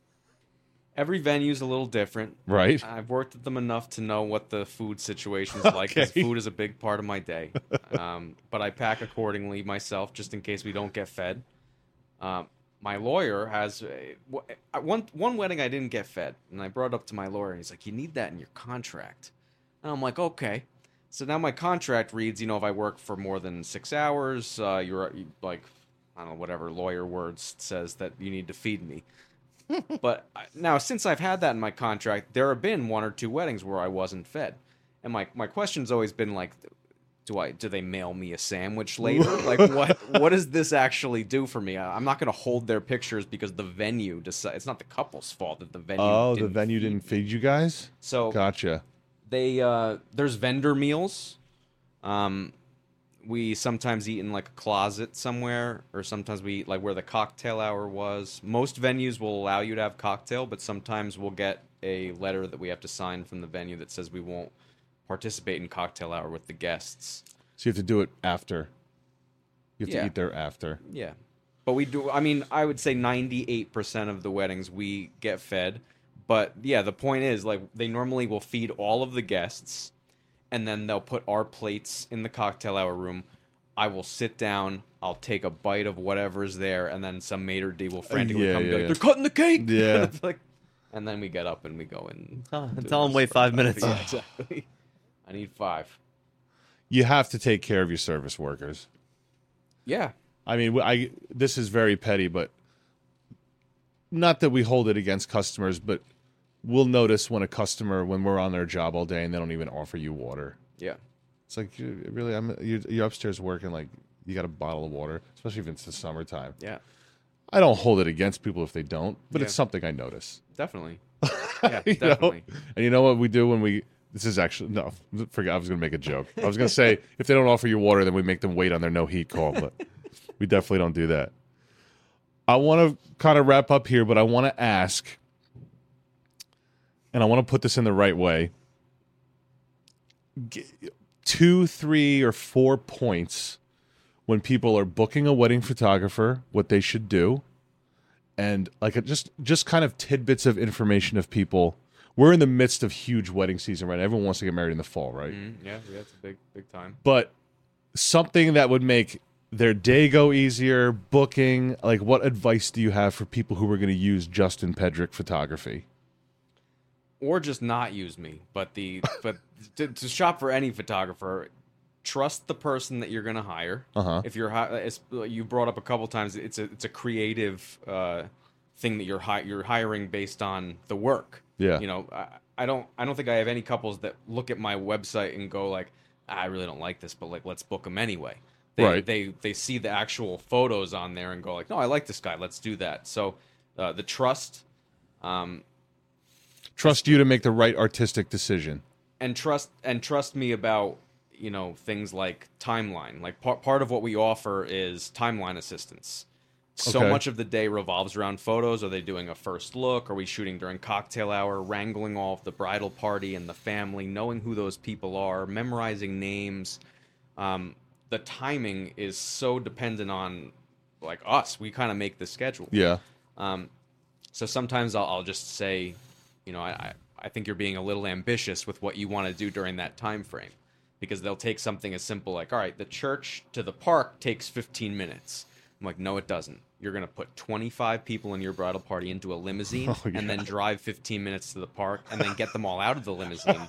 [SPEAKER 6] every venue's a little different.
[SPEAKER 3] Right.
[SPEAKER 6] I've worked at them enough to know what the food situation's is like. 'cause
[SPEAKER 3] Okay.
[SPEAKER 6] Food is a big part of my day, um, but I pack accordingly myself just in case we don't get fed. Um, my lawyer has a, wh- I- one one wedding I didn't get fed, and I brought it up to my lawyer, and he's like, "You need that in your contract." And I'm like, "Okay." So now my contract reads, you know, if I work for more than six hours, uh, you're you- like, I don't know, whatever lawyer words says that you need to feed me. But I- now, since I've had that in my contract, there have been one or two weddings where I wasn't fed, and my my question's always been like, do I do they mail me a sandwich later? like what what does this actually do for me? I, I'm not going to hold their pictures because the venue decides. It's not the couple's fault that the venue.
[SPEAKER 3] Oh, the
[SPEAKER 6] didn't
[SPEAKER 3] venue
[SPEAKER 6] feed
[SPEAKER 3] didn't
[SPEAKER 6] me.
[SPEAKER 3] feed you guys?
[SPEAKER 6] So
[SPEAKER 3] Gotcha.
[SPEAKER 6] they uh, there's vendor meals. Um, we sometimes eat in like a closet somewhere, or sometimes we eat like where the cocktail hour was. Most venues will allow you to have cocktail, but sometimes we'll get a letter that we have to sign from the venue that says we won't participate in cocktail hour with the guests.
[SPEAKER 3] So you have to do it after. You have
[SPEAKER 6] Yeah.
[SPEAKER 3] to eat there after.
[SPEAKER 6] Yeah. But we do I mean, I would say 98% of the weddings we get fed, but yeah, the point is like they normally will feed all of the guests and then they'll put our plates in the cocktail hour room. I will sit down, I'll take a bite of whatever's there and then some maitre d will frantically
[SPEAKER 3] yeah,
[SPEAKER 6] come and be
[SPEAKER 3] yeah,
[SPEAKER 6] like,
[SPEAKER 3] yeah.
[SPEAKER 6] "They're cutting the cake."
[SPEAKER 3] Yeah.
[SPEAKER 6] It's like and then we get up and we go in.
[SPEAKER 4] Tell- tell 'em wait five minutes.
[SPEAKER 6] Yeah, exactly. I need 5.
[SPEAKER 3] You have to take care of your service workers.
[SPEAKER 6] Yeah.
[SPEAKER 3] I mean, I this is very petty, but not that we hold it against customers, but we'll notice when a customer when we're on their job all day and they don't even offer you water.
[SPEAKER 6] Yeah.
[SPEAKER 3] It's like you really, I'm you're, you're upstairs working like you got a bottle of water, especially if it's the summertime.
[SPEAKER 6] Yeah.
[SPEAKER 3] I don't hold it against people if they don't, but it's
[SPEAKER 6] Yeah.
[SPEAKER 3] something I notice.
[SPEAKER 6] Definitely. Yeah,
[SPEAKER 3] You know?
[SPEAKER 6] definitely.
[SPEAKER 3] And you know what we do when we this is actually no, forget I was gonna make a joke. I was gonna say if they don't offer you water, then we make them wait on their no heat call, but we definitely don't do that. I wanna kind of wrap up here, but I wanna ask and I wanna put this in the right way. G- two, three, or four points when people are booking a wedding photographer, what they should do and like a, just just kind of tidbits of information of people. We're in the midst of huge wedding season right now. Everyone wants to get married in the fall, right?
[SPEAKER 6] Mhm. Yeah, yeah, it's a big big time.
[SPEAKER 3] But something that would make their day go easier, booking, like what advice do you have for people who are going to use Justin Pedrick photography?
[SPEAKER 6] or just not use me. But the but to, to shop for any photographer, trust the person that you're going to hire.
[SPEAKER 3] Uh-huh.
[SPEAKER 6] If you're hi- it's, you brought up a couple times, it's a it's a creative uh, thing that you're hi- you're hiring based on the work.
[SPEAKER 3] Yeah.
[SPEAKER 6] You know, I, I don't I don't think I have any couples that look at my website and go like, "Ah, I really don't like this, but like let's book them anyway. They,
[SPEAKER 3] Right.
[SPEAKER 6] They they see the actual photos on there and go like, no, I like this guy. Let's do that. So uh, the trust. Um,
[SPEAKER 3] Trust you to make the right artistic decision.
[SPEAKER 6] and trust and trust me about you know things like timeline like part part of what we offer is timeline assistance so
[SPEAKER 3] Okay.
[SPEAKER 6] much of the day revolves around photos are they doing a first look are we shooting during cocktail hour wrangling all of the bridal party and the family knowing who those people are memorizing names um, the timing is so dependent on like us we kind of make the schedule
[SPEAKER 3] Yeah.
[SPEAKER 6] um, so sometimes I'll, I'll just say, you know, I, I, I think you're being a little ambitious with what you want to do during that time frame because they'll take something as simple like, all right, the church to the park takes 15 minutes. I'm like, no, it doesn't. You're going to put 25 people in your bridal party into a limousine
[SPEAKER 3] Oh,
[SPEAKER 6] and then drive 15 minutes to the park and then get them all out of the limousine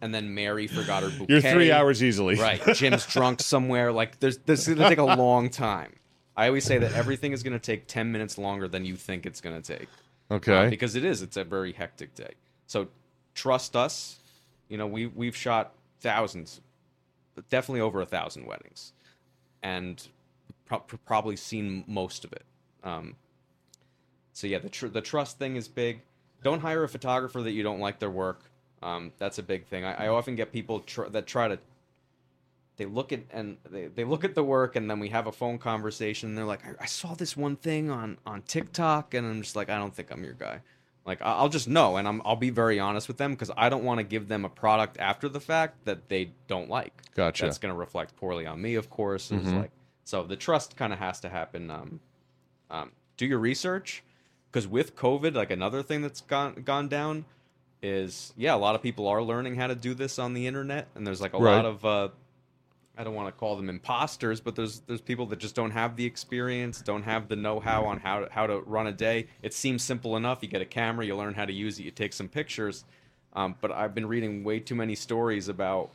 [SPEAKER 6] and then Mary forgot her bouquet.
[SPEAKER 3] You're three hours easily.
[SPEAKER 6] Right. Jim's drunk somewhere. Like there's this is gonna take a long time. I always say that everything is gonna take ten minutes longer than you think it's gonna take.
[SPEAKER 3] Okay.
[SPEAKER 6] Because it is. It's a very hectic day. So trust us. You know, we we've shot thousands, definitely over a thousand weddings, and pro- pro- probably seen most of it. Um, so yeah, the tr- the trust thing is big. Don't hire a photographer that you don't like their work. Um, that's a big thing. I, I often get people tr- that try to. They look at and they, they look at the work, and then we have a phone conversation. And they're like, I, "I saw this one thing on on TikTok," and I'm just like, "I don't think I'm your guy." Like I- I'll just know, and I'm I'll be very honest with them because I don't want to give them a product after the fact that they don't like.
[SPEAKER 3] Gotcha.
[SPEAKER 6] That's going to reflect poorly on me, of course. It's like so the trust kind of has to happen. Um, um, do your research because with covid like another thing that's gone gone down is yeah a lot of people are learning how to do this on the internet and there's like a
[SPEAKER 3] Right.
[SPEAKER 6] lot of uh, i don't want to call them imposters but there's there's people that just don't have the experience don't have the know-how on how to, how to run a day it seems simple enough you get a camera you learn how to use it you take some pictures um, but i've been reading way too many stories about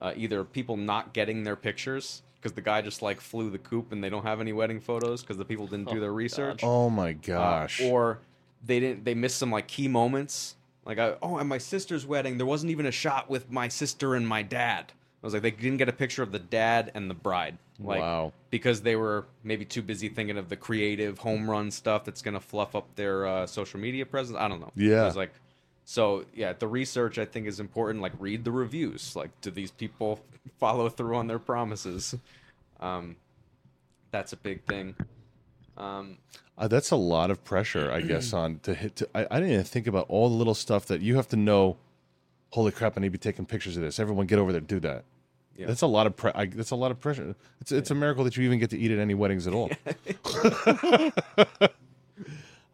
[SPEAKER 6] uh, either people not getting their pictures because the guy just like flew the coop and they don't have any wedding photos because the people didn't do their research
[SPEAKER 3] Oh my
[SPEAKER 6] uh,
[SPEAKER 3] gosh.
[SPEAKER 6] or they didn't they missed some like key moments like I, oh at my sister's wedding there wasn't even a shot with my sister and my dad i was like they didn't get a picture of the dad and the bride like
[SPEAKER 3] Wow.
[SPEAKER 6] because they were maybe too busy thinking of the creative home run stuff that's going to fluff up their uh, social media presence i don't know
[SPEAKER 3] Yeah.
[SPEAKER 6] it was like so yeah the research i think is important like read the reviews like do these people follow through on their promises um, that's a big thing um,
[SPEAKER 3] Uh, that's a lot of pressure, I guess, on to hit. To, I, I didn't even think about all the little stuff that you have to know. Holy crap! I need to be taking pictures of this. Everyone, get over there, do that.
[SPEAKER 6] Yeah.
[SPEAKER 3] That's a lot of pre- I, that's a lot of pressure. It's it's a miracle that you even get to eat at any weddings at all.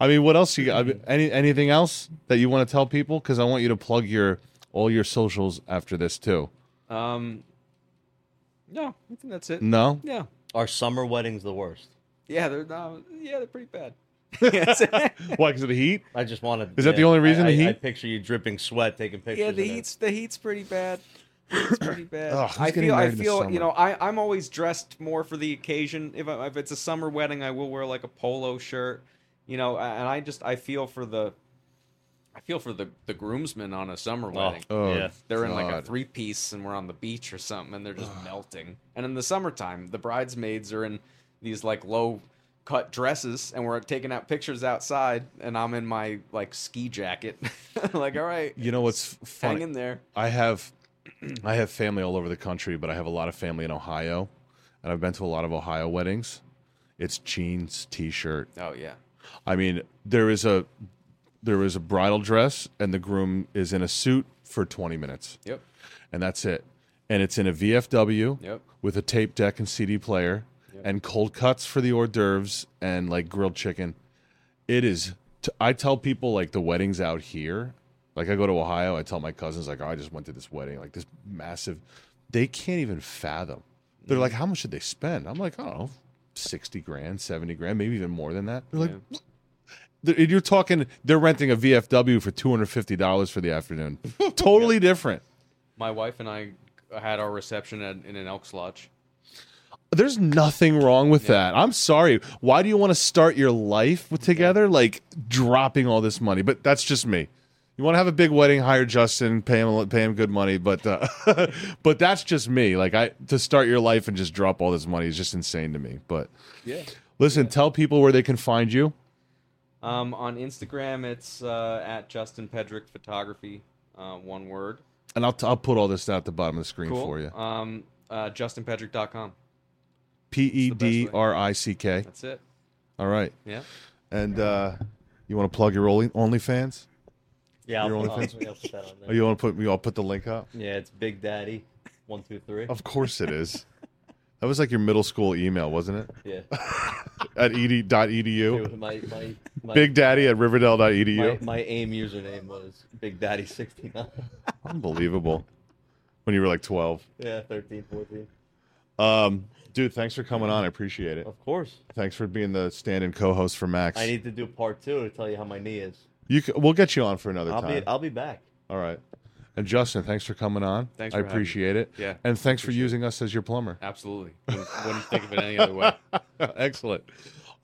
[SPEAKER 3] I mean, what else you got? I mean, any anything else that you want to tell people? Because I want you to plug your all your socials after this too.
[SPEAKER 6] Um, no, I think that's it.
[SPEAKER 3] No,
[SPEAKER 6] Yeah,
[SPEAKER 4] Are summer weddings the worst?
[SPEAKER 6] yeah, they're no, yeah, they're pretty bad. yeah,
[SPEAKER 3] why? Because of the heat.
[SPEAKER 4] I just want to.
[SPEAKER 3] Is that the only reason,
[SPEAKER 4] I,
[SPEAKER 3] the
[SPEAKER 4] I- I
[SPEAKER 3] heat?
[SPEAKER 4] picture you dripping sweat, taking pictures.
[SPEAKER 6] the
[SPEAKER 4] of it.
[SPEAKER 6] heat's the heat's pretty bad. It's pretty bad.
[SPEAKER 3] Ugh, who's
[SPEAKER 6] I
[SPEAKER 3] getting
[SPEAKER 6] feel, I
[SPEAKER 3] married in the
[SPEAKER 6] feel,
[SPEAKER 3] summer?
[SPEAKER 6] you know, I I'm always dressed more for the occasion. If I, if it's a summer wedding, I will wear like a polo shirt, you know, a- and I just I feel for the, I feel for the the groomsmen on a summer
[SPEAKER 4] Oh,
[SPEAKER 6] wedding.
[SPEAKER 3] Oh,
[SPEAKER 4] yeah.
[SPEAKER 6] They're in like a
[SPEAKER 3] God.
[SPEAKER 6] three piece and we're on the beach or something and they're just melting. And in the summertime, the bridesmaids are in these like low cut dresses and we're taking out pictures outside and I'm in my like ski jacket. like, all right,
[SPEAKER 3] You know what's funny?
[SPEAKER 6] hang in there.
[SPEAKER 3] I have I have family all over the country, but I have a lot of family in Ohio, and I've been to a lot of Ohio weddings. It's jeans, t-shirt.
[SPEAKER 6] Oh, yeah.
[SPEAKER 3] I mean, there is a there is a bridal dress, and the groom is in a suit for twenty minutes,
[SPEAKER 6] Yep.
[SPEAKER 3] and that's it. And it's in a VFW
[SPEAKER 6] Yep.
[SPEAKER 3] with a tape deck and CD player, and cold cuts for the hors d'oeuvres and like grilled chicken. It is. T- I tell people like the weddings out here. Like I go to Ohio, I tell my cousins like, oh, I just went to this wedding, like this massive. They can't even fathom. They're like, how much did they spend? I'm like, I don't know, sixty grand, seventy grand, maybe even more than that. They're like, "What?" They're- and you're talking. They're renting a VFW for two hundred fifty dollars for the afternoon. totally different.
[SPEAKER 6] My wife and I had our reception at, in an Elks Lodge.
[SPEAKER 3] There's nothing wrong with that. I'm sorry. Why do you want to start your life with, together like dropping all this money? But that's just me. You want to have a big wedding, hire Justin, pay him pay him good money, but uh, but that's just me. Like I to start your life and just drop all this money is just insane to me. But
[SPEAKER 6] Yeah.
[SPEAKER 3] listen, tell people where they can find you.
[SPEAKER 6] Um, on Instagram, it's uh, at Justin Pedrick Photography, uh, one word.
[SPEAKER 3] And I'll, t- I'll put all this down at the bottom of the screen
[SPEAKER 6] Cool.
[SPEAKER 3] for you.
[SPEAKER 6] Um, uh, JustinPedrick.com.
[SPEAKER 3] P E
[SPEAKER 6] it's the best way.
[SPEAKER 3] D R I C K.
[SPEAKER 6] That's it.
[SPEAKER 3] All right.
[SPEAKER 6] Yeah.
[SPEAKER 3] And uh, you want to plug your only OnlyFans?
[SPEAKER 4] Yeah,
[SPEAKER 3] Your
[SPEAKER 4] I'll, I'll,
[SPEAKER 3] OnlyFans?
[SPEAKER 4] I'll put that on
[SPEAKER 3] Oh,
[SPEAKER 4] there.
[SPEAKER 3] you want to put? We all put the link up.
[SPEAKER 4] Yeah, it's Big Daddy, one two three.
[SPEAKER 3] Of course it is. that was like your middle school email, wasn't it?
[SPEAKER 4] Yeah,
[SPEAKER 3] At E ed.edu.
[SPEAKER 4] Dude, my my my,
[SPEAKER 3] Big Daddy at E
[SPEAKER 4] my,
[SPEAKER 3] Riverdale.edu.
[SPEAKER 4] my AIM username was Big Daddy sixty nine.
[SPEAKER 3] Unbelievable. When you were like 12.
[SPEAKER 4] yeah, 13, 14.
[SPEAKER 3] Um, dude, thanks for coming on. I appreciate it.
[SPEAKER 4] Of course,
[SPEAKER 3] Thanks for being the stand-in co-host for Max.
[SPEAKER 4] I need to do part two to tell you how my knee is.
[SPEAKER 3] you c- we'll get you on for another
[SPEAKER 4] I'll
[SPEAKER 3] time.
[SPEAKER 4] be I'll be back.
[SPEAKER 3] All right. And Justin, thanks for coming on.
[SPEAKER 6] Thanks
[SPEAKER 3] I
[SPEAKER 6] for having me.
[SPEAKER 3] appreciate it.
[SPEAKER 6] Yeah,
[SPEAKER 3] And thanks for using us as your plumber.
[SPEAKER 6] Absolutely. Wouldn't, wouldn't think of it any other way.
[SPEAKER 3] Excellent.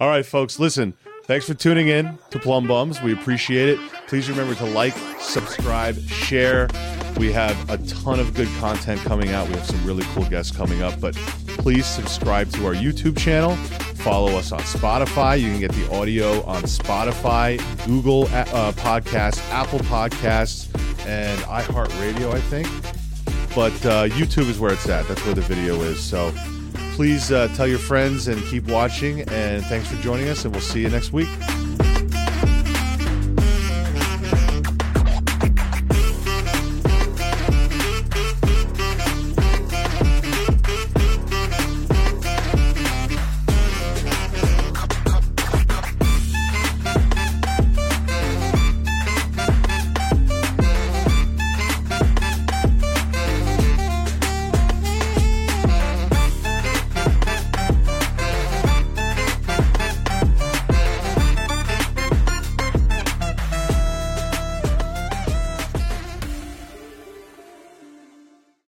[SPEAKER 3] All right, folks, listen. Thanks for tuning in to Plum Bums. We appreciate it. Please remember to like, subscribe, share. We have a ton of good content coming out. We have some really cool guests coming up, but please subscribe to our YouTube channel. Follow us on Spotify. You can get the audio on Spotify, Google uh, Podcasts, Apple Podcasts, and iHeartRadio, I think but uh, YouTube is where it's at. That's where the video is. So please uh, tell your friends and keep watching. And thanks for joining us, and we'll see you next week.